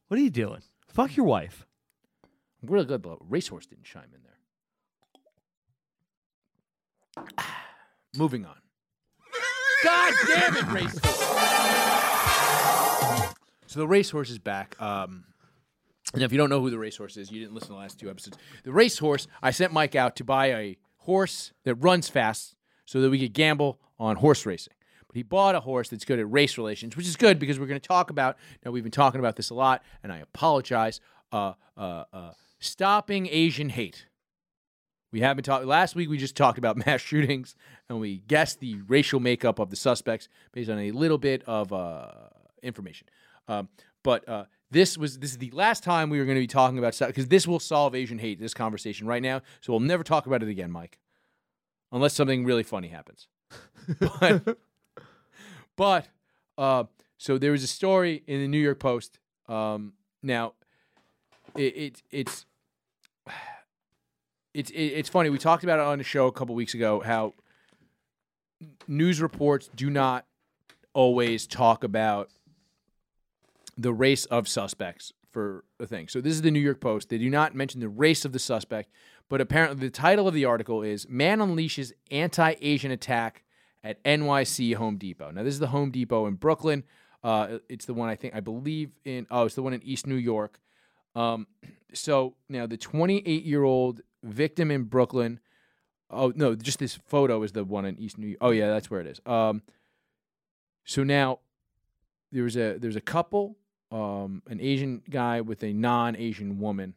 [SPEAKER 2] what are you doing? Fuck your wife.
[SPEAKER 1] Really good, but Racehorse didn't chime in there. Moving on. God damn it, Racehorse! so the Racehorse is back. Um, and if you don't know who the Racehorse is, you didn't listen to the last two episodes. The Racehorse, I sent Mike out to buy a horse that runs fast so that we could gamble on horse racing. But he bought a horse that's good at race relations, which is good because we're going to talk about. Now, we've been talking about this a lot, and I apologize. Uh, uh, uh, stopping Asian hate. We haven't talked. Last week, we just talked about mass shootings, and we guessed the racial makeup of the suspects based on a little bit of uh, information. Um, but uh, This was this is the last time we were going to be talking about stuff because this will solve Asian hate. This conversation right now, so we'll never talk about it again, Mike, unless something really funny happens. but but uh, so there was a story in the New York Post. Um, now it, it it's it's it, it's funny. We talked about it on the show a couple weeks ago how n- news reports do not always talk about the race of suspects for a thing. So this is the New York Post. They do not mention the race of the suspect, but apparently the title of the article is "Man Unleashes Anti-Asian Attack at NYC Home Depot." Now this is the Home Depot in Brooklyn. Uh, it's the one I think I believe in. Oh, it's the one in East New York. Um, so now the 28 year old victim in Brooklyn. Oh no, just this photo is the one in East New. York. Oh yeah, that's where it is. Um, so now there was a there's a couple, um, an Asian guy with a non Asian woman,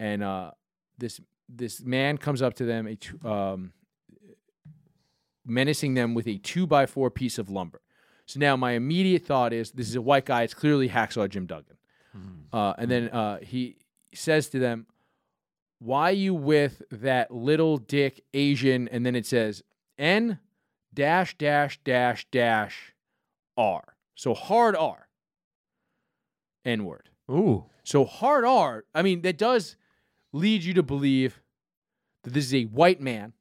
[SPEAKER 1] and uh, this this man comes up to them, a two, um, menacing them with a two by four piece of lumber. So now my immediate thought is this is a white guy. It's clearly hacksaw Jim Duggan. Uh, and then uh, he says to them, "Why you with that little dick Asian?" And then it says N dash dash dash dash R. So hard R. N word.
[SPEAKER 2] Ooh.
[SPEAKER 1] So hard R. I mean, that does lead you to believe that this is a white man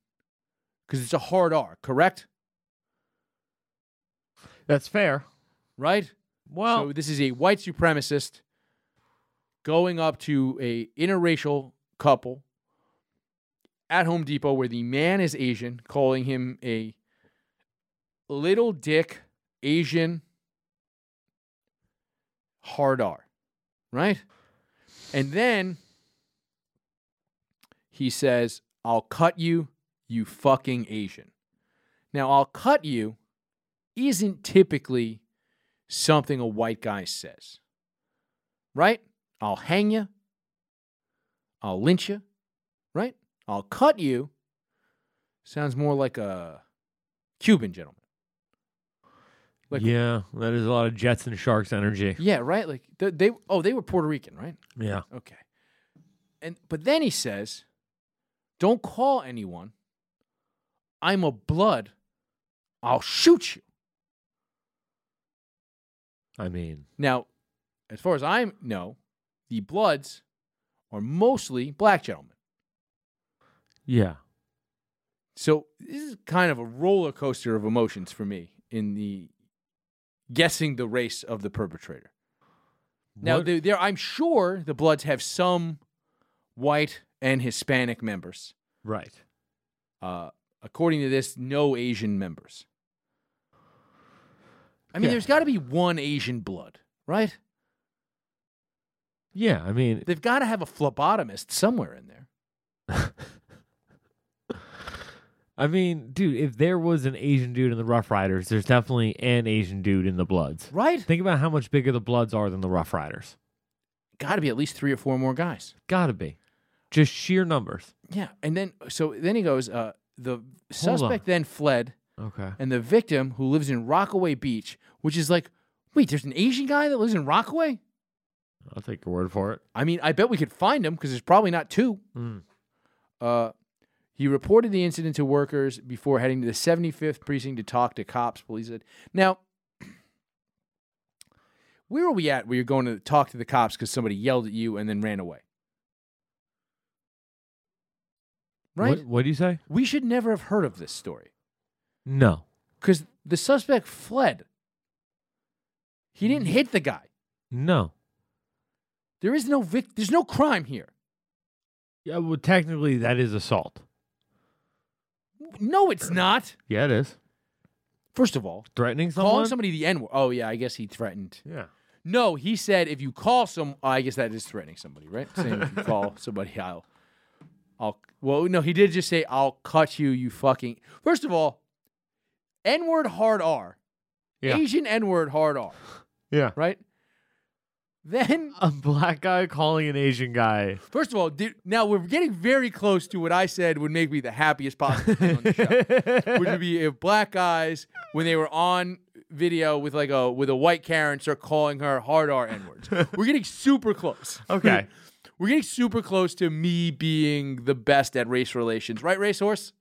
[SPEAKER 1] because it's a hard R. Correct?
[SPEAKER 2] That's fair.
[SPEAKER 1] Right?
[SPEAKER 2] Well,
[SPEAKER 1] so this is a white supremacist going up to a interracial couple at Home Depot where the man is Asian, calling him a little dick Asian hard R, right? And then he says, "I'll cut you, you fucking Asian." Now, "I'll cut you" isn't typically something a white guy says. Right? I'll hang you. I'll lynch you. Right? I'll cut you. Sounds more like a Cuban gentleman. like-
[SPEAKER 2] yeah, that is a lot of Jets and Sharks energy.
[SPEAKER 1] Yeah, right? Like th- they oh, they were Puerto Rican, right?
[SPEAKER 2] Yeah.
[SPEAKER 1] Okay. And but then he says, "Don't call anyone. I'm a blood. I'll shoot you."
[SPEAKER 2] I mean,
[SPEAKER 1] Now, as far as I know, the Bloods are mostly black gentlemen.
[SPEAKER 2] yeah.
[SPEAKER 1] So this is kind of a roller coaster of emotions for me in the guessing the race of the perpetrator. Now,
[SPEAKER 2] What-
[SPEAKER 1] there, there, I'm sure the Bloods have some white and Hispanic members.
[SPEAKER 2] right.
[SPEAKER 1] Uh, according to this, no Asian members. I mean,
[SPEAKER 2] Yeah.
[SPEAKER 1] there's got to be one Asian blood, right?
[SPEAKER 2] Yeah, I mean,
[SPEAKER 1] They've got to have a phlebotomist somewhere in there.
[SPEAKER 2] I mean, dude, if there was an Asian dude in the Rough Riders, there's definitely an Asian dude in the Bloods.
[SPEAKER 1] Right?
[SPEAKER 2] Think about how much bigger the Bloods are than the Rough Riders.
[SPEAKER 1] Got to be at least three or four more guys.
[SPEAKER 2] Gotta be. Just sheer numbers.
[SPEAKER 1] Yeah, and then so then he goes. Uh, the
[SPEAKER 2] on.
[SPEAKER 1] suspect then fled,
[SPEAKER 2] Okay.
[SPEAKER 1] and the victim who lives in Rockaway Beach, which is like, wait, there's an Asian guy that lives in Rockaway.
[SPEAKER 2] I'll take your word for it.
[SPEAKER 1] I mean, I bet we could find him because there's probably not two.
[SPEAKER 2] Mm.
[SPEAKER 1] Uh, he reported the incident to workers before heading to the 75th precinct to talk to cops. Police said, "Now, where are we at? Where you're going to talk to the cops because somebody yelled at you and then ran away? Right?
[SPEAKER 2] What do you say?
[SPEAKER 1] We should never have heard of this story."
[SPEAKER 2] No.
[SPEAKER 1] because the suspect fled. He didn't hit the guy.
[SPEAKER 2] No.
[SPEAKER 1] There is no vic- There's no crime here.
[SPEAKER 2] Yeah, well, technically, that is assault.
[SPEAKER 1] No, it's not.
[SPEAKER 2] Yeah, it is.
[SPEAKER 1] First of all,
[SPEAKER 2] Threatening
[SPEAKER 1] calling somebody the N word. Oh yeah, I guess he threatened.
[SPEAKER 2] Yeah.
[SPEAKER 1] No, he said if you call some, oh, I guess that is threatening somebody, right? Saying if you call somebody, I'll, I'll. Well, no, he did just say I'll cut you, you fucking. First of all, N word hard R,
[SPEAKER 2] Yeah.
[SPEAKER 1] Asian N word hard R,
[SPEAKER 2] Yeah.
[SPEAKER 1] right? Then
[SPEAKER 2] A black guy calling an Asian guy.
[SPEAKER 1] First of all, dude, now we're getting very close to what I said would make me the happiest possible thing on the show, which would be if black guys, when they were on video with like a with a white Karen start calling her hard R N words. We're getting super close.
[SPEAKER 10] Okay.
[SPEAKER 1] We're getting super close to me being the best at race relations, right, racehorse?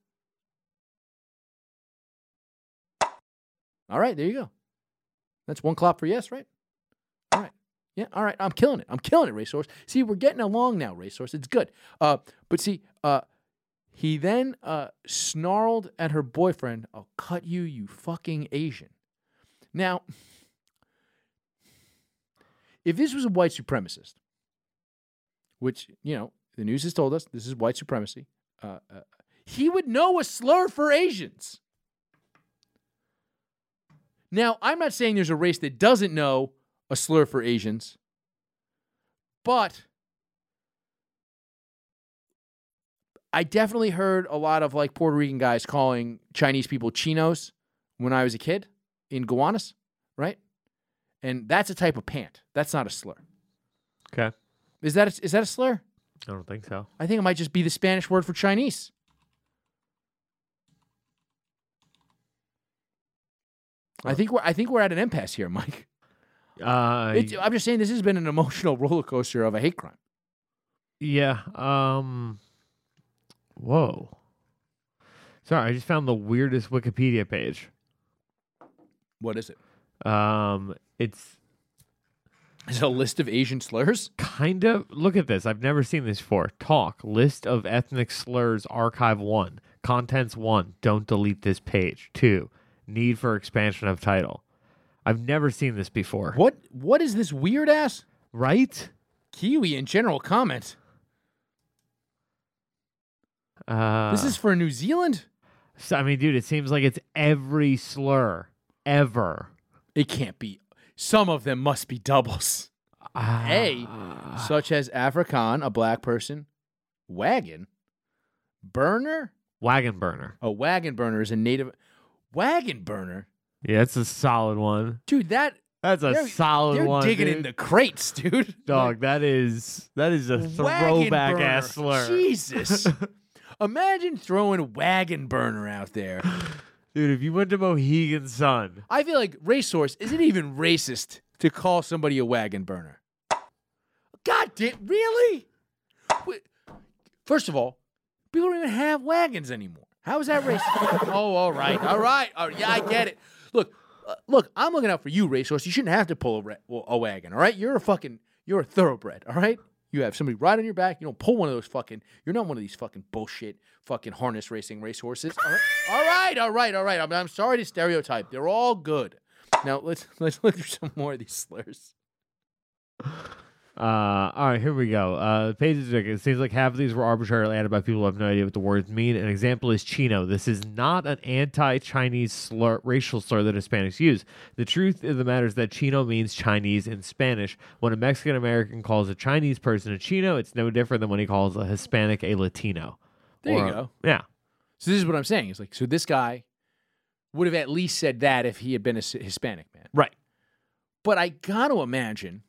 [SPEAKER 1] All right, there you go. That's one clap for yes, right? All right. Yeah, all right. I'm killing it. I'm killing it, racehorse. See, we're getting along now, racehorse. It's good. Uh, but see, uh, he then uh, snarled at her boyfriend, I'll cut you, you fucking Asian. Now, if this was a white supremacist, which, you know, the news has told us this is white supremacy, uh, uh, he would know a slur for Asians. Now, I'm not saying there's a race that doesn't know a slur for Asians, but I definitely heard a lot of like Puerto Rican guys calling Chinese people chinos when I was a kid in Gowanus, right? And that's a type of pant. That's not a slur.
[SPEAKER 2] Okay. I
[SPEAKER 1] Is that a, is that a slur?
[SPEAKER 2] don't think so.
[SPEAKER 1] I think it might just be the Spanish word for Chinese. I think we're I think we're at an impasse here, Mike.
[SPEAKER 2] Uh,
[SPEAKER 1] It's, I'm just saying this has been an emotional roller coaster of a hate crime.
[SPEAKER 2] yeah. Um. Whoa. Sorry, I just found the weirdest Wikipedia page.
[SPEAKER 1] What is it?
[SPEAKER 2] Um, it's
[SPEAKER 1] Is it a list of Asian slurs?
[SPEAKER 2] kind of look at this. I've never seen this before. Talk list of ethnic slurs archive one contents one. Don't delete this page two. Need for expansion of title. I've never seen this before.
[SPEAKER 1] What what is this weird ass
[SPEAKER 2] Right?
[SPEAKER 1] Kiwi in general comment?
[SPEAKER 2] Uh,
[SPEAKER 1] This is for New Zealand?
[SPEAKER 2] So, I mean, dude, it seems like it's every slur ever.
[SPEAKER 1] It can't be. Some of them must be doubles.
[SPEAKER 2] Ah,
[SPEAKER 1] A, such as Afrikaan, a black person, wagon, burner.
[SPEAKER 2] wagon burner.
[SPEAKER 1] A wagon burner is a native wagon burner,
[SPEAKER 2] Yeah, that's a solid one.
[SPEAKER 1] dude. That
[SPEAKER 2] That's a
[SPEAKER 1] They're-
[SPEAKER 2] solid
[SPEAKER 1] they're
[SPEAKER 2] one.
[SPEAKER 1] digging
[SPEAKER 2] dude.
[SPEAKER 1] in the crates, dude.
[SPEAKER 2] dog. That is that is a
[SPEAKER 1] Wagon
[SPEAKER 2] throwback
[SPEAKER 1] burner.
[SPEAKER 2] ass slur,
[SPEAKER 1] Jesus. Imagine throwing wagon burner out there.
[SPEAKER 2] dude. If you went to Mohegan Sun,
[SPEAKER 1] I feel like racehorse. Is it even racist to call somebody a wagon burner? God damn! Really? Wait, First of all, people don't even have wagons anymore. How is that racist? oh, all right, all right, all right. Yeah, I get it. Look, uh, look. I'm looking out for you, racehorse. You shouldn't have to pull a, ra- well, a wagon. All right, you're a fucking, you're a thoroughbred. All right. You have somebody right on your back. You don't pull one of those fucking. You're not one of these fucking bullshit fucking harness racing racehorses. All right, all right, all right. All right. I'm, I'm sorry to stereotype. They're all good. Now let's let's look through some more of these slurs.
[SPEAKER 2] uh, all right, here we go. Uh, pages. It seems like half of these were arbitrarily added by people who have no idea what the words mean. An example is chino. This is not an anti-Chinese slur, racial slur that Hispanics use. The truth of the matter is that chino means Chinese in Spanish. When a Mexican American calls a Chinese person a chino, it's no different than when he calls a Hispanic a Latino.
[SPEAKER 1] There
[SPEAKER 2] Or-
[SPEAKER 1] you go.
[SPEAKER 2] Yeah.
[SPEAKER 1] So this is what I'm saying. It's like so this guy would have at least said that if he had been a S- Hispanic man.
[SPEAKER 2] Right.
[SPEAKER 1] But I got to imagine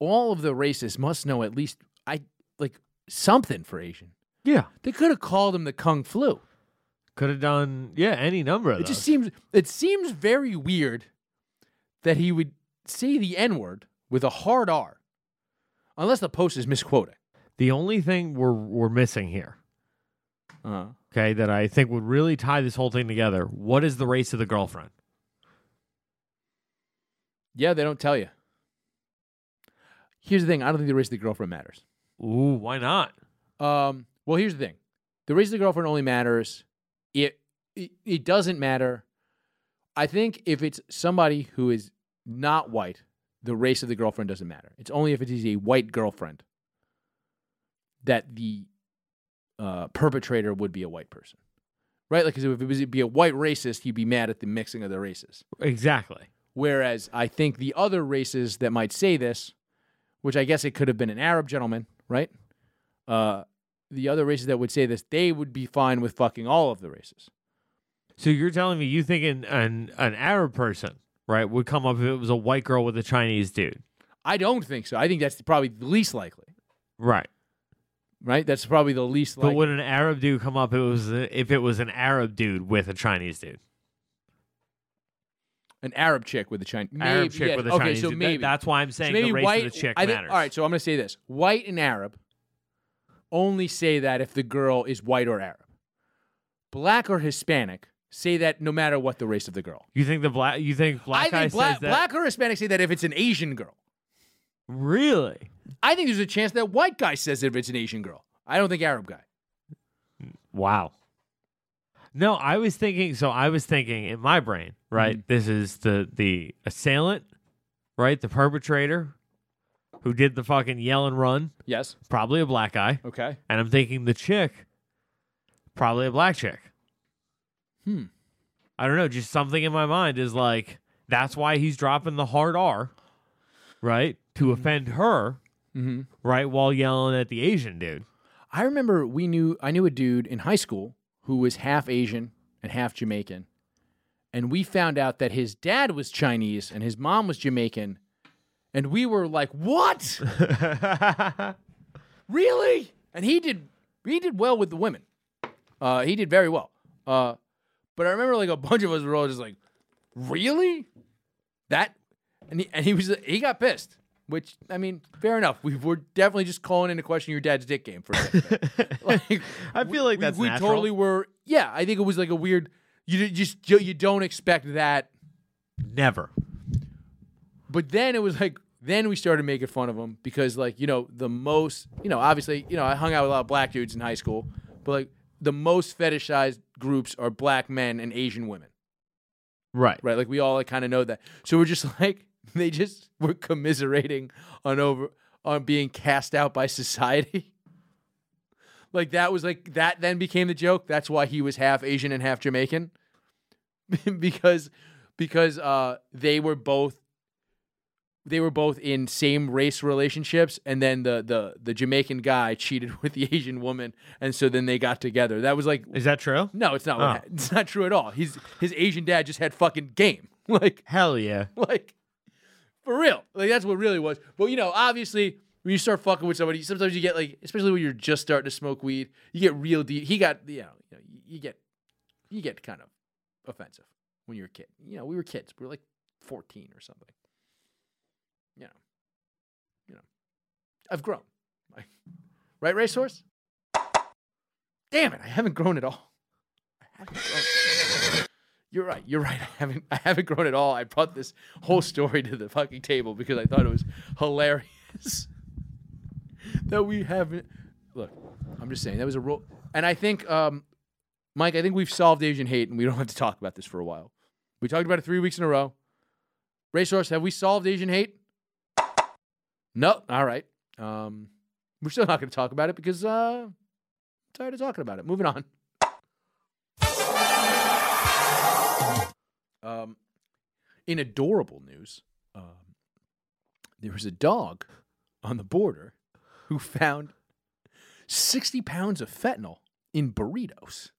[SPEAKER 1] all of the racists must know at least I like something for Asian.
[SPEAKER 2] Yeah.
[SPEAKER 1] They could have called him the Kung Flu.
[SPEAKER 2] Could have done yeah any number of
[SPEAKER 1] It just
[SPEAKER 2] those.
[SPEAKER 1] seems it seems very weird that he would say the N word with a hard R, unless the post is misquoting.
[SPEAKER 2] the only thing we're we're missing here,
[SPEAKER 1] Uh-huh.
[SPEAKER 2] okay, that I think would really tie this whole thing together. What is the race of the girlfriend?
[SPEAKER 1] Yeah, they don't tell you. Here's the thing: I don't think the race of the girlfriend matters.
[SPEAKER 2] Ooh, why not?
[SPEAKER 1] Um, well, here's the thing: the race of the girlfriend only matters. It, it it doesn't matter. I think if it's somebody who is not white, the race of the girlfriend doesn't matter. It's only if it is a white girlfriend that the uh, perpetrator would be a white person, right? Like, 'cause if it was it'd be a white racist, he'd be mad at the mixing of the races.
[SPEAKER 2] Exactly.
[SPEAKER 1] Whereas I think the other races that might say this, which I guess it could have been an Arab gentleman, right? Uh, the other races that would say this, they would be fine with fucking all of the races.
[SPEAKER 2] So you're telling me you think an an, an Arab person right would come up if it was a white girl with a Chinese dude,
[SPEAKER 1] I don't think so. I think that's probably the least likely,
[SPEAKER 2] right?
[SPEAKER 1] right? That's probably the least
[SPEAKER 2] but
[SPEAKER 1] likely.
[SPEAKER 2] would an Arab dude come up if it was if it was an Arab dude with a Chinese dude?
[SPEAKER 1] An Arab chick with a Chinese.
[SPEAKER 2] Arab chick with a
[SPEAKER 1] okay,
[SPEAKER 2] Chinese.
[SPEAKER 1] So
[SPEAKER 2] dude. That-
[SPEAKER 1] maybe
[SPEAKER 2] that's why I'm
[SPEAKER 1] So
[SPEAKER 2] saying
[SPEAKER 1] maybe
[SPEAKER 2] the race
[SPEAKER 1] white.
[SPEAKER 2] of the chick
[SPEAKER 1] I think-
[SPEAKER 2] matters.
[SPEAKER 1] all right, so I'm gonna say this: white and Arab only say that if the girl is white or Arab. Black or Hispanic say that no matter what the race of the girl.
[SPEAKER 2] You think the black? You think black
[SPEAKER 1] I
[SPEAKER 2] guy
[SPEAKER 1] think black,
[SPEAKER 2] says that?
[SPEAKER 1] black or Hispanic say that if it's an Asian girl.
[SPEAKER 2] Really?
[SPEAKER 1] I think there's a chance that white guy says it if it's an Asian girl. I don't think Arab guy.
[SPEAKER 2] Wow. No, I was thinking. So I was thinking in my brain, right? This is the the assailant, right? The perpetrator who did the fucking yell and run,
[SPEAKER 1] Yes.
[SPEAKER 2] probably a black guy,
[SPEAKER 1] Okay.
[SPEAKER 2] and I'm thinking the chick, probably a black chick.
[SPEAKER 1] Hmm.
[SPEAKER 2] I don't know. Just something in my mind is like that's why he's dropping the hard R, right? To offend her,
[SPEAKER 1] Mm-hmm.
[SPEAKER 2] right? While yelling at the Asian dude.
[SPEAKER 1] I remember we knew I knew a dude in high school who was half Asian and half Jamaican. And we found out that his dad was Chinese and his mom was Jamaican. And we were like, "What? really?" And he did he did well with the women. Uh, he did very well. Uh, but I remember like a bunch of us were all just like, "Really? That?" And he, and he was he got pissed. Which I mean, fair enough. We were definitely just calling into question your dad's dick game for a second. like
[SPEAKER 2] I feel like
[SPEAKER 1] we-
[SPEAKER 2] that's
[SPEAKER 1] we,
[SPEAKER 2] natural.
[SPEAKER 1] totally were. Yeah, I think it was like a weird. You d- just you, you don't expect that.
[SPEAKER 2] never.
[SPEAKER 1] But then it was like then we started making fun of him because like you know the most you know obviously you know I hung out with a lot of black dudes in high school, but like the most fetishized groups are black men and Asian women,
[SPEAKER 2] Right.
[SPEAKER 1] right? Like we all like, kind of know that. So we're just like they just were commiserating on over on being cast out by society. Like that was like that then became the joke. That's why he was half Asian and half Jamaican. because because uh they were both they were both in same race relationships and then the the the Jamaican guy cheated with the Asian woman and so then they got together. That was like
[SPEAKER 2] Is that true?
[SPEAKER 1] no, it's not what
[SPEAKER 2] Oh.
[SPEAKER 1] hap- it's not true at all. His his Asian dad just had fucking game. Like
[SPEAKER 2] Hell yeah.
[SPEAKER 1] like for real. Like that's what really was. But you know, obviously, when you start fucking with somebody, sometimes you get like, especially when you're just starting to smoke weed, you get real deep. He got, you know, you, know, you get, you get kind of offensive when you're a kid. You know, we were kids. We were like 14 or something. You know, you know, I've grown. Like, right, racehorse? Damn it, I haven't grown at all. I haven't grown. You're right. You're right. I haven't. I haven't grown at all. I brought this whole story to the fucking table because I thought it was hilarious that we haven't. Look, I'm just saying that was a rule, and I think, um, Mike, I think we've solved Asian hate, and we don't have to talk about this for a while. We talked about it three weeks in a row. Racehorse, have we solved Asian hate? No. All right. Um, we're still not going to talk about it because uh, I'm tired of talking about it. Moving on. Um, in adorable news, um, there was a dog on the border who found 60 pounds of fentanyl in burritos.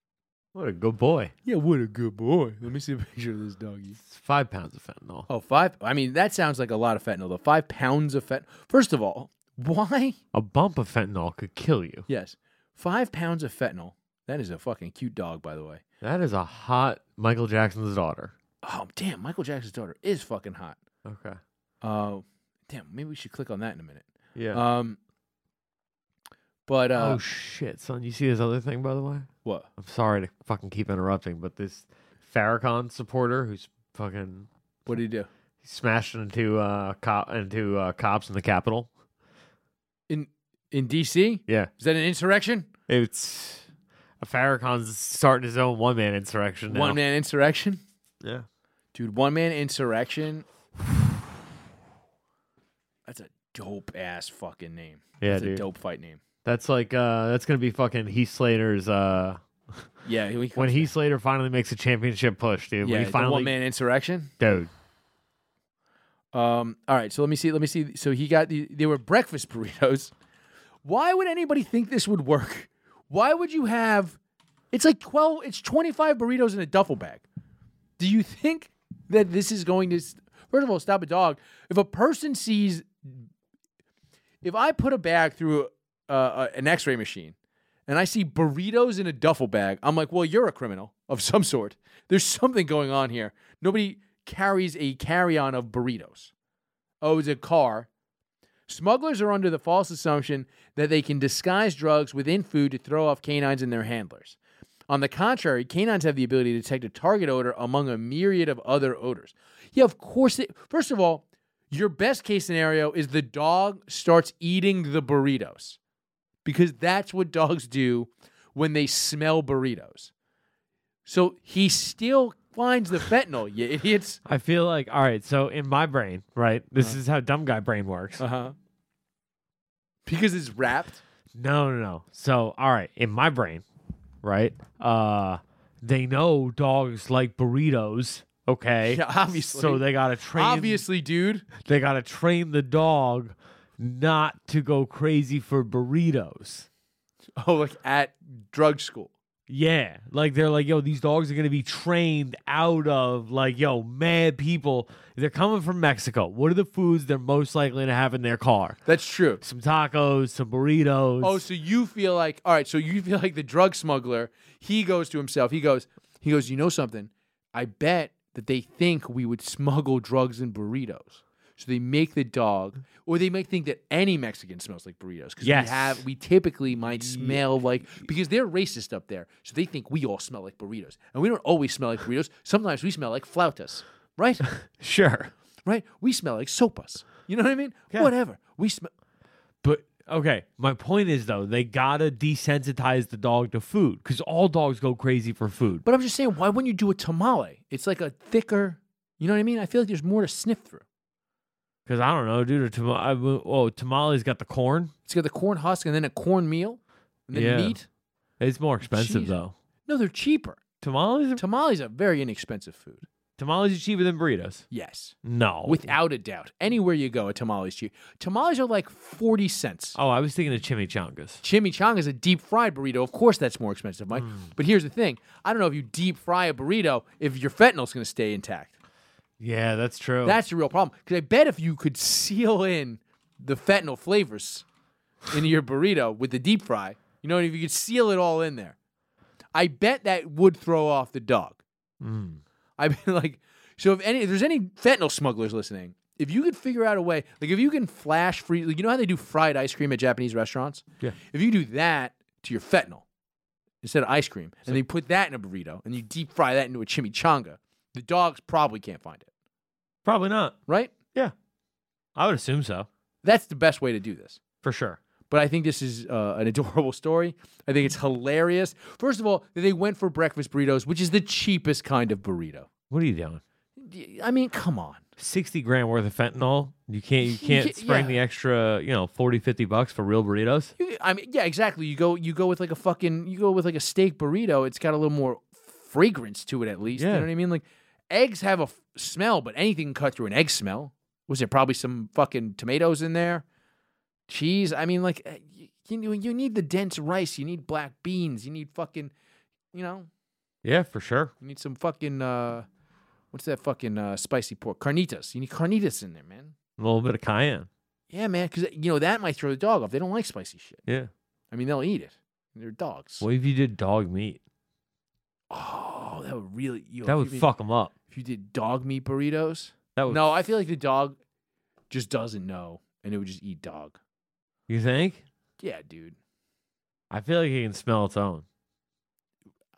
[SPEAKER 2] What a good boy.
[SPEAKER 1] Yeah, what a good boy. Let me see a picture of this doggy.
[SPEAKER 2] It's five pounds of fentanyl.
[SPEAKER 1] Oh, five. I mean, that sounds like a lot of fentanyl, though. Five pounds of fentanyl. First of all, why?
[SPEAKER 2] A bump of fentanyl could kill you.
[SPEAKER 1] Yes, five pounds of fentanyl. That is a fucking cute dog, by the way.
[SPEAKER 2] That is a hot Michael Jackson's daughter.
[SPEAKER 1] Oh, damn. Michael Jackson's daughter is fucking hot.
[SPEAKER 2] Okay.
[SPEAKER 1] Uh, damn, maybe we should click on that in a minute.
[SPEAKER 2] Yeah.
[SPEAKER 1] Um, but uh,
[SPEAKER 2] oh shit, son! You see this other thing, by the way?
[SPEAKER 1] what?
[SPEAKER 2] I'm sorry to fucking keep interrupting, but this Farrakhan supporter who's fucking
[SPEAKER 1] What did he do?
[SPEAKER 2] smashed into uh cop into uh, cops in the Capitol.
[SPEAKER 1] In in D.C.
[SPEAKER 2] Yeah,
[SPEAKER 1] Is that an insurrection?
[SPEAKER 2] it's a Farrakhan's starting his own one man insurrection. now.
[SPEAKER 1] One man insurrection,
[SPEAKER 2] Yeah.
[SPEAKER 1] dude. One man insurrection. That's a dope ass fucking name.
[SPEAKER 2] Yeah,
[SPEAKER 1] That's a
[SPEAKER 2] dude.
[SPEAKER 1] dope fight name.
[SPEAKER 2] That's like uh that's gonna be fucking Heath Slater's uh
[SPEAKER 1] Yeah, we
[SPEAKER 2] when Heath Slater finally makes a championship push, dude. when
[SPEAKER 1] yeah
[SPEAKER 2] he
[SPEAKER 1] one
[SPEAKER 2] finally
[SPEAKER 1] man insurrection.
[SPEAKER 2] dude.
[SPEAKER 1] Um, all right, so let me see. Let me see. So he got the, they were breakfast burritos. Why would anybody think this would work? Why would you have? It's like twelve. It's twenty five burritos in a duffel bag. Do you think that this is going to? s- First of all, stop a dog. If a person sees, if I put a bag through uh, uh, an X ray machine, and I see burritos in a duffel bag, I'm like, well, you're a criminal of some sort. There's something going on here. Nobody, carries a carry-on of burritos. Owes a car. Smugglers are under the false assumption that they can disguise drugs within food to throw off canines and their handlers. On the contrary, canines have the ability to detect a target odor among a myriad of other odors. Yeah, of course. It, first of all, your best case scenario is the dog starts eating the burritos because that's what dogs do when they smell burritos. So he still finds the fentanyl, you idiots.
[SPEAKER 2] I feel like all right. So in my brain, right, this
[SPEAKER 1] Uh-huh.
[SPEAKER 2] is how dumb guy brain works.
[SPEAKER 1] huh. Because it's wrapped.
[SPEAKER 2] No, no, no. So, all right, in my brain, right? Uh they know dogs like burritos, okay?
[SPEAKER 1] Yeah, obviously.
[SPEAKER 2] So they got to train
[SPEAKER 1] Obviously, dude.
[SPEAKER 2] they got to train the dog not to go crazy for burritos.
[SPEAKER 1] Oh, like at drug school.
[SPEAKER 2] Yeah, like they're like, yo, these dogs are gonna be trained out of like, yo, mad people. They're coming from Mexico. What are the foods they're most likely to have in their car?
[SPEAKER 1] That's true.
[SPEAKER 2] Some tacos, some burritos.
[SPEAKER 1] Oh, so you feel like all right? So you feel like the drug smuggler? He goes to himself. He goes. He goes. You know something? I bet that they think we would smuggle drugs and burritos. So they make the dog, or they might think that any Mexican smells like burritos because
[SPEAKER 2] Yes.
[SPEAKER 1] we have we typically might smell like because they're racist up there, so they think we all smell like burritos, and we don't always smell like burritos. Sometimes we smell like flautas, right?
[SPEAKER 2] sure.
[SPEAKER 1] right? We smell like sopas. You know what I mean? Whatever. We smell.
[SPEAKER 2] But okay, my point is though, they gotta desensitize the dog to food because all dogs go crazy for food.
[SPEAKER 1] But I'm just saying, why wouldn't you do a tamale? It's like a thicker, you know what I mean? I feel like there's more to sniff through.
[SPEAKER 2] Because I don't know, dude. A tama- I, w- oh, tamale's got the corn.
[SPEAKER 1] It's got the corn husk and then a corn meal and then
[SPEAKER 2] Yeah.
[SPEAKER 1] meat.
[SPEAKER 2] It's more expensive
[SPEAKER 1] Jeez.
[SPEAKER 2] though.
[SPEAKER 1] No, they're cheaper.
[SPEAKER 2] Tamales, are,
[SPEAKER 1] Tamales are very inexpensive food.
[SPEAKER 2] tamales are cheaper than burritos.
[SPEAKER 1] Yes,
[SPEAKER 2] No,
[SPEAKER 1] without a doubt. Anywhere you go, a tamale's cheap. Tamales are like 40 cents.
[SPEAKER 2] Oh, I was thinking of chimichangas.
[SPEAKER 1] Chimichanga is a deep fried burrito. Of course, that's more expensive, Mike.
[SPEAKER 2] Mm.
[SPEAKER 1] But here's the thing I don't know if you deep fry a burrito if your fentanyl's going to stay intact.
[SPEAKER 2] Yeah, that's true.
[SPEAKER 1] That's the real problem. Because I bet if you could seal in the fentanyl flavors in your burrito with the deep fry, you know, and if you could seal it all in there, I bet that would throw off the dog.
[SPEAKER 2] Mm.
[SPEAKER 1] I've been like, so if any, if there's any fentanyl smugglers listening, if you could figure out a way, like if you can flash free, like you know how they do fried ice cream at Japanese restaurants?
[SPEAKER 2] Yeah.
[SPEAKER 1] If you do that to your fentanyl instead of ice cream, and they put that in a burrito and you deep fry that into a chimichanga, the dogs probably can't find it,
[SPEAKER 2] probably not.
[SPEAKER 1] right?
[SPEAKER 2] Yeah, I would assume so
[SPEAKER 1] That's the best way to do this.
[SPEAKER 2] for sure.
[SPEAKER 1] But I think this is uh, an adorable story. I think it's hilarious. First of all, they went for breakfast burritos, which is the cheapest kind of burrito.
[SPEAKER 2] What are you doing?
[SPEAKER 1] I mean, come on.
[SPEAKER 2] Sixty grand worth of fentanyl. You can't. You
[SPEAKER 1] Yeah.
[SPEAKER 2] can't spring the extra. You know, 40, 50 bucks for real burritos.
[SPEAKER 1] You, I mean, yeah, exactly. You go, you go with like a fucking, you go with like a steak burrito. It's got a little more fragrance to it, at least. You
[SPEAKER 2] Yeah.
[SPEAKER 1] know what I mean? Like eggs have a f- smell, but anything can cut through an egg smell. Was there probably some fucking tomatoes in there? Cheese. I mean, like eh, y- you, you need the dense rice. You need black beans. You need fucking, you know.
[SPEAKER 2] Yeah, for sure.
[SPEAKER 1] You need some fucking uh, what's that fucking uh, spicy pork? Carnitas. You need carnitas in there, man.
[SPEAKER 2] A little bit of cayenne.
[SPEAKER 1] Yeah, man, because you know that might throw the dog off. They don't like spicy shit.
[SPEAKER 2] Yeah.
[SPEAKER 1] I mean, they'll eat it. They're dogs.
[SPEAKER 2] What if you did dog meat?
[SPEAKER 1] Oh, that would really. You
[SPEAKER 2] That
[SPEAKER 1] if
[SPEAKER 2] would
[SPEAKER 1] you did-
[SPEAKER 2] fuck them up.
[SPEAKER 1] If you did dog meat burritos.
[SPEAKER 2] That would.
[SPEAKER 1] No, I feel like the dog just doesn't know, and it would just eat dog.
[SPEAKER 2] You think?
[SPEAKER 1] Yeah, dude.
[SPEAKER 2] I feel like it can smell its own.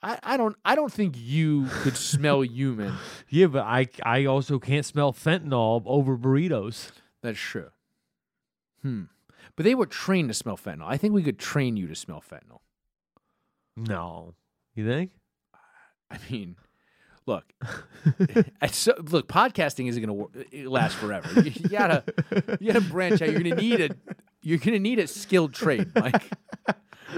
[SPEAKER 1] I, I don't I don't think you could smell human.
[SPEAKER 2] Yeah, but I I also can't smell fentanyl over burritos.
[SPEAKER 1] That's true. Hmm. But they were trained to smell fentanyl. I think we could train you to smell fentanyl.
[SPEAKER 2] No. You think?
[SPEAKER 1] I mean, look, at so, look, podcasting isn't going to last forever. You, you gotta, you gotta branch out. You're gonna need a, you're gonna need a skilled trade, Mike.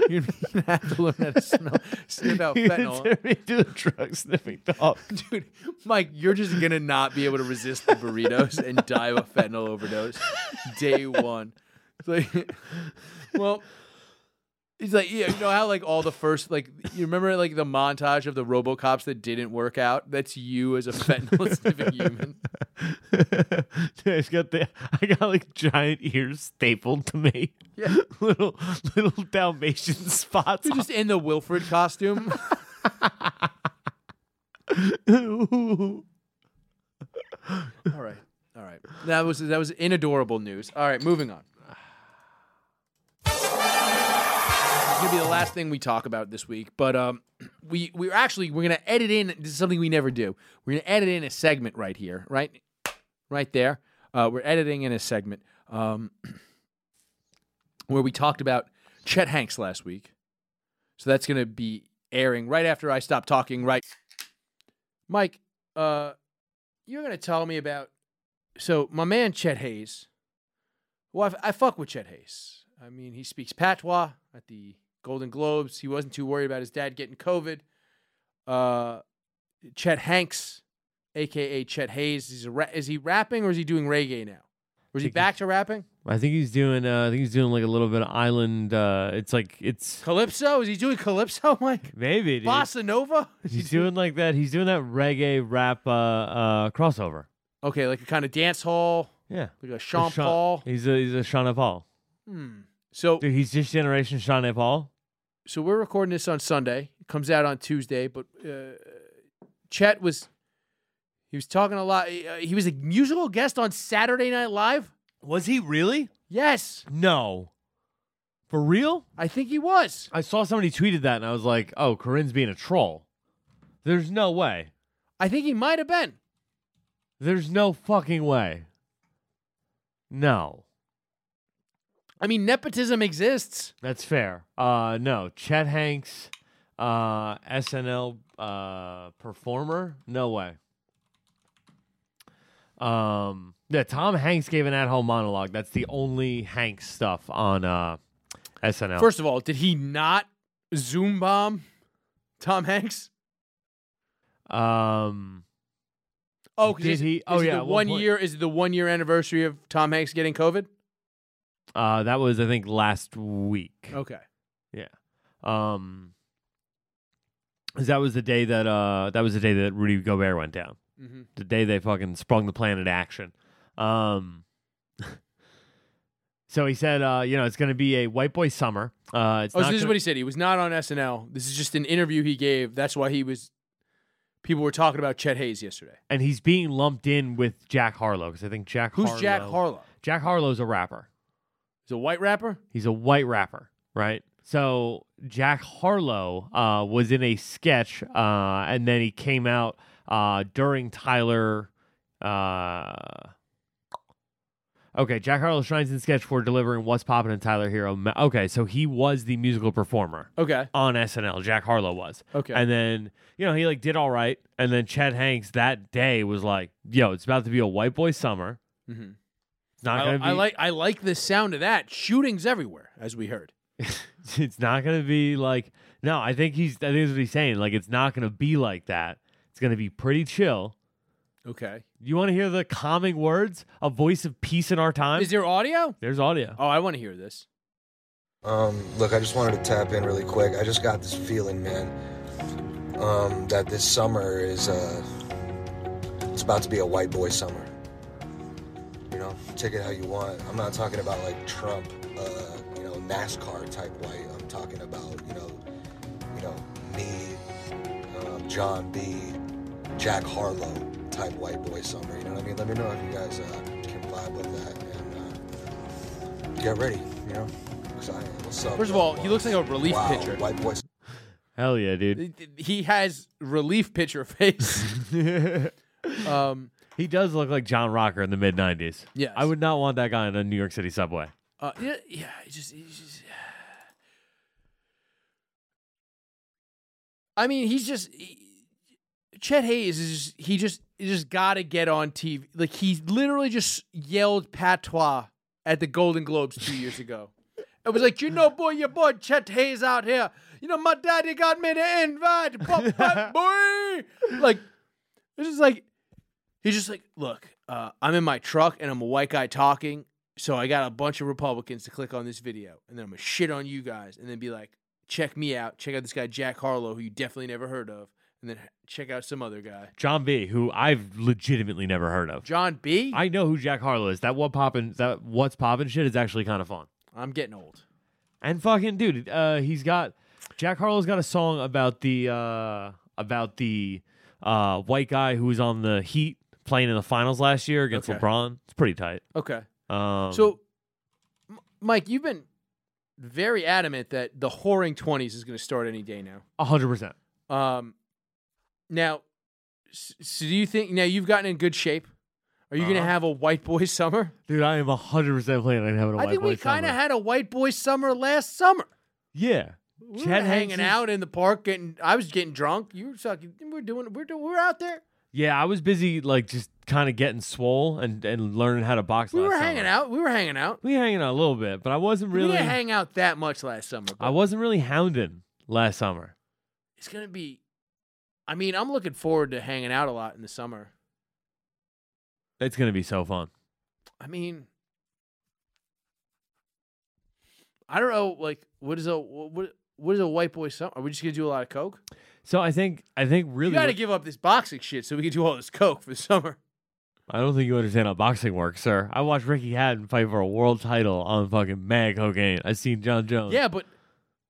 [SPEAKER 1] You're gonna have to learn how to smell, sniff out fentanyl,
[SPEAKER 2] do the drug sniffing dog.
[SPEAKER 1] dude. Mike, you're just gonna not be able to resist the burritos and die of a fentanyl overdose day one. It's like, well. It's like yeah, you know how like all the first like you remember like the montage of the RoboCops that didn't work out. That's you as a fentanyl sniffing human.
[SPEAKER 2] It's got the I got like giant ears stapled to me.
[SPEAKER 1] Yeah.
[SPEAKER 2] little little Dalmatian spots.
[SPEAKER 1] You're just in the Wilfred costume.
[SPEAKER 2] Ooh.
[SPEAKER 1] All right. All right. That was that was inadorable news. All right, moving on. It's gonna be the last thing we talk about this week, but um, we we're actually we're gonna edit in. This is something we never do. We're gonna edit in a segment right here, right, right there. Uh, we're editing in a segment um, where we talked about Chet Hanks last week, so that's gonna be airing right after I stop talking. Right, Mike. Uh, you're gonna tell me about so my man Chet Hayes. Well, I, f- I fuck with Chet Hayes. I mean, he speaks patois at the Golden Globes. He wasn't too worried about his dad getting COVID. Uh, Chet Hanks, aka Chet Hayes, is, a ra- is he rapping or is he doing reggae now? Or is he
[SPEAKER 2] Think he-
[SPEAKER 1] back to rapping?
[SPEAKER 2] I think he's doing. Uh, I think he's doing like a little bit of island. Uh, it's like it's
[SPEAKER 1] Calypso? Is he doing calypso, Mike?
[SPEAKER 2] maybe dude.
[SPEAKER 1] Bossa Nova?
[SPEAKER 2] He's doing like that. He's doing that reggae rap uh, uh, crossover.
[SPEAKER 1] Okay, like a kind of dance hall,
[SPEAKER 2] Yeah,
[SPEAKER 1] like a Sean
[SPEAKER 2] Sha-
[SPEAKER 1] Paul.
[SPEAKER 2] He's a he's a Shauna Paul.
[SPEAKER 1] Hmm. So
[SPEAKER 2] Dude, he's this generation Shauna Paul.
[SPEAKER 1] so we're recording this on Sunday. It comes out on Tuesday, but uh, Chet was he was talking a lot. Uh, he was a musical guest on Saturday Night Live.
[SPEAKER 2] Was he really?
[SPEAKER 1] Yes,
[SPEAKER 2] No, for real.
[SPEAKER 1] I think he was.
[SPEAKER 2] I saw somebody tweeted that, and I was like, "Oh, Corinne's being a troll." There's no way.
[SPEAKER 1] I think he might have been.
[SPEAKER 2] There's no fucking way. No,
[SPEAKER 1] I mean, nepotism exists.
[SPEAKER 2] that's fair. Uh, no, Chet Hanks, uh, SNL uh, performer. No way. Um, yeah, Tom Hanks gave an at-home monologue. That's the only Hanks stuff on uh, SNL.
[SPEAKER 1] First of all, did he not zoom bomb Tom Hanks?
[SPEAKER 2] um,
[SPEAKER 1] Oh, 'cause
[SPEAKER 2] Did
[SPEAKER 1] is-
[SPEAKER 2] he-
[SPEAKER 1] Is
[SPEAKER 2] oh,
[SPEAKER 1] it
[SPEAKER 2] yeah,
[SPEAKER 1] the
[SPEAKER 2] at one
[SPEAKER 1] one
[SPEAKER 2] point.
[SPEAKER 1] year is it the one year anniversary of Tom Hanks getting COVID.
[SPEAKER 2] uh, that was I think last week.
[SPEAKER 1] Okay,
[SPEAKER 2] Um, 'cause that was the day that uh, that was the day that Rudy Gobert went down.
[SPEAKER 1] hmm
[SPEAKER 2] The day they fucking sprung the plan into action. Um, so he said, uh, you know, it's going to be a white boy summer. Uh, it's
[SPEAKER 1] Oh, so
[SPEAKER 2] not
[SPEAKER 1] this is
[SPEAKER 2] gonna-
[SPEAKER 1] what he said. He was not on SNL. This is just an interview he gave. That's why he was. People were talking about Chet Hayes yesterday.
[SPEAKER 2] and he's being lumped in with Jack Harlow because I think Jack
[SPEAKER 1] Who's
[SPEAKER 2] Harlow,
[SPEAKER 1] Jack Harlow?
[SPEAKER 2] Jack Harlow's a rapper.
[SPEAKER 1] He's a white rapper.
[SPEAKER 2] He's a white rapper, right? So Jack Harlow uh, was in a sketch, uh, and then he came out uh, during Tyler. Uh... Okay, Jack Harlow shines in sketch for delivering "What's Poppin'" and Tyler Hero. Ma- Okay, so he was the musical performer
[SPEAKER 1] Okay.
[SPEAKER 2] on SNL. Jack Harlow was.
[SPEAKER 1] Okay.
[SPEAKER 2] And then, you know, he like did all right. And then Chad Hanks that day was like, yo, it's about to be a white boy summer.
[SPEAKER 1] hmm
[SPEAKER 2] It's not
[SPEAKER 1] I,
[SPEAKER 2] gonna be
[SPEAKER 1] I like I like the sound of that. Shootings everywhere, as we heard.
[SPEAKER 2] it's not gonna be like no i think he's i think that's what he's saying like it's not gonna be like that it's gonna be pretty chill
[SPEAKER 1] Okay.
[SPEAKER 2] you want to hear the calming words a voice of peace in our time
[SPEAKER 1] Is there audio?
[SPEAKER 2] there's audio
[SPEAKER 1] Oh, I want to hear this.
[SPEAKER 10] Um, look, I just wanted to tap in really quick. I just got this feeling, man, um, that this summer is uh, it's about to be a white boy summer. You know, take it how you want. I'm not talking about like Trump, uh, you know, NASCAR type white. I'm talking about you know, you know, me, um, John B, Jack Harlow type white boy summer. You know what I mean? Let me know if you guys uh, can vibe with that and uh, get ready. You know. 'Cause I- what's up,
[SPEAKER 1] First of all,
[SPEAKER 10] y'all?
[SPEAKER 1] he looks like a relief
[SPEAKER 10] Wow,
[SPEAKER 1] pitcher.
[SPEAKER 10] White boy
[SPEAKER 2] hell yeah dude
[SPEAKER 1] He has relief pitcher face. um,
[SPEAKER 2] he does look like john rocker in the mid 90s
[SPEAKER 1] Yes.
[SPEAKER 2] i would not want that guy in a new york city subway
[SPEAKER 1] Uh, yeah, yeah. It just, it just. I mean, he's just. he- Chet Hayes is just- he just he just got to get on TV. Like he literally just yelled patois at the Golden Globes two years ago. It was like, you know, boy, your boy Chet Hayes out here. You know, my daddy got me the invite, pop, pop, boy. Like, it's just like he's just like, look, uh, I'm in my truck and I'm a white guy talking, so I got a bunch of Republicans to click on this video, and then I'm gonna shit on you guys, and then be like, check me out, check out this guy Jack Harlow, who you definitely never heard of, and then check out some other guy,
[SPEAKER 2] john b who i've legitimately never heard of
[SPEAKER 1] John B.
[SPEAKER 2] i know who jack harlow is that what poppin that what's poppin shit is actually kind of fun
[SPEAKER 1] I'm getting old.
[SPEAKER 2] And fucking dude, uh, he's got Jack Harlow's got a song about the uh, about the uh, white guy who was on the Heat playing in the finals last year against
[SPEAKER 1] Okay.
[SPEAKER 2] LeBron. It's pretty tight.
[SPEAKER 1] Okay.
[SPEAKER 2] Um,
[SPEAKER 1] So, M- Mike, you've been very adamant that the whoring 20s is going to start any day now.
[SPEAKER 2] hundred percent.
[SPEAKER 1] Um, now, s- so do you think now you've gotten in good shape? Are you going to
[SPEAKER 2] Uh-huh.
[SPEAKER 1] have a white boy summer?
[SPEAKER 2] Dude, I am hundred percent planning on having a
[SPEAKER 1] I
[SPEAKER 2] white
[SPEAKER 1] think
[SPEAKER 2] boy
[SPEAKER 1] we kind of
[SPEAKER 2] summer.
[SPEAKER 1] had a white boy summer last summer.
[SPEAKER 2] yeah.
[SPEAKER 1] We were
[SPEAKER 2] Chad
[SPEAKER 1] hanging
[SPEAKER 2] Hanks is-
[SPEAKER 1] out in the park, getting I was getting drunk. You were sucking. We're doing. We're doing. We're out there.
[SPEAKER 2] Yeah, I was busy like just kind of getting swole and and learning how to box.
[SPEAKER 1] We
[SPEAKER 2] last
[SPEAKER 1] were
[SPEAKER 2] summer.
[SPEAKER 1] hanging out. We were hanging out.
[SPEAKER 2] We were hanging out a little bit, but I wasn't
[SPEAKER 1] We
[SPEAKER 2] really.
[SPEAKER 1] didn't hang out that much last summer.
[SPEAKER 2] I
[SPEAKER 1] but
[SPEAKER 2] wasn't really hounding last summer.
[SPEAKER 1] it's gonna be. I mean, I'm looking forward to hanging out a lot in the summer.
[SPEAKER 2] It's gonna be so fun.
[SPEAKER 1] I mean, I don't know. Like, what is a what? What is a white boy summer? Are we just gonna do a lot of coke?
[SPEAKER 2] So I think I think really
[SPEAKER 1] you gotta
[SPEAKER 2] what-
[SPEAKER 1] give up this boxing shit so we can do all this coke for the summer.
[SPEAKER 2] I don't think you understand how boxing works, sir. I watched Ricky Hatton fight for a world title on fucking mad cocaine. I seen John Jones.
[SPEAKER 1] Yeah, but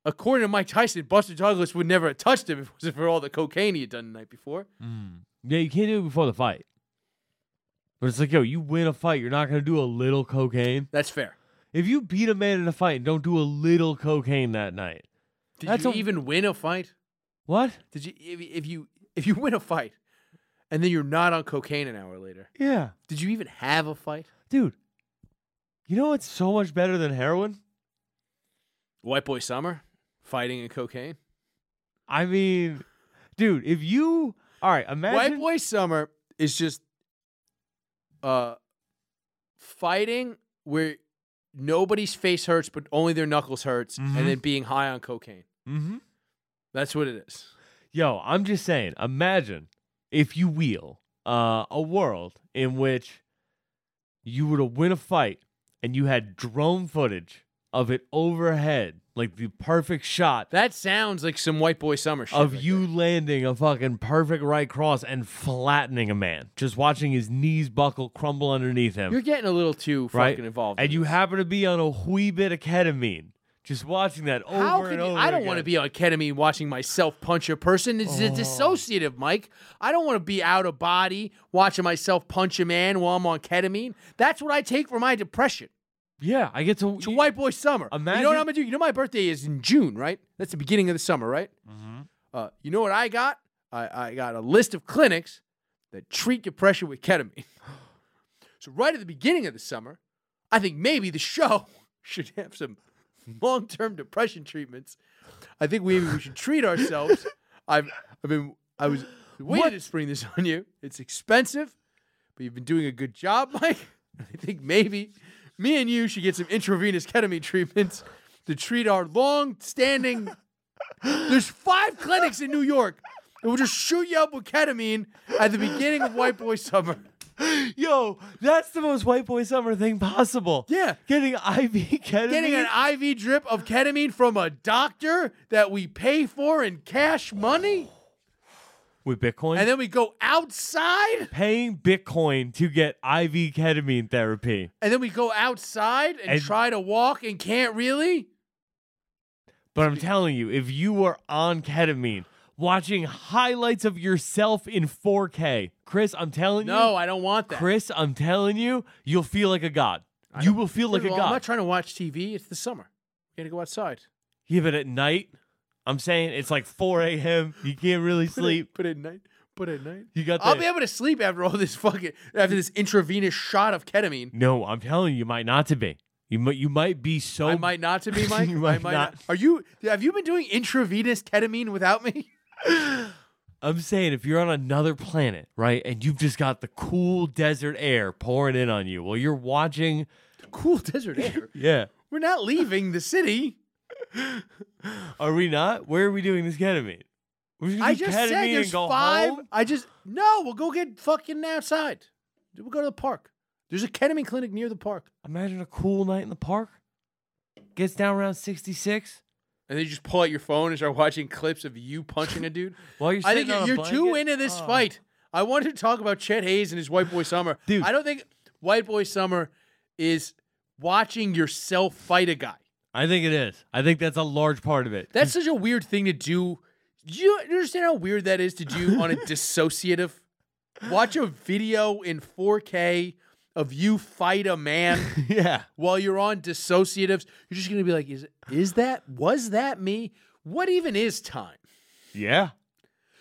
[SPEAKER 1] according to Mike Tyson, Buster Douglas would never have touched him if it wasn't for all the cocaine he had done the night before.
[SPEAKER 2] Mm. Yeah, you can't do it before the fight. But it's like, yo, you win a fight, you're not gonna do a little cocaine.
[SPEAKER 1] That's fair.
[SPEAKER 2] If you beat a man in a fight and don't do a little cocaine that night,
[SPEAKER 1] Did
[SPEAKER 2] That's
[SPEAKER 1] you
[SPEAKER 2] a-
[SPEAKER 1] even win a fight?
[SPEAKER 2] what?
[SPEAKER 1] Did you if, if you if you win a fight and then you're not on cocaine an hour later?
[SPEAKER 2] Yeah,
[SPEAKER 1] Did you even have a fight?
[SPEAKER 2] dude. You know what's so much better than heroin?
[SPEAKER 1] White boy summer, fighting and cocaine.
[SPEAKER 2] I mean, dude, if you all right,
[SPEAKER 1] White
[SPEAKER 2] imagine
[SPEAKER 1] boy summer is just uh fighting where nobody's face hurts but only their knuckles hurts
[SPEAKER 2] Mhm.
[SPEAKER 1] and then being high on cocaine.
[SPEAKER 2] Mm-hmm.
[SPEAKER 1] That's what it is.
[SPEAKER 2] Yo, I'm just saying, imagine, if you will, uh, a world in which you were to win a fight and you had drone footage of it overhead, like the perfect shot
[SPEAKER 1] That sounds like some white boy summer shit.
[SPEAKER 2] of
[SPEAKER 1] right
[SPEAKER 2] you
[SPEAKER 1] there.
[SPEAKER 2] landing a fucking perfect right cross and flattening a man, just watching his knees buckle, crumble underneath him.
[SPEAKER 1] You're getting a little too
[SPEAKER 2] right?
[SPEAKER 1] fucking involved. in
[SPEAKER 2] And you
[SPEAKER 1] this.
[SPEAKER 2] happen to be on a wee bit of ketamine, just watching that over
[SPEAKER 1] How
[SPEAKER 2] and
[SPEAKER 1] could you,
[SPEAKER 2] over
[SPEAKER 1] I don't
[SPEAKER 2] again.
[SPEAKER 1] want to be on ketamine watching myself punch a person. It's a
[SPEAKER 2] Oh.
[SPEAKER 1] dissociative, Mike. I don't want to be out of body watching myself punch a man while I'm on ketamine. That's what I take for my depression.
[SPEAKER 2] Yeah, I get to.
[SPEAKER 1] It's a white boy summer. you know
[SPEAKER 2] Imagine-
[SPEAKER 1] what I'm gonna do? You know my birthday is in June, right? That's the beginning of the summer, right? Uh, you know what I got? I, I got a list of clinics that treat depression with ketamine. so right at the beginning of the summer, I think maybe the show should have some long-term depression treatments. I think maybe we should treat ourselves. I've I've been I was waiting to spring this on you. It's expensive, but you've been doing a good job, Mike. I think maybe me and you should get some intravenous ketamine treatments to treat our long-standing. There's five clinics in New York that will just shoot you up with ketamine at the beginning of White Boy Summer.
[SPEAKER 2] Yo, that's the most white boy summer thing possible.
[SPEAKER 1] Yeah.
[SPEAKER 2] Getting IV ketamine.
[SPEAKER 1] Getting an IV drip of ketamine from a doctor that we pay for in cash money,
[SPEAKER 2] with Bitcoin.
[SPEAKER 1] and then we go outside,
[SPEAKER 2] paying Bitcoin to get IV ketamine therapy.
[SPEAKER 1] and then we go outside and,
[SPEAKER 2] And-
[SPEAKER 1] try to walk and can't really.
[SPEAKER 2] But I'm telling you, if you were on ketamine, watching highlights of yourself in 4K, Chris, I'm telling you.
[SPEAKER 1] No, I don't want that.
[SPEAKER 2] Chris, I'm telling you, you'll feel like a god. You will feel like a
[SPEAKER 1] Well, I'm
[SPEAKER 2] god.
[SPEAKER 1] not trying to watch TV. It's the summer. We gotta go outside.
[SPEAKER 2] yeah, but at night, I'm saying it's like 4 a.m. You can't really sleep.
[SPEAKER 1] Put it at night. Put it at night.
[SPEAKER 2] You got
[SPEAKER 1] I'll
[SPEAKER 2] the-
[SPEAKER 1] be able to sleep after all this fucking after this intravenous shot of ketamine.
[SPEAKER 2] No, I'm telling you, you might not to be. You might, you might be so.
[SPEAKER 1] I might not to be Mike.
[SPEAKER 2] You
[SPEAKER 1] I
[SPEAKER 2] might
[SPEAKER 1] might
[SPEAKER 2] not.
[SPEAKER 1] Are you? Have you been doing intravenous ketamine without me?
[SPEAKER 2] I'm saying if you're on another planet, right, and you've just got the cool desert air pouring in on you, while you're watching,
[SPEAKER 1] Cool desert air.
[SPEAKER 2] yeah,
[SPEAKER 1] We're not leaving the city.
[SPEAKER 2] are we not? Where are we doing this ketamine? We're just gonna
[SPEAKER 1] I
[SPEAKER 2] do
[SPEAKER 1] just
[SPEAKER 2] ketamine
[SPEAKER 1] said
[SPEAKER 2] and
[SPEAKER 1] there's
[SPEAKER 2] go
[SPEAKER 1] five.
[SPEAKER 2] home?
[SPEAKER 1] I just no. We'll go get fucking outside. We'll go to the park. There's a ketamine clinic near the park,
[SPEAKER 2] Imagine a cool night in the park. Gets down around 66.
[SPEAKER 1] and they just pull out your phone and start watching clips of you punching a dude.
[SPEAKER 2] While you're
[SPEAKER 1] I think
[SPEAKER 2] sitting on
[SPEAKER 1] you're,
[SPEAKER 2] a
[SPEAKER 1] you're too
[SPEAKER 2] blanket?
[SPEAKER 1] into this
[SPEAKER 2] Oh.
[SPEAKER 1] fight. I want to talk about Chet Hayes and his White Boy Summer.
[SPEAKER 2] Dude.
[SPEAKER 1] I don't think White Boy Summer is watching yourself fight a guy.
[SPEAKER 2] I think it is. I think that's a large part of it.
[SPEAKER 1] That's such a weird thing to do. Do you understand how weird that is to do on a dissociative Watch a video in 4K of you fight a man
[SPEAKER 2] yeah.
[SPEAKER 1] while you're on dissociatives. You're just going to be like, is, is that, was that me? What even is time?
[SPEAKER 2] Yeah.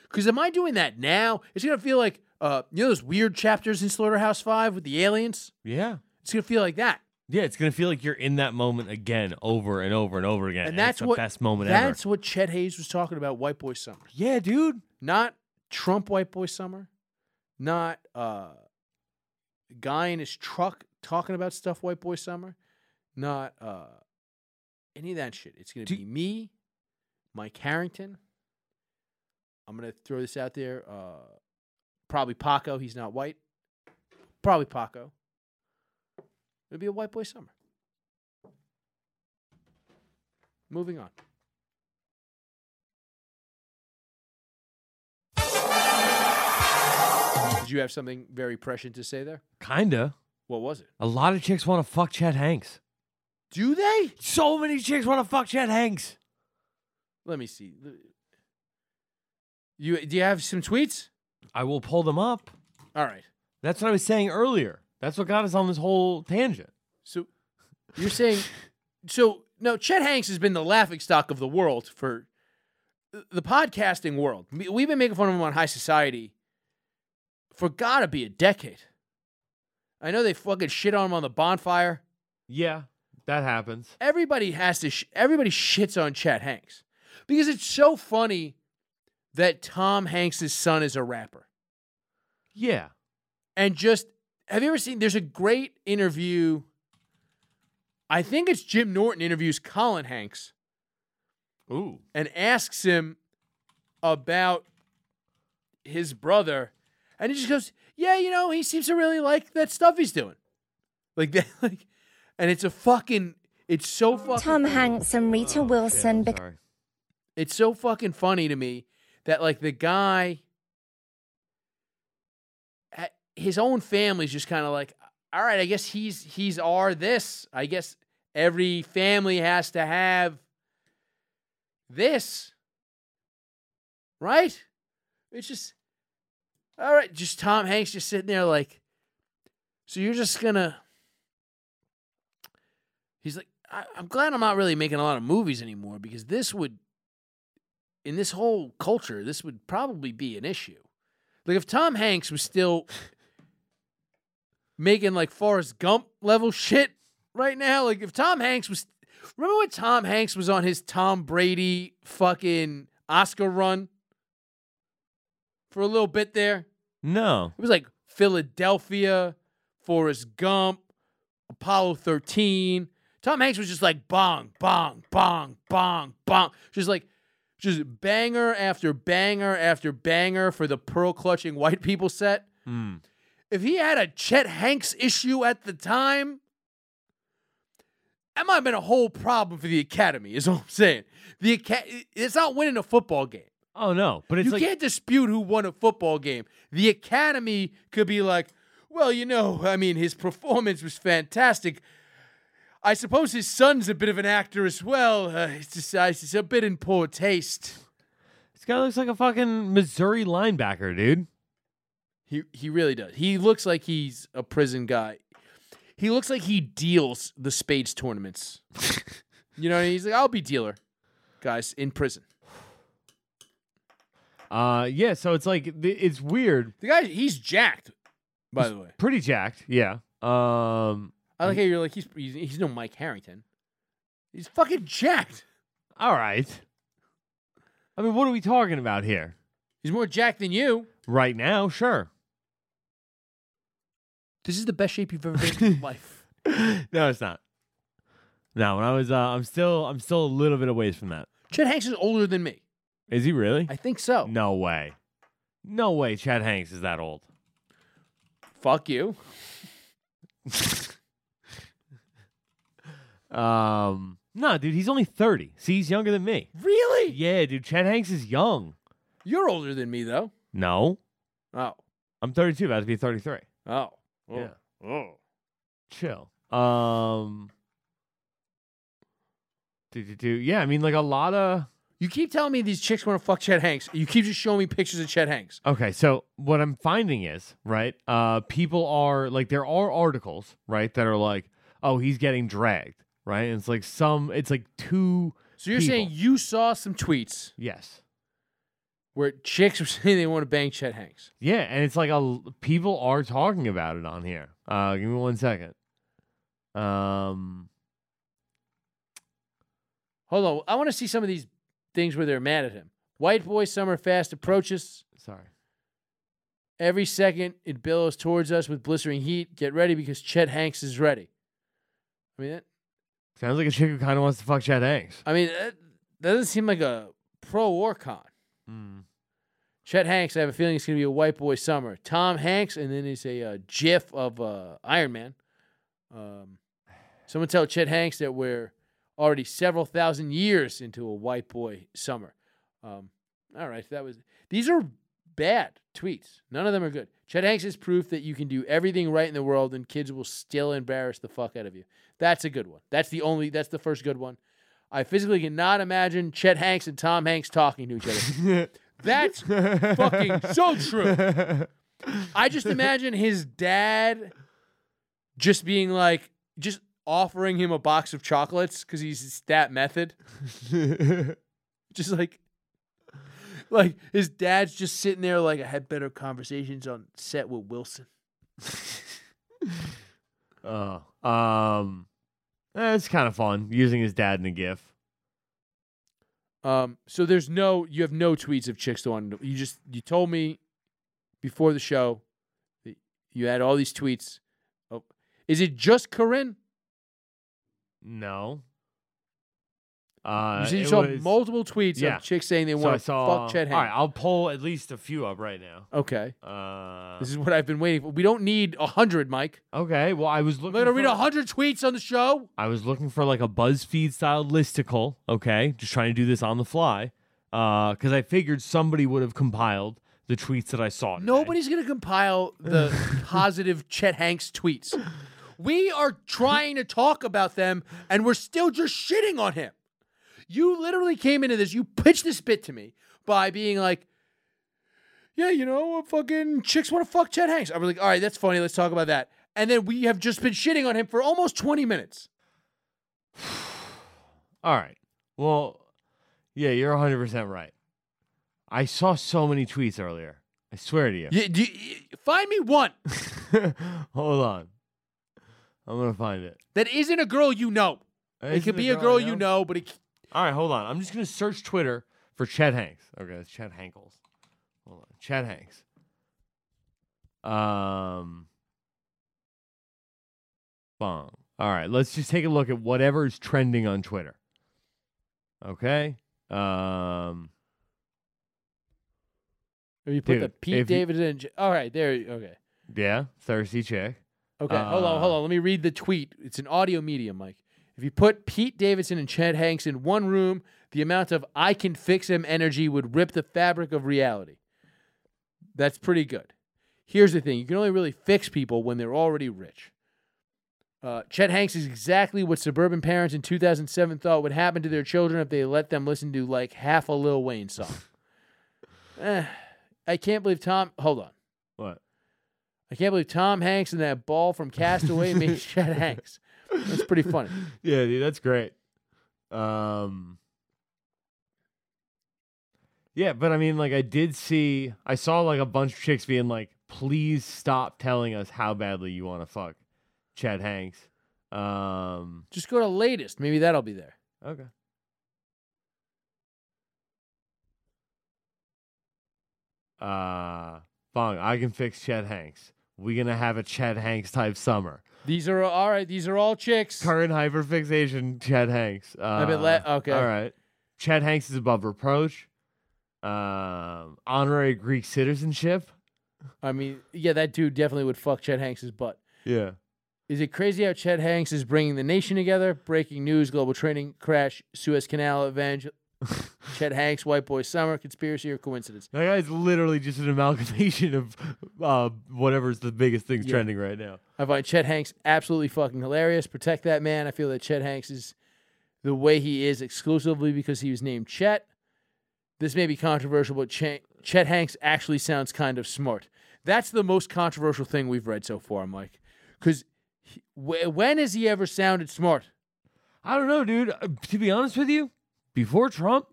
[SPEAKER 1] Because am I doing that now? It's going to feel like, uh, you know, those weird chapters in Slaughterhouse 5 with the aliens?
[SPEAKER 2] Yeah.
[SPEAKER 1] It's going to feel like that.
[SPEAKER 2] Yeah, it's gonna feel like you're in that moment again, over and over and over again.
[SPEAKER 1] And,
[SPEAKER 2] it's
[SPEAKER 1] that's
[SPEAKER 2] the
[SPEAKER 1] what
[SPEAKER 2] best moment
[SPEAKER 1] That's
[SPEAKER 2] ever.
[SPEAKER 1] what Chet Hayes was talking about. White boy summer,
[SPEAKER 2] Yeah, dude.
[SPEAKER 1] not Trump white boy summer, not uh, guy in his truck talking about stuff white boy summer, not uh, any of that shit. It's gonna
[SPEAKER 2] Do-
[SPEAKER 1] be me, Mike Harrington. I'm gonna throw this out there. Uh, probably Paco. He's not white. Probably Paco. It'll be a white boy summer. Moving on. Did you have something very prescient to say there?
[SPEAKER 2] Kinda.
[SPEAKER 1] What was it?
[SPEAKER 2] A lot of chicks want to fuck Chad Hanks.
[SPEAKER 1] Do they?
[SPEAKER 2] So many chicks want to fuck Chad Hanks.
[SPEAKER 1] Let me see. You do you have some tweets?
[SPEAKER 2] I will pull them up.
[SPEAKER 1] All right.
[SPEAKER 2] That's what I was saying earlier. That's what got us on this whole tangent.
[SPEAKER 1] So you're saying so no Chet Hanks has been the laughing stock of the world for the podcasting world. Me- We've been making fun of him on High Society for gotta be a decade. I know they fucking shit on him on the bonfire.
[SPEAKER 2] Yeah, that happens.
[SPEAKER 1] everybody has to sh- everybody shits on Chad Hanks because it's so funny that Tom Hanks' son is a rapper.
[SPEAKER 2] Yeah.
[SPEAKER 1] And just have you ever seen there's a great interview I think it's Jim Norton interviews Colin Hanks
[SPEAKER 2] Ooh.
[SPEAKER 1] and asks him about his brother and he just goes, "Yeah, you know, he seems to really like that stuff he's doing." Like that like and it's a fucking it's so fucking
[SPEAKER 11] Tom Hanks and Rita Wilson
[SPEAKER 2] Yeah,
[SPEAKER 11] became
[SPEAKER 2] sorry.
[SPEAKER 1] it's so fucking funny to me that like the guy a- his own family's just kind of like all right i guess he's he's our this i guess every family has to have this right it's just all right just tom hanks just sitting there like so you're just gonna he's like I, i'm glad i'm not really making a lot of movies anymore because this would in this whole culture, this would probably be an issue. Like if Tom Hanks was still making like Forrest Gump level shit right now, like if Tom Hanks was remember when Tom Hanks was on his Tom Brady fucking Oscar run for a little bit there?
[SPEAKER 2] No.
[SPEAKER 1] It was like Philadelphia, Forrest Gump, Apollo 13. Tom Hanks was just like bong, bong, bong, bong, bong. Just like just banger after banger after banger for the pearl clutching white people set.
[SPEAKER 2] Mm.
[SPEAKER 1] If he had a Chet Hanks issue at the time, that might have been a whole problem for the Academy, is all I'm saying. The Aca- it's not winning a football game
[SPEAKER 2] Oh no. But it's
[SPEAKER 1] you
[SPEAKER 2] like
[SPEAKER 1] can't dispute who won a football game. The academy could be like, well, you know, I mean, his performance was fantastic. I suppose his son's a bit of an actor as well. Uh, it's just uh, it's just a bit in poor taste.
[SPEAKER 2] this guy looks like a fucking Missouri linebacker, dude.
[SPEAKER 1] He he really does. He looks like he's a prison guy. He looks like he deals the spades tournaments. you know, he's like, I'll be dealer, guys, in prison.
[SPEAKER 2] Uh yeah, so it's like th- it's weird.
[SPEAKER 1] The guy, he's jacked. By the way,
[SPEAKER 2] Pretty jacked. Yeah. Um
[SPEAKER 1] I like how you're like he's he's, he's no Mike Harrington. He's fucking jacked.
[SPEAKER 2] all right. I mean, what are we talking about here?
[SPEAKER 1] He's more jacked than you.
[SPEAKER 2] Right now, sure.
[SPEAKER 1] This is the best shape you've ever been in your life.
[SPEAKER 2] no, it's not. No, when I was uh, I'm still I'm still a little bit away from that.
[SPEAKER 1] Chet Hanks is older than me.
[SPEAKER 2] Is he really?
[SPEAKER 1] I think so.
[SPEAKER 2] No way. No way Chad Hanks is that old.
[SPEAKER 1] Fuck you.
[SPEAKER 2] Um No, dude, he's only 30. See, he's younger than me.
[SPEAKER 1] Really?
[SPEAKER 2] Yeah, dude, Chad Hanks is young.
[SPEAKER 1] You're older than me though.
[SPEAKER 2] No.
[SPEAKER 1] Oh.
[SPEAKER 2] I'm 32, about to be 33.
[SPEAKER 1] Oh. Oh.
[SPEAKER 2] Yeah.
[SPEAKER 1] Oh.
[SPEAKER 2] Chill. Um do, do, do. Yeah, I mean like a lot of
[SPEAKER 1] You keep telling me these chicks want to fuck Chet Hanks. You keep just showing me pictures of Chet Hanks.
[SPEAKER 2] Okay, so what I'm finding is, right, uh, people are like, there are articles, right, that are like, oh, he's getting dragged, right? And it's like some, it's like two.
[SPEAKER 1] So you're saying you saw some tweets
[SPEAKER 2] Yes.
[SPEAKER 1] where chicks were saying they want to bang Chet Hanks.
[SPEAKER 2] Yeah, and it's like a people are talking about it on here. Uh, give me one second. Um,
[SPEAKER 1] Hold on, I want to see some of these things where they're mad at him. White boy summer fast approaches.
[SPEAKER 2] sorry.
[SPEAKER 1] Every second it billows towards us with blistering heat. Get ready because Chet Hanks is ready. I mean, that,
[SPEAKER 2] Sounds like a chick who kind of wants to fuck Chad Hanks.
[SPEAKER 1] I mean that, that doesn't seem like a pro or con. Hmm. Chet Hanks, I have a feeling it's going to be a white boy summer. Tom Hanks, and then it's a uh, GIF of uh, Iron Man. Um, someone tell Chet Hanks that we're already several thousand years into a white boy summer. Um, all right, that was. These are bad tweets. None of them are good. Chet Hanks is proof that you can do everything right in the world, and kids will still embarrass the fuck out of you. That's a good one. That's the only. That's the first good one. I physically cannot imagine Chet Hanks and Tom Hanks talking to each other. That's fucking so true. I just imagine his dad just being like, just offering him a box of chocolates because he's that method. just like, like his dad's just sitting there like, I had better conversations on set with Wilson.
[SPEAKER 2] Oh, um, eh, it's kind of fun using his dad in a gif.
[SPEAKER 1] Um, so there's no, you have no tweets of chicks that want to. You just, you told me before the show that you had all these tweets. Oh, is it just Corinne?
[SPEAKER 2] No. Uh,
[SPEAKER 1] you said you
[SPEAKER 2] it
[SPEAKER 1] saw
[SPEAKER 2] was-
[SPEAKER 1] multiple tweets
[SPEAKER 2] yeah.
[SPEAKER 1] of chicks saying they
[SPEAKER 2] So I
[SPEAKER 1] want to
[SPEAKER 2] saw-
[SPEAKER 1] fuck Chet
[SPEAKER 2] All right,
[SPEAKER 1] Hanks.
[SPEAKER 2] I'll pull at least a few up right now.
[SPEAKER 1] okay.
[SPEAKER 2] Uh,
[SPEAKER 1] This is what I've been waiting for. We don't need a 100, Mike.
[SPEAKER 2] okay. Well, I was looking.
[SPEAKER 1] We're going to
[SPEAKER 2] for-
[SPEAKER 1] read a 100 tweets on the show.
[SPEAKER 2] I was looking for like a BuzzFeed style listicle, okay? Just trying to do this on the fly. Uh, cuz I figured somebody would have compiled the tweets that I saw. today.
[SPEAKER 1] Nobody's going to compile the positive Chet Hanks tweets. We are trying to talk about them, and we're still just shitting on him. You literally came into this, you pitched this bit to me by being like, yeah, you know, uh, fucking chicks want to fuck Chet Hanks. I was like, all right, that's funny. Let's talk about that. And then we have just been shitting on him for almost 20 minutes.
[SPEAKER 2] All right. Well, yeah, you're 100% right. I saw so many tweets earlier. I swear to you.
[SPEAKER 1] Y- do y- find me one
[SPEAKER 2] Hold on. I'm going to find it.
[SPEAKER 1] that isn't a girl you know. it
[SPEAKER 2] Isn't
[SPEAKER 1] could
[SPEAKER 2] a
[SPEAKER 1] be a
[SPEAKER 2] girl
[SPEAKER 1] girl
[SPEAKER 2] I
[SPEAKER 1] you
[SPEAKER 2] know?
[SPEAKER 1] know, but it, c-
[SPEAKER 2] All right, hold on. I'm just going to search Twitter for Chet Hanks. Okay, it's Chet Hankles. Hold on. Chet Hanks. Um Bong. All right, let's just take a look at whatever is trending on Twitter. Okay? Um
[SPEAKER 1] Or you put
[SPEAKER 2] Dude,
[SPEAKER 1] the Pete
[SPEAKER 2] if you-
[SPEAKER 1] Davidson. in. j- All right, there. you- Okay.
[SPEAKER 2] yeah, thirsty chick.
[SPEAKER 1] Okay. hold on.
[SPEAKER 2] Uh,
[SPEAKER 1] Hold on. Let me read the tweet. It's an audio medium, Mike. If you put Pete Davidson and Chad Hanks in one room, the amount of I can fix him energy would rip the fabric of reality. That's pretty good. Here's the thing you can only really fix people when they're already rich. Uh, Chet Hanks is exactly what suburban parents in 2007 thought would happen to their children if they let them listen to like half a Lil Wayne song. Eh, I can't believe Tom. Hold on.
[SPEAKER 2] What?
[SPEAKER 1] I can't believe Tom Hanks and that ball from Castaway made Chet Hanks. That's pretty funny.
[SPEAKER 2] Yeah, dude, that's great. Um Yeah, but I mean like I did see I saw like a bunch of chicks being like, please stop telling us how badly you want to fuck Chad Hanks. Um
[SPEAKER 1] Just go to latest. Maybe that'll be there.
[SPEAKER 2] Okay. Uh Bong, I can fix Chad Hanks. We're gonna have a Chad Hanks type summer.
[SPEAKER 1] These are all right. These are all chicks.
[SPEAKER 2] Current hyperfixation, Chad Hanks. Uh,
[SPEAKER 1] been la- okay.
[SPEAKER 2] All right. Chad Hanks is above reproach. Um, honorary Greek citizenship.
[SPEAKER 1] I mean, yeah, that dude definitely would fuck Chet Hanks' butt.
[SPEAKER 2] Yeah.
[SPEAKER 1] Is it crazy how Chet Hanks is bringing the nation together? Breaking news: global training crash, Suez Canal event, Chet Hanks, White Boy Summer, conspiracy or coincidence?
[SPEAKER 2] That guy's literally just an amalgamation of uh, whatever's the biggest thing's
[SPEAKER 1] Yeah.
[SPEAKER 2] trending right now.
[SPEAKER 1] I find Chet Hanks absolutely fucking hilarious. Protect that man. I feel that Chet Hanks is the way he is exclusively because he was named Chet. This may be controversial, but Ch- Chet Hanks actually sounds kind of smart. That's the most controversial thing we've read so far, Mike. Because wh- when has he ever sounded smart?
[SPEAKER 2] I don't know, dude. Uh, To be honest with you, before Trump,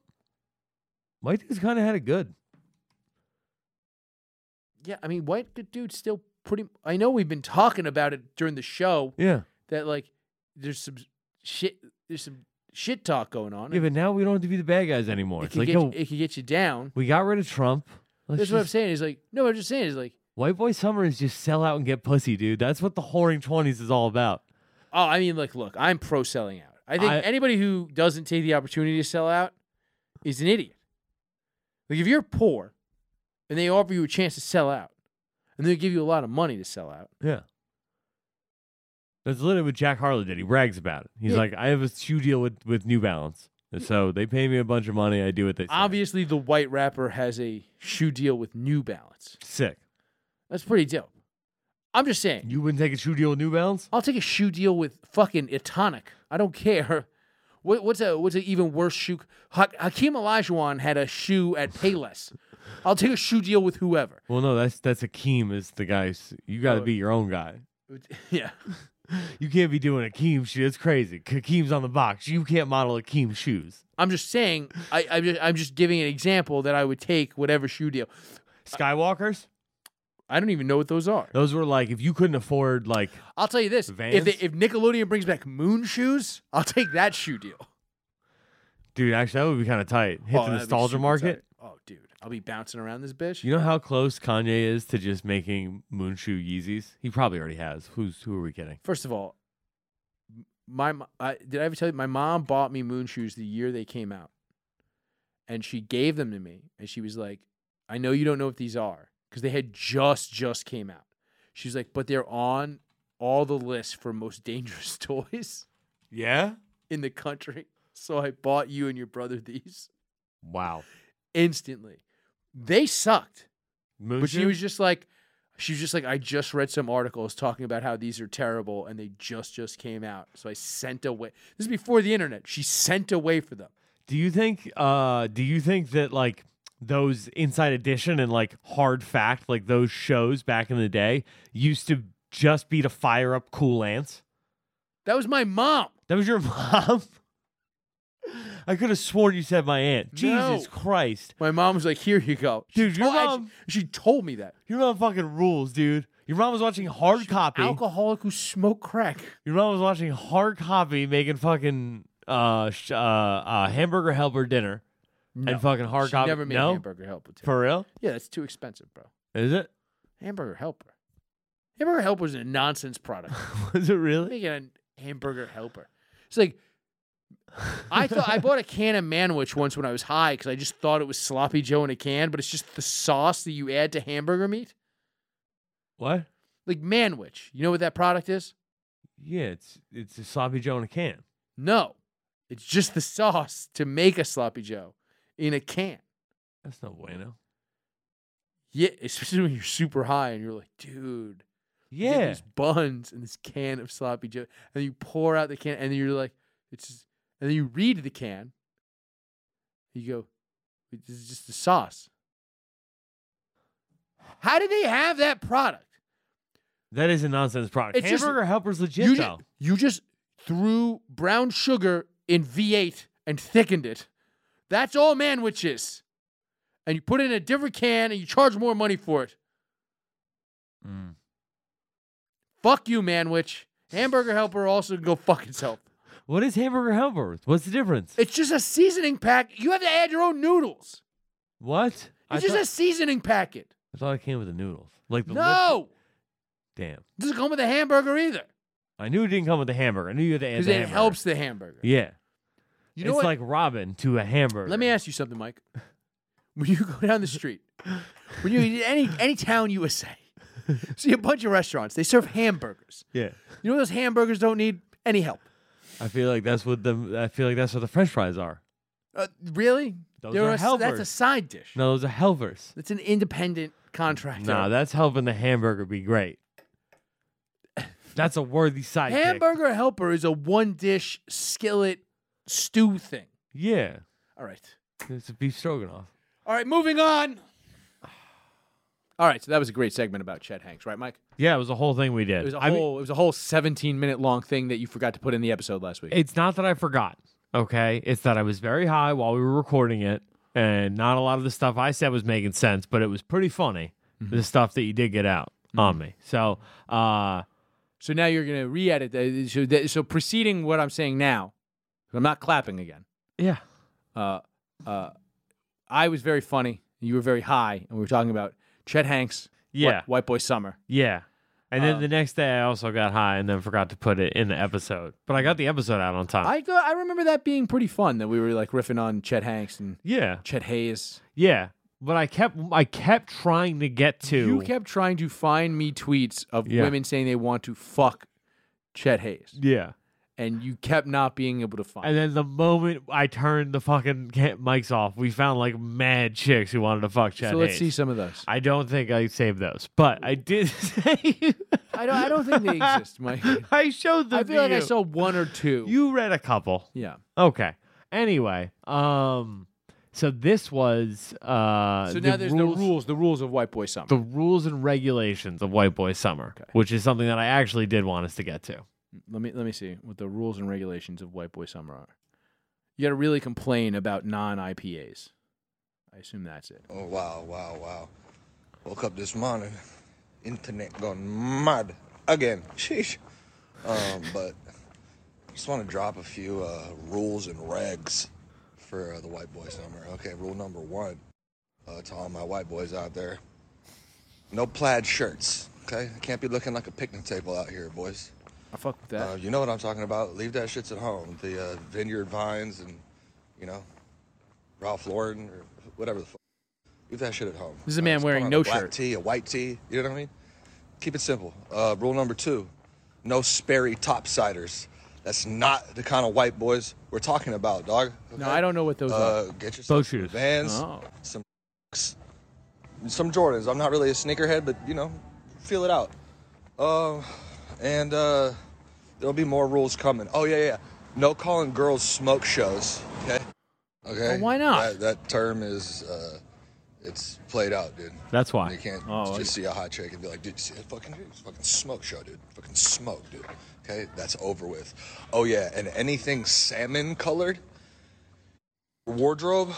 [SPEAKER 2] Mike dude's kind of had it good.
[SPEAKER 1] Yeah, I mean, white good dude's still pretty. I know we've been talking about it during the show.
[SPEAKER 2] Yeah.
[SPEAKER 1] that like there's some shit. There's some shit talk going on.
[SPEAKER 2] Yeah, but now we don't have to be the bad guys anymore.
[SPEAKER 1] it
[SPEAKER 2] It's
[SPEAKER 1] could
[SPEAKER 2] like,
[SPEAKER 1] get
[SPEAKER 2] yo,
[SPEAKER 1] you, it could get you down.
[SPEAKER 2] we got rid of Trump. Let's
[SPEAKER 1] That's what I'm
[SPEAKER 2] just-
[SPEAKER 1] saying. Is like no, I'm just saying is like
[SPEAKER 2] White boy summer is just sell out and get pussy, dude. That's what the whoring twenties is all about.
[SPEAKER 1] oh, I mean like look, I'm pro selling out. I think
[SPEAKER 2] I-
[SPEAKER 1] anybody who doesn't take the opportunity to sell out is an idiot. Like if you're poor and they offer you a chance to sell out and they give you a lot of money to sell out,
[SPEAKER 2] Yeah. That's literally what Jack Harlow did. He brags about it. He's
[SPEAKER 1] Yeah.
[SPEAKER 2] like, I have a shoe deal with, with New Balance. And so they pay me a bunch of money. I do what they say.
[SPEAKER 1] obviously the white rapper has a shoe deal with New Balance.
[SPEAKER 2] Sick.
[SPEAKER 1] That's pretty dope. I'm just saying.
[SPEAKER 2] You wouldn't take a shoe deal with New Balance?
[SPEAKER 1] I'll take a shoe deal with fucking Etonic. I don't care. What, what's a what's an even worse shoe? Ha- Hakeem Olajuwon had a shoe at Payless. I'll take a shoe deal with whoever.
[SPEAKER 2] Well, no, that's that's Akeem is the guy. s- You got to
[SPEAKER 1] Oh.
[SPEAKER 2] be your own guy.
[SPEAKER 1] Yeah,
[SPEAKER 2] You can't be doing Akeem shit. It's crazy. Akeem's on the box. You can't model Akeem shoes.
[SPEAKER 1] I'm just saying. I, I'm just I'm just giving an example that I would take whatever shoe deal.
[SPEAKER 2] Skywalkers?
[SPEAKER 1] I don't even know what those are.
[SPEAKER 2] Those were like, if you couldn't afford, like,
[SPEAKER 1] I'll tell you this: if
[SPEAKER 2] Vans?
[SPEAKER 1] they, if Nickelodeon brings back Moon shoes, I'll take that shoe deal.
[SPEAKER 2] dude, actually, that would be kind of tight. Hit
[SPEAKER 1] Oh, that'd
[SPEAKER 2] the
[SPEAKER 1] be
[SPEAKER 2] nostalgia
[SPEAKER 1] super
[SPEAKER 2] market.
[SPEAKER 1] tight. Oh, dude, I'll be bouncing around this bitch.
[SPEAKER 2] You know how close Kanye is to just making Moonshoe Yeezys? He probably already has. Who's who are we kidding?
[SPEAKER 1] First of all, m- my mo- I, did I ever tell you my mom bought me moon shoes the year they came out, and she gave them to me, and she was like, "I know you don't know what these are because they had just just came out." She was like, "But they're on all the lists for most dangerous toys
[SPEAKER 2] Yeah.
[SPEAKER 1] in the country." So I bought you and your brother these
[SPEAKER 2] Wow.
[SPEAKER 1] instantly. They sucked.
[SPEAKER 2] Moonshoe.
[SPEAKER 1] But she was just like, she was just like, I just read some articles talking about how these are terrible and they just just came out. So I sent away. This is before the internet. She sent away for them.
[SPEAKER 2] do you think? Uh, do you think that like those Inside Edition and like Hard Fact, like those shows back in the day, used to just be to fire up cool ants?
[SPEAKER 1] That was my mom.
[SPEAKER 2] That was your mom. I could have sworn you said my aunt. Jesus
[SPEAKER 1] No.
[SPEAKER 2] Christ,
[SPEAKER 1] My mom was like, here you go, She
[SPEAKER 2] Dude, your
[SPEAKER 1] told- and
[SPEAKER 2] mom-
[SPEAKER 1] She, she told me that
[SPEAKER 2] your mom fucking rules, dude. Your mom was watching Hard Copy.
[SPEAKER 1] alcoholic who smoked crack.
[SPEAKER 2] Your mom was watching hard copy, making fucking uh, sh- uh, uh hamburger helper dinner,
[SPEAKER 1] No,
[SPEAKER 2] and fucking hard
[SPEAKER 1] she
[SPEAKER 2] copy.
[SPEAKER 1] never made
[SPEAKER 2] no,
[SPEAKER 1] hamburger helper. Too.
[SPEAKER 2] for real?
[SPEAKER 1] yeah, that's too expensive, bro.
[SPEAKER 2] Is it?
[SPEAKER 1] Hamburger helper. Hamburger helper is a nonsense product.
[SPEAKER 2] Was it really?
[SPEAKER 1] Making a hamburger helper. It's like I thought I bought a can of manwich once when I was high because I just thought it was sloppy Joe in a can, but it's just the sauce that you add to hamburger meat.
[SPEAKER 2] What?
[SPEAKER 1] Like manwich, you know what that product is?
[SPEAKER 2] Yeah, it's it's a sloppy Joe in a can.
[SPEAKER 1] No, it's just the sauce to make a sloppy Joe in a can.
[SPEAKER 2] That's no bueno.
[SPEAKER 1] Yeah, especially when you're super high and you're like, dude, you get
[SPEAKER 2] Yeah,
[SPEAKER 1] these buns and this can of sloppy Joe, and you pour out the can, and then you're like, it's just, and then you read the can. You go, this is just the sauce. How do they have that product?
[SPEAKER 2] that is a nonsense product.
[SPEAKER 1] It's just-
[SPEAKER 2] hamburger helper's legit
[SPEAKER 1] You, ju-
[SPEAKER 2] though.
[SPEAKER 1] you just threw brown sugar in V8 and thickened it. That's all manwich is. And you put it in a different can and you charge more money for it.
[SPEAKER 2] Mm.
[SPEAKER 1] Fuck you, manwich. Hamburger helper also can go fuck itself.
[SPEAKER 2] What is hamburger helper? What's the difference?
[SPEAKER 1] It's just a seasoning pack. You have to add your own noodles.
[SPEAKER 2] what? I
[SPEAKER 1] It's just
[SPEAKER 2] thought,
[SPEAKER 1] a seasoning packet.
[SPEAKER 2] I thought it came with the noodles. Like the lip-
[SPEAKER 1] No,
[SPEAKER 2] Damn.
[SPEAKER 1] it doesn't come with a hamburger either
[SPEAKER 2] I knew it didn't come with the hamburger. I knew you had to add
[SPEAKER 1] because
[SPEAKER 2] the
[SPEAKER 1] it
[SPEAKER 2] hamburger.
[SPEAKER 1] helps the hamburger.
[SPEAKER 2] Yeah.
[SPEAKER 1] You know
[SPEAKER 2] it's
[SPEAKER 1] what?
[SPEAKER 2] like Robin to a hamburger.
[SPEAKER 1] Let me ask you something, Mike. When you go down the street, when you any any town USA, see a bunch of restaurants. They serve hamburgers.
[SPEAKER 2] Yeah.
[SPEAKER 1] You know those hamburgers don't need any help.
[SPEAKER 2] I feel like that's what the I feel like that's what the French fries are.
[SPEAKER 1] Uh, really?
[SPEAKER 2] Those
[SPEAKER 1] They're
[SPEAKER 2] are
[SPEAKER 1] a s- That's a
[SPEAKER 2] helpers.
[SPEAKER 1] side dish.
[SPEAKER 2] No, those are helvers.
[SPEAKER 1] That's an independent contractor.
[SPEAKER 2] Nah, that's helping the hamburger be great. That's a worthy side kick.
[SPEAKER 1] hamburger helper is a one dish skillet stew thing.
[SPEAKER 2] Yeah,
[SPEAKER 1] All right.
[SPEAKER 2] it's a beef stroganoff.
[SPEAKER 1] All right, moving on. All right, so that was a great segment about Chet Hanks, right, Mike?
[SPEAKER 2] Yeah, it was a whole thing we did.
[SPEAKER 1] It was a
[SPEAKER 2] I mean-
[SPEAKER 1] whole it was a whole 17 minute long thing that you forgot to put in the episode last week.
[SPEAKER 2] It's not that I forgot, okay? It's that I was very high while we were recording it, and not a lot of the stuff I said was making sense, but it was pretty funny,
[SPEAKER 1] Mm-hmm.
[SPEAKER 2] the stuff that you did get out on me. So, uh,
[SPEAKER 1] so now you're gonna re-edit. that- So, that- so preceding what I'm saying now, I'm not clapping again.
[SPEAKER 2] Yeah.
[SPEAKER 1] Uh, uh, I was very funny. You were very high, and we were talking about Chet Hanks. Whi-
[SPEAKER 2] Yeah.
[SPEAKER 1] White, Boy Summer.
[SPEAKER 2] yeah. And
[SPEAKER 1] Uh,
[SPEAKER 2] then the next day, I also got high and then forgot to put it in the episode, but I got the episode out on time.
[SPEAKER 1] I go, I remember that being pretty fun. That we were like riffing on Chet Hanks and
[SPEAKER 2] yeah.
[SPEAKER 1] Chet Hayes.
[SPEAKER 2] Yeah. But I kept I kept trying to get to
[SPEAKER 1] You kept trying to find me tweets of
[SPEAKER 2] Yeah.
[SPEAKER 1] women saying they want to fuck Chet Hayes,
[SPEAKER 2] yeah.
[SPEAKER 1] and you kept not being able to find.
[SPEAKER 2] And then the moment I turned the fucking ca- mics off, we found like mad chicks who wanted to fuck Chad.
[SPEAKER 1] so let's see
[SPEAKER 2] Hayes.
[SPEAKER 1] some of those.
[SPEAKER 2] I don't think I saved those, but I did say
[SPEAKER 1] I don't. I don't think they exist, Mike.
[SPEAKER 2] I showed them.
[SPEAKER 1] I feel
[SPEAKER 2] to
[SPEAKER 1] like I
[SPEAKER 2] you.
[SPEAKER 1] saw one or two.
[SPEAKER 2] You read a couple.
[SPEAKER 1] yeah.
[SPEAKER 2] Okay. Anyway, um, so this was uh.
[SPEAKER 1] So now
[SPEAKER 2] the
[SPEAKER 1] there's
[SPEAKER 2] rules,
[SPEAKER 1] the rules. The rules of White Boy Summer.
[SPEAKER 2] the rules and regulations of White Boy Summer, which is something that I actually did want us to get to.
[SPEAKER 1] let me let me see what the rules and regulations of White Boy Summer are. You got to really complain about non IPAs. I assume that's it.
[SPEAKER 10] Oh, wow, wow, wow. Woke up this morning, internet gone mad again. Sheesh. Um, but just want to drop a few uh, rules and regs for uh, the white boy summer. Okay, rule number one uh, to all my white boys out there no plaid shirts. Okay, can't be looking like a picnic table out here, boys.
[SPEAKER 1] I fuck with that.
[SPEAKER 10] Uh, you know what I'm talking about. Leave that shits at home. The uh, vineyard vines and, you know, Ralph Lauren or whatever the fuck. Leave that shit at home.
[SPEAKER 1] This is a man
[SPEAKER 10] just
[SPEAKER 1] wearing
[SPEAKER 10] put on
[SPEAKER 1] no
[SPEAKER 10] a black
[SPEAKER 1] shirt.
[SPEAKER 10] tee, a white tee. You know what I mean? Keep it simple. Uh, rule number two: no Sperry topsiders. That's not the kind of white boys we're talking about, dog.
[SPEAKER 1] No, I don't know what those
[SPEAKER 10] uh,
[SPEAKER 1] are.
[SPEAKER 10] Get yourself
[SPEAKER 2] Boat
[SPEAKER 10] some
[SPEAKER 2] shoes.
[SPEAKER 10] Vans,
[SPEAKER 1] Oh.
[SPEAKER 10] some some Jordans. I'm not really a sneakerhead, but you know, feel it out. Um, and uh, there'll be more rules coming. Oh yeah, yeah. No calling girls smoke shows. Okay. Okay.
[SPEAKER 1] Well, Oh, why not?
[SPEAKER 10] That, that term is uh, it's played out, dude.
[SPEAKER 2] That's why.
[SPEAKER 10] You can't
[SPEAKER 1] Oh,
[SPEAKER 10] just
[SPEAKER 1] okay.
[SPEAKER 10] see a hot chick and be like, dude, you see that fucking dude? It's a fucking smoke show, dude. Fucking smoke, dude. Okay, that's over with. Oh yeah, and anything salmon colored wardrobe,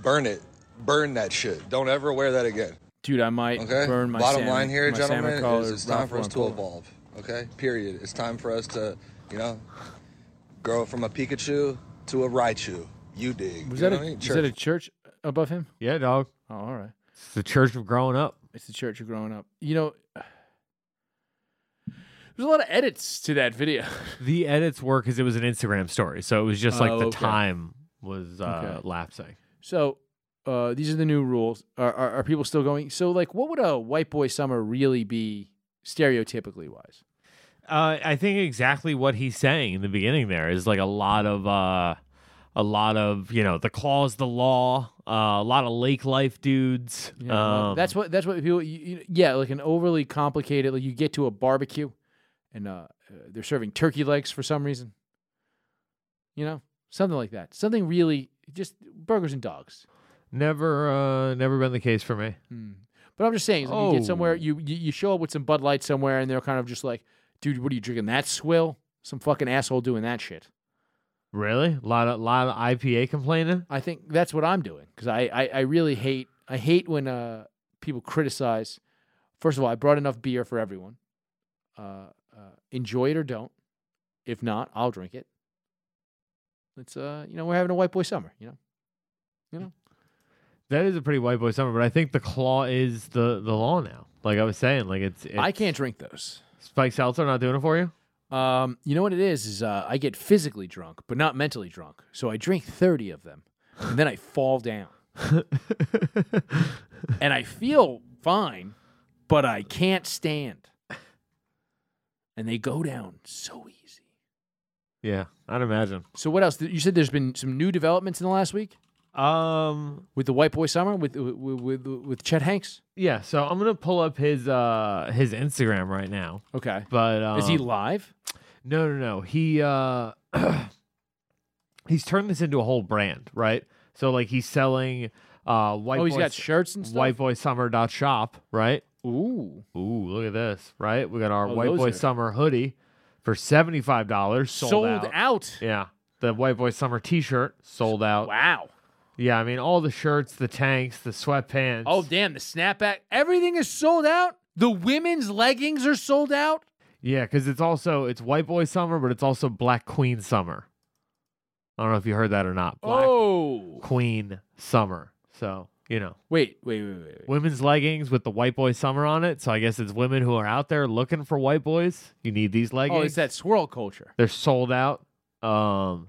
[SPEAKER 10] burn it. Burn that shit. Don't ever wear that again.
[SPEAKER 1] Dude, I might
[SPEAKER 10] Okay.
[SPEAKER 1] burn my
[SPEAKER 10] Bottom
[SPEAKER 1] salmon-
[SPEAKER 10] line here,
[SPEAKER 1] my salmon
[SPEAKER 10] gentlemen,
[SPEAKER 1] collar
[SPEAKER 10] is it's time
[SPEAKER 1] Ralph
[SPEAKER 10] for us
[SPEAKER 1] Lauren
[SPEAKER 10] to
[SPEAKER 1] polo.
[SPEAKER 10] evolve. Okay. Period. It's time for us to, you know, grow from a Pikachu to a Raichu. You dig?
[SPEAKER 1] Was that
[SPEAKER 10] You know
[SPEAKER 1] a
[SPEAKER 10] what I mean?
[SPEAKER 1] was that a church above him?
[SPEAKER 2] Yeah, dog.
[SPEAKER 1] Oh, all right.
[SPEAKER 2] It's the church of growing up.
[SPEAKER 1] It's the church of growing up. You know, there's a lot of edits to that video.
[SPEAKER 2] The edits were because it was an Instagram story, so it was just like
[SPEAKER 1] Oh,
[SPEAKER 2] the
[SPEAKER 1] okay.
[SPEAKER 2] time was uh,
[SPEAKER 1] Okay.
[SPEAKER 2] lapsing.
[SPEAKER 1] So uh, these are the new rules. Are, are, are people still going? So, like, what would a white boy summer really be stereotypically wise?
[SPEAKER 2] Uh, I think exactly what he's saying in the beginning there is like a lot of uh, a lot of you know the claws, the law, uh, a lot of lake life dudes.
[SPEAKER 1] You know, like,
[SPEAKER 2] um,
[SPEAKER 1] that's what that's what people. You, you, yeah, like an overly complicated. Like you get to a barbecue, and uh, uh, they're serving turkey legs for some reason. You know, something like that. Something really just burgers and dogs.
[SPEAKER 2] never uh, never been the case for me.
[SPEAKER 1] But I'm just saying, it's like you get somewhere,
[SPEAKER 2] Oh.
[SPEAKER 1] you, you you show up with some Bud Light somewhere, and they're kind of just like, dude, what are you drinking? That swill? Some fucking asshole doing that shit.
[SPEAKER 2] Really, a lot of lot of IPA complaining.
[SPEAKER 1] I think that's what I'm doing because I, I, I really hate I hate when uh, people criticize. First of all, I brought enough beer for everyone. Uh, uh, enjoy it or don't. If not, I'll drink it. It's uh, you know, we're having a white boy summer. You know, you know.
[SPEAKER 2] That is a pretty white boy summer, but I think the claw is the the law now. Like I was saying, like it's, it's
[SPEAKER 1] I can't drink those.
[SPEAKER 2] Spike Seltzer not doing it for you.
[SPEAKER 1] Um, you know what it is? Is uh, I get physically drunk, but not mentally drunk. So I drink thirty of them, and then I fall down, and I feel fine, but I can't stand. And they go down so easy.
[SPEAKER 2] yeah, I'd imagine.
[SPEAKER 1] So what else? You said there's been some new developments in the last week
[SPEAKER 2] Um,
[SPEAKER 1] with the White Boy Summer with with with, with Chet Hanks.
[SPEAKER 2] Yeah, so I'm gonna pull up his uh his Instagram right now.
[SPEAKER 1] Okay,
[SPEAKER 2] But um,
[SPEAKER 1] is he live?
[SPEAKER 2] No, no, no. He uh he's turned this into a whole brand, right? So like he's selling uh white
[SPEAKER 1] Oh, he's
[SPEAKER 2] boy
[SPEAKER 1] got shirts and stuff?
[SPEAKER 2] whiteboysummer.shop, right?
[SPEAKER 1] Ooh.
[SPEAKER 2] Ooh, look at this, right? We got our
[SPEAKER 1] Oh,
[SPEAKER 2] white
[SPEAKER 1] those
[SPEAKER 2] boy
[SPEAKER 1] are-
[SPEAKER 2] summer hoodie for $75 sold,
[SPEAKER 1] Sold
[SPEAKER 2] out.
[SPEAKER 1] out?
[SPEAKER 2] Yeah. The white boy summer t-shirt sold out.
[SPEAKER 1] Wow.
[SPEAKER 2] Yeah, I mean all the shirts, the tanks, the sweatpants.
[SPEAKER 1] Oh damn, the snapback. Everything is sold out. The women's leggings are sold out.
[SPEAKER 2] Yeah, cuz it's also it's white boy summer, but it's also black queen summer. I don't know if you heard that or not. Black
[SPEAKER 1] Oh.
[SPEAKER 2] queen summer. So, you know,
[SPEAKER 1] Wait, wait, wait, wait. wait.
[SPEAKER 2] women's leggings with the white boy summer on it. So I guess it's women who are out there looking for white boys. You need these leggings.
[SPEAKER 1] Oh, it's that swirl culture.
[SPEAKER 2] They're sold out. Um,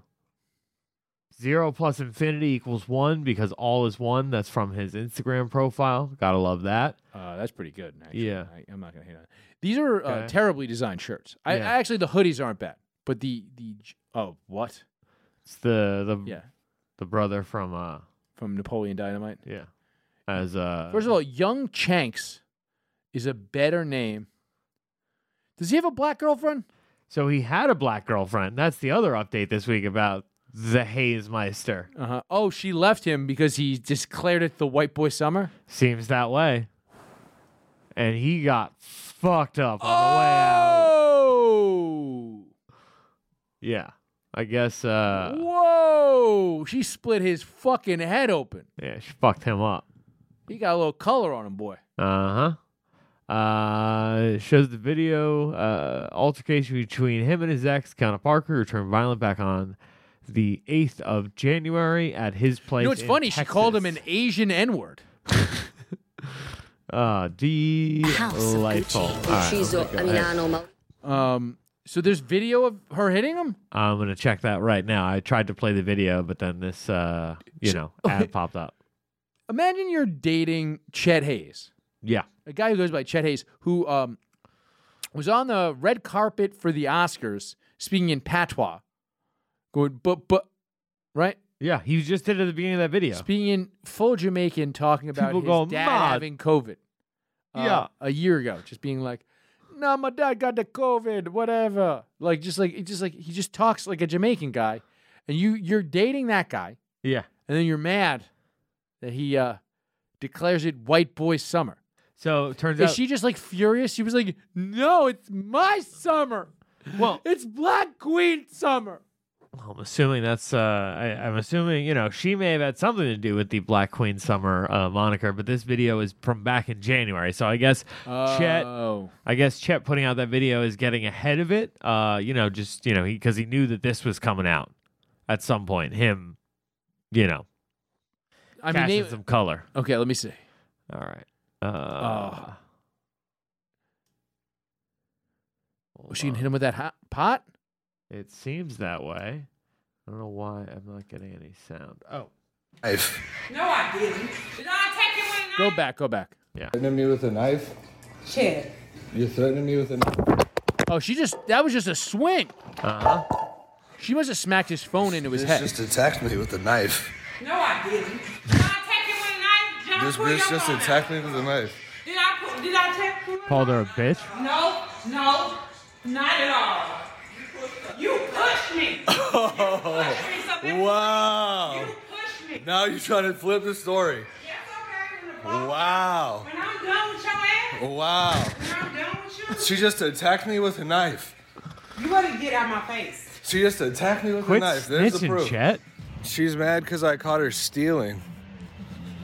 [SPEAKER 2] zero plus infinity equals one because all is one. That's from his Instagram profile. Gotta love that.
[SPEAKER 1] Uh, that's pretty good. Actually.
[SPEAKER 2] Yeah.
[SPEAKER 1] I, I'm not gonna hate on. It. These are uh,
[SPEAKER 2] Okay.
[SPEAKER 1] terribly designed shirts. I,
[SPEAKER 2] Yeah.
[SPEAKER 1] I actually the hoodies aren't bad, but the the j- oh what
[SPEAKER 2] It's the the
[SPEAKER 1] Yeah.
[SPEAKER 2] the brother from uh
[SPEAKER 1] from Napoleon Dynamite.
[SPEAKER 2] yeah as uh
[SPEAKER 1] First of all, Young Chanks is a better name. Does he have a black girlfriend?
[SPEAKER 2] so he had a black girlfriend. That's the other update this week about the Hazemeister.
[SPEAKER 1] Uh-huh. Oh, she left him because he declared it the white boy summer.
[SPEAKER 2] Seems that way. And he got fucked up on the way out.
[SPEAKER 1] Oh,
[SPEAKER 2] Yeah. I guess uh
[SPEAKER 1] whoa! She split his fucking head open.
[SPEAKER 2] yeah, she fucked him up.
[SPEAKER 1] He got a little color on him, boy.
[SPEAKER 2] Uh-huh. Uh it shows the video uh altercation between him and his ex, Connor Parker, who turned violent back on the 8th of January at his place.
[SPEAKER 1] you know, it's
[SPEAKER 2] in
[SPEAKER 1] funny. She
[SPEAKER 2] Texas.
[SPEAKER 1] called him an Asian N word.
[SPEAKER 2] uh delightful. All right, I'm
[SPEAKER 1] Oh,
[SPEAKER 2] gonna go ahead.
[SPEAKER 1] Um, so there's video of her hitting him.
[SPEAKER 2] I'm gonna check that right now. I tried to play the video, but then this uh you know ad popped up.
[SPEAKER 1] Imagine you're dating Chet Hayes,
[SPEAKER 2] Yeah.
[SPEAKER 1] a guy who goes by Chet Hayes, who um was on the red carpet for the Oscars, speaking in patois, going but but right.
[SPEAKER 2] Yeah, he just did it at the beginning of that video.
[SPEAKER 1] Speaking in full Jamaican, talking about
[SPEAKER 2] People
[SPEAKER 1] his
[SPEAKER 2] go,
[SPEAKER 1] dad
[SPEAKER 2] "Mad."
[SPEAKER 1] having COVID. uh,
[SPEAKER 2] Yeah.
[SPEAKER 1] a year ago, just being like, "No, my dad got the COVID, whatever." Like, just like, just like he just talks like a Jamaican guy, and you you're dating that guy,
[SPEAKER 2] yeah.
[SPEAKER 1] and then you're mad that he uh declares it white boy summer.
[SPEAKER 2] So it turns
[SPEAKER 1] Is
[SPEAKER 2] out
[SPEAKER 1] she just like furious? She was like, "No, it's my summer.
[SPEAKER 2] Well-
[SPEAKER 1] it's Black Queen summer."
[SPEAKER 2] well, I'm assuming that's uh I, I'm assuming, you know, she may have had something to do with the Black Queen Summer uh, moniker, but this video is from back in January. So I guess Chet
[SPEAKER 1] Oh.
[SPEAKER 2] I guess Chet putting out that video is getting ahead of it. Uh, you know, just you know, because he, knew that this was coming out at some point. Him, you know,
[SPEAKER 1] I mean,
[SPEAKER 2] cashing
[SPEAKER 1] they-
[SPEAKER 2] some color.
[SPEAKER 1] okay, let me see.
[SPEAKER 2] All right. Uh,
[SPEAKER 1] Was she gonna hit him with that hot pot?
[SPEAKER 2] It seems that way. I don't know why I'm not getting any sound. Oh,
[SPEAKER 12] No, I didn't. Did I take it with
[SPEAKER 1] Go back, go back.
[SPEAKER 2] Yeah.
[SPEAKER 13] Threatening me with a knife?
[SPEAKER 12] Chad.
[SPEAKER 13] You're threatening me with a knife?
[SPEAKER 1] Oh, she just that was just a swing.
[SPEAKER 2] Uh huh.
[SPEAKER 1] She must have smacked his phone into his
[SPEAKER 4] Uh-huh. This
[SPEAKER 1] head.
[SPEAKER 4] just attacked me with a knife.
[SPEAKER 12] No, I didn't. Did I take it with a knife? Did I
[SPEAKER 4] This
[SPEAKER 12] pull your
[SPEAKER 4] bitch just
[SPEAKER 12] phone out?
[SPEAKER 4] attacked me with a knife.
[SPEAKER 12] Did I put, did I take it?
[SPEAKER 2] called her a bitch.
[SPEAKER 12] No, no, not at all. You pushed me.
[SPEAKER 4] wow. Now you're trying to flip the story. Wow.
[SPEAKER 12] When I'm done with your ass,
[SPEAKER 4] Wow.
[SPEAKER 12] when I'm done with you,
[SPEAKER 4] She just attacked me with a knife.
[SPEAKER 12] you better get out my face.
[SPEAKER 4] She just attacked me with
[SPEAKER 2] Quit
[SPEAKER 4] a knife. There's the
[SPEAKER 2] snitching,
[SPEAKER 4] proof.
[SPEAKER 2] Chet.
[SPEAKER 4] She's mad because I caught her stealing.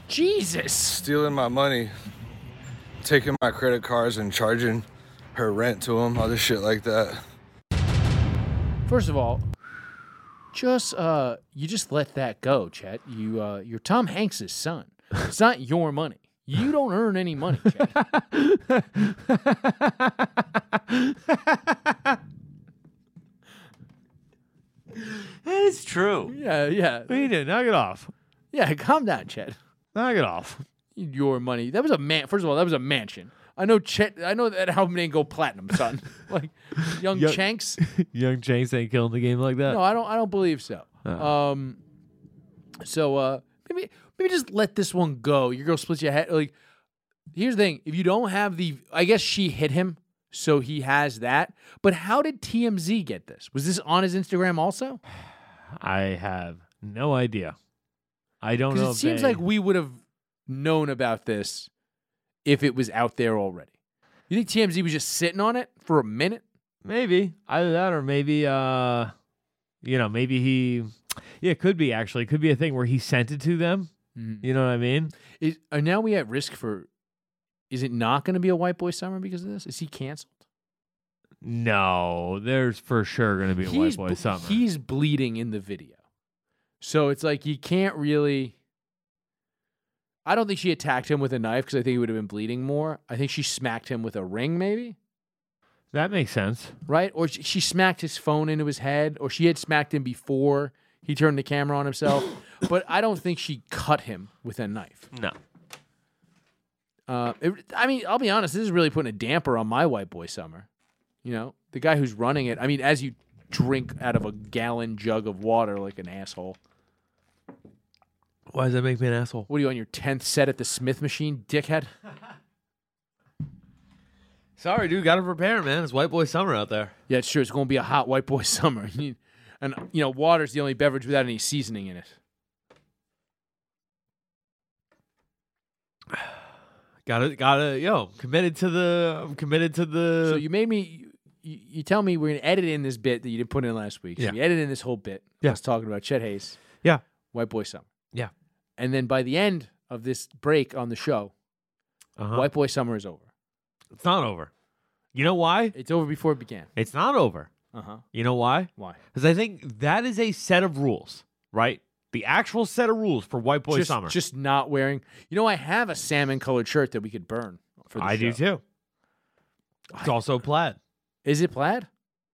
[SPEAKER 1] Jesus.
[SPEAKER 4] Stealing my money, taking my credit cards and charging her rent to them, other shit like that.
[SPEAKER 1] First of all, just uh you just let that go, Chet. You uh you're Tom Hanks' son. It's not your money. You don't earn any money, Chet.
[SPEAKER 2] It's true.
[SPEAKER 1] Yeah, yeah.
[SPEAKER 2] What you do? Knock it off.
[SPEAKER 1] Yeah, calm down, Chet.
[SPEAKER 2] Knock it off.
[SPEAKER 1] Your money. That was a man first of all, that was a mansion. I know Chet I know that album didn't go platinum, son. like young
[SPEAKER 2] Yo-
[SPEAKER 1] Chanks.
[SPEAKER 2] Young Chase ain't killing the game like that.
[SPEAKER 1] No, I don't I don't believe so.
[SPEAKER 2] Uh.
[SPEAKER 1] Um so uh maybe maybe just let this one go. Your girl splits your head like here's the thing. If you don't have the I guess she hit him, so he has that. But how did TMZ get this? Was this on his Instagram also?
[SPEAKER 2] I have no idea. I don't
[SPEAKER 1] 'Cause
[SPEAKER 2] know.
[SPEAKER 1] It
[SPEAKER 2] if
[SPEAKER 1] seems
[SPEAKER 2] they-
[SPEAKER 1] like we would have known about this if it was out there already. You think TMZ was just sitting on it for a minute?
[SPEAKER 2] Maybe either that or maybe uh, you know, maybe he. Yeah, it could be actually. It could be a thing where he sent it to them. You know what I mean?
[SPEAKER 1] Is, are now we at risk for? Is it not going to be a white boy summer because of this? Is he canceled?
[SPEAKER 2] No, there's for sure going to be a white
[SPEAKER 1] He's
[SPEAKER 2] boy
[SPEAKER 1] ble-
[SPEAKER 2] summer.
[SPEAKER 1] He's bleeding in the video, so it's like you can't really. I don't think she attacked him with a knife because I think he would have been bleeding more. I think she smacked him with a ring, maybe.
[SPEAKER 2] That makes sense.
[SPEAKER 1] right? Or she, she smacked his phone into his head, or she had smacked him before he turned the camera on himself. but I don't think she cut him with a knife.
[SPEAKER 2] No.
[SPEAKER 1] Uh, it- I mean, I'll be honest. This is really putting a damper on my white boy summer. You know, the guy who's running it. I mean, as you drink out of a gallon jug of water like an asshole.
[SPEAKER 2] Why does that make me an asshole?
[SPEAKER 1] What are you on your tenth set at the Smith machine, dickhead?
[SPEAKER 2] Sorry, dude. Got to prepare, man. It's white boy summer out there.
[SPEAKER 1] Yeah, it's true. It's going to be a hot white boy summer. You need- and you know, water's the only beverage without any seasoning in it.
[SPEAKER 2] Got to, got to, yo. I'm committed to the. I'm committed to the.
[SPEAKER 1] So you made me. You, you tell me we're gonna edit in this bit that you didn't put in last week. So
[SPEAKER 2] Yeah.
[SPEAKER 1] we edit in this whole bit.
[SPEAKER 2] Yeah.
[SPEAKER 1] I was talking about Chet Hayes.
[SPEAKER 2] Yeah.
[SPEAKER 1] White boy summer.
[SPEAKER 2] Yeah.
[SPEAKER 1] And then by the end of this break on the show,
[SPEAKER 2] Uh-huh.
[SPEAKER 1] white boy summer is over.
[SPEAKER 2] It's not over. You know why?
[SPEAKER 1] It's over before it began.
[SPEAKER 2] It's not over.
[SPEAKER 1] Uh huh.
[SPEAKER 2] You know why?
[SPEAKER 1] Why?
[SPEAKER 2] Because I think that is a set of rules, right? The actual set of rules for White Boy
[SPEAKER 1] just,
[SPEAKER 2] Summer.
[SPEAKER 1] Just not wearing. You know, I have a salmon colored shirt that we could burn. For the
[SPEAKER 2] I do
[SPEAKER 1] show.
[SPEAKER 2] too. It's also plaid.
[SPEAKER 1] Is it plaid?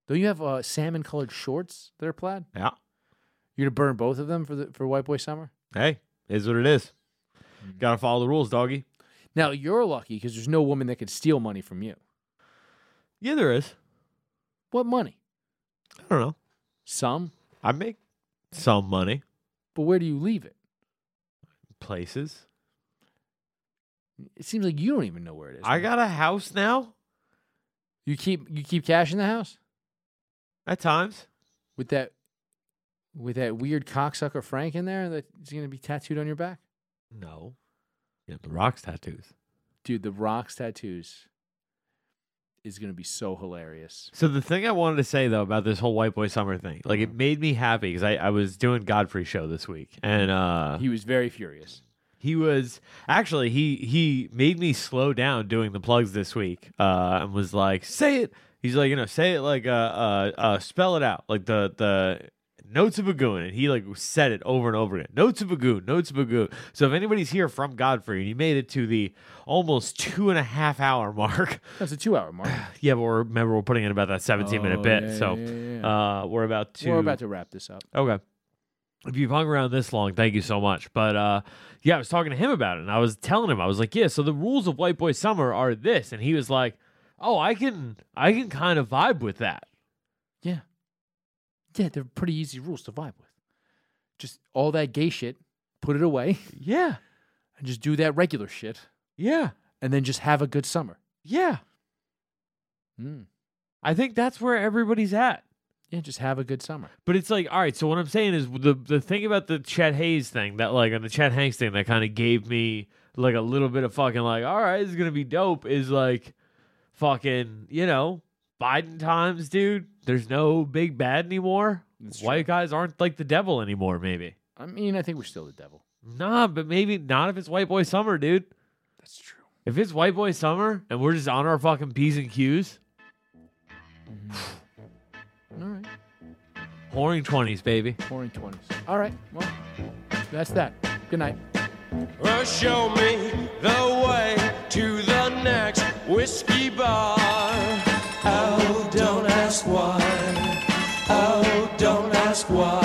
[SPEAKER 1] Don't you have uh, salmon colored shorts that are plaid?
[SPEAKER 2] Yeah.
[SPEAKER 1] You're gonna burn both of them for the for white boy summer.
[SPEAKER 2] Hey, is what it is.
[SPEAKER 1] Mm-hmm.
[SPEAKER 2] Got to follow the rules, doggy.
[SPEAKER 1] Now you're lucky because there's no woman that could steal money from you.
[SPEAKER 2] Yeah, there is.
[SPEAKER 1] What money?
[SPEAKER 2] I don't know.
[SPEAKER 1] Some,
[SPEAKER 2] I make some money.
[SPEAKER 1] but where do you leave it?
[SPEAKER 2] Places.
[SPEAKER 1] It seems like you don't even know where it is.
[SPEAKER 2] I got a house now.
[SPEAKER 1] you keep you keep cash in the house
[SPEAKER 2] At times.
[SPEAKER 1] with that with that weird cocksucker Frank in there that is going to be tattooed on your back,
[SPEAKER 2] No. You have the rocks tattoos.
[SPEAKER 1] dude. The rocks tattoos is going to be so hilarious.
[SPEAKER 2] So the thing I wanted to say though about this whole white boy summer thing, like it made me happy because I, I was doing Godfrey show this week and uh,
[SPEAKER 1] He was very furious.
[SPEAKER 2] he was actually he he made me slow down doing the plugs this week uh, and was like say it. He's like you know say it like uh, uh uh spell it out like the the notes of a goon and he like said it over and over again notes of a goon notes of a goon. So if anybody's here from Godfrey and you made it to the almost two and a half hour mark.
[SPEAKER 1] That's a two-hour mark.
[SPEAKER 2] Yeah, but we're, remember we're putting in about that 17 minute
[SPEAKER 1] Oh,
[SPEAKER 2] bit.
[SPEAKER 1] yeah,
[SPEAKER 2] so
[SPEAKER 1] yeah, yeah,
[SPEAKER 2] Uh, we're about to
[SPEAKER 1] We're about to wrap this up.
[SPEAKER 2] Okay. If you've hung around this long, thank you so much. But uh, yeah, I was talking to him about it and I was telling him, I was like, Yeah, so the rules of White Boy Summer are this and he was like, Oh, I can I can kind of vibe with that.
[SPEAKER 1] Yeah, yeah, they're pretty easy rules to vibe with. Just all that gay shit, put it away,
[SPEAKER 2] Yeah.
[SPEAKER 1] and just do that regular shit,
[SPEAKER 2] Yeah.
[SPEAKER 1] and then just have a good summer.
[SPEAKER 2] Yeah.
[SPEAKER 1] Mm.
[SPEAKER 2] I think that's where everybody's at.
[SPEAKER 1] Yeah, just have a good summer.
[SPEAKER 2] But it's like, all right, so what I'm saying is the the thing about the Chet Hayes thing that like and the Chet Hanks thing that kind of gave me like a little bit of fucking like, all right, this is gonna be dope is like fucking, you know, Biden times, dude. There's no big bad anymore. White guys aren't like the devil anymore, maybe.
[SPEAKER 1] I mean, I think we're still the devil.
[SPEAKER 2] Nah, but maybe not if it's white boy summer, dude.
[SPEAKER 1] That's true.
[SPEAKER 2] If it's white boy summer and we're just on our fucking P's and Q's,
[SPEAKER 1] All right.
[SPEAKER 2] pouring twenties, baby.
[SPEAKER 1] Pouring 20s. All right. Well, that's that. Good night.
[SPEAKER 14] Well, show me the way to the next whiskey bar. Oh, don't ask why. Oh, don't ask why.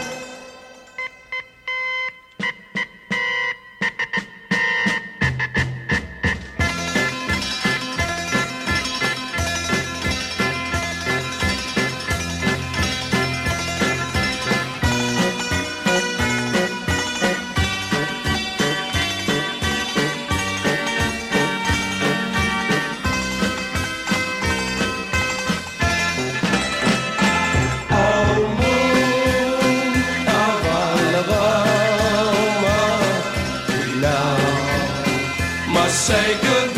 [SPEAKER 10] Say good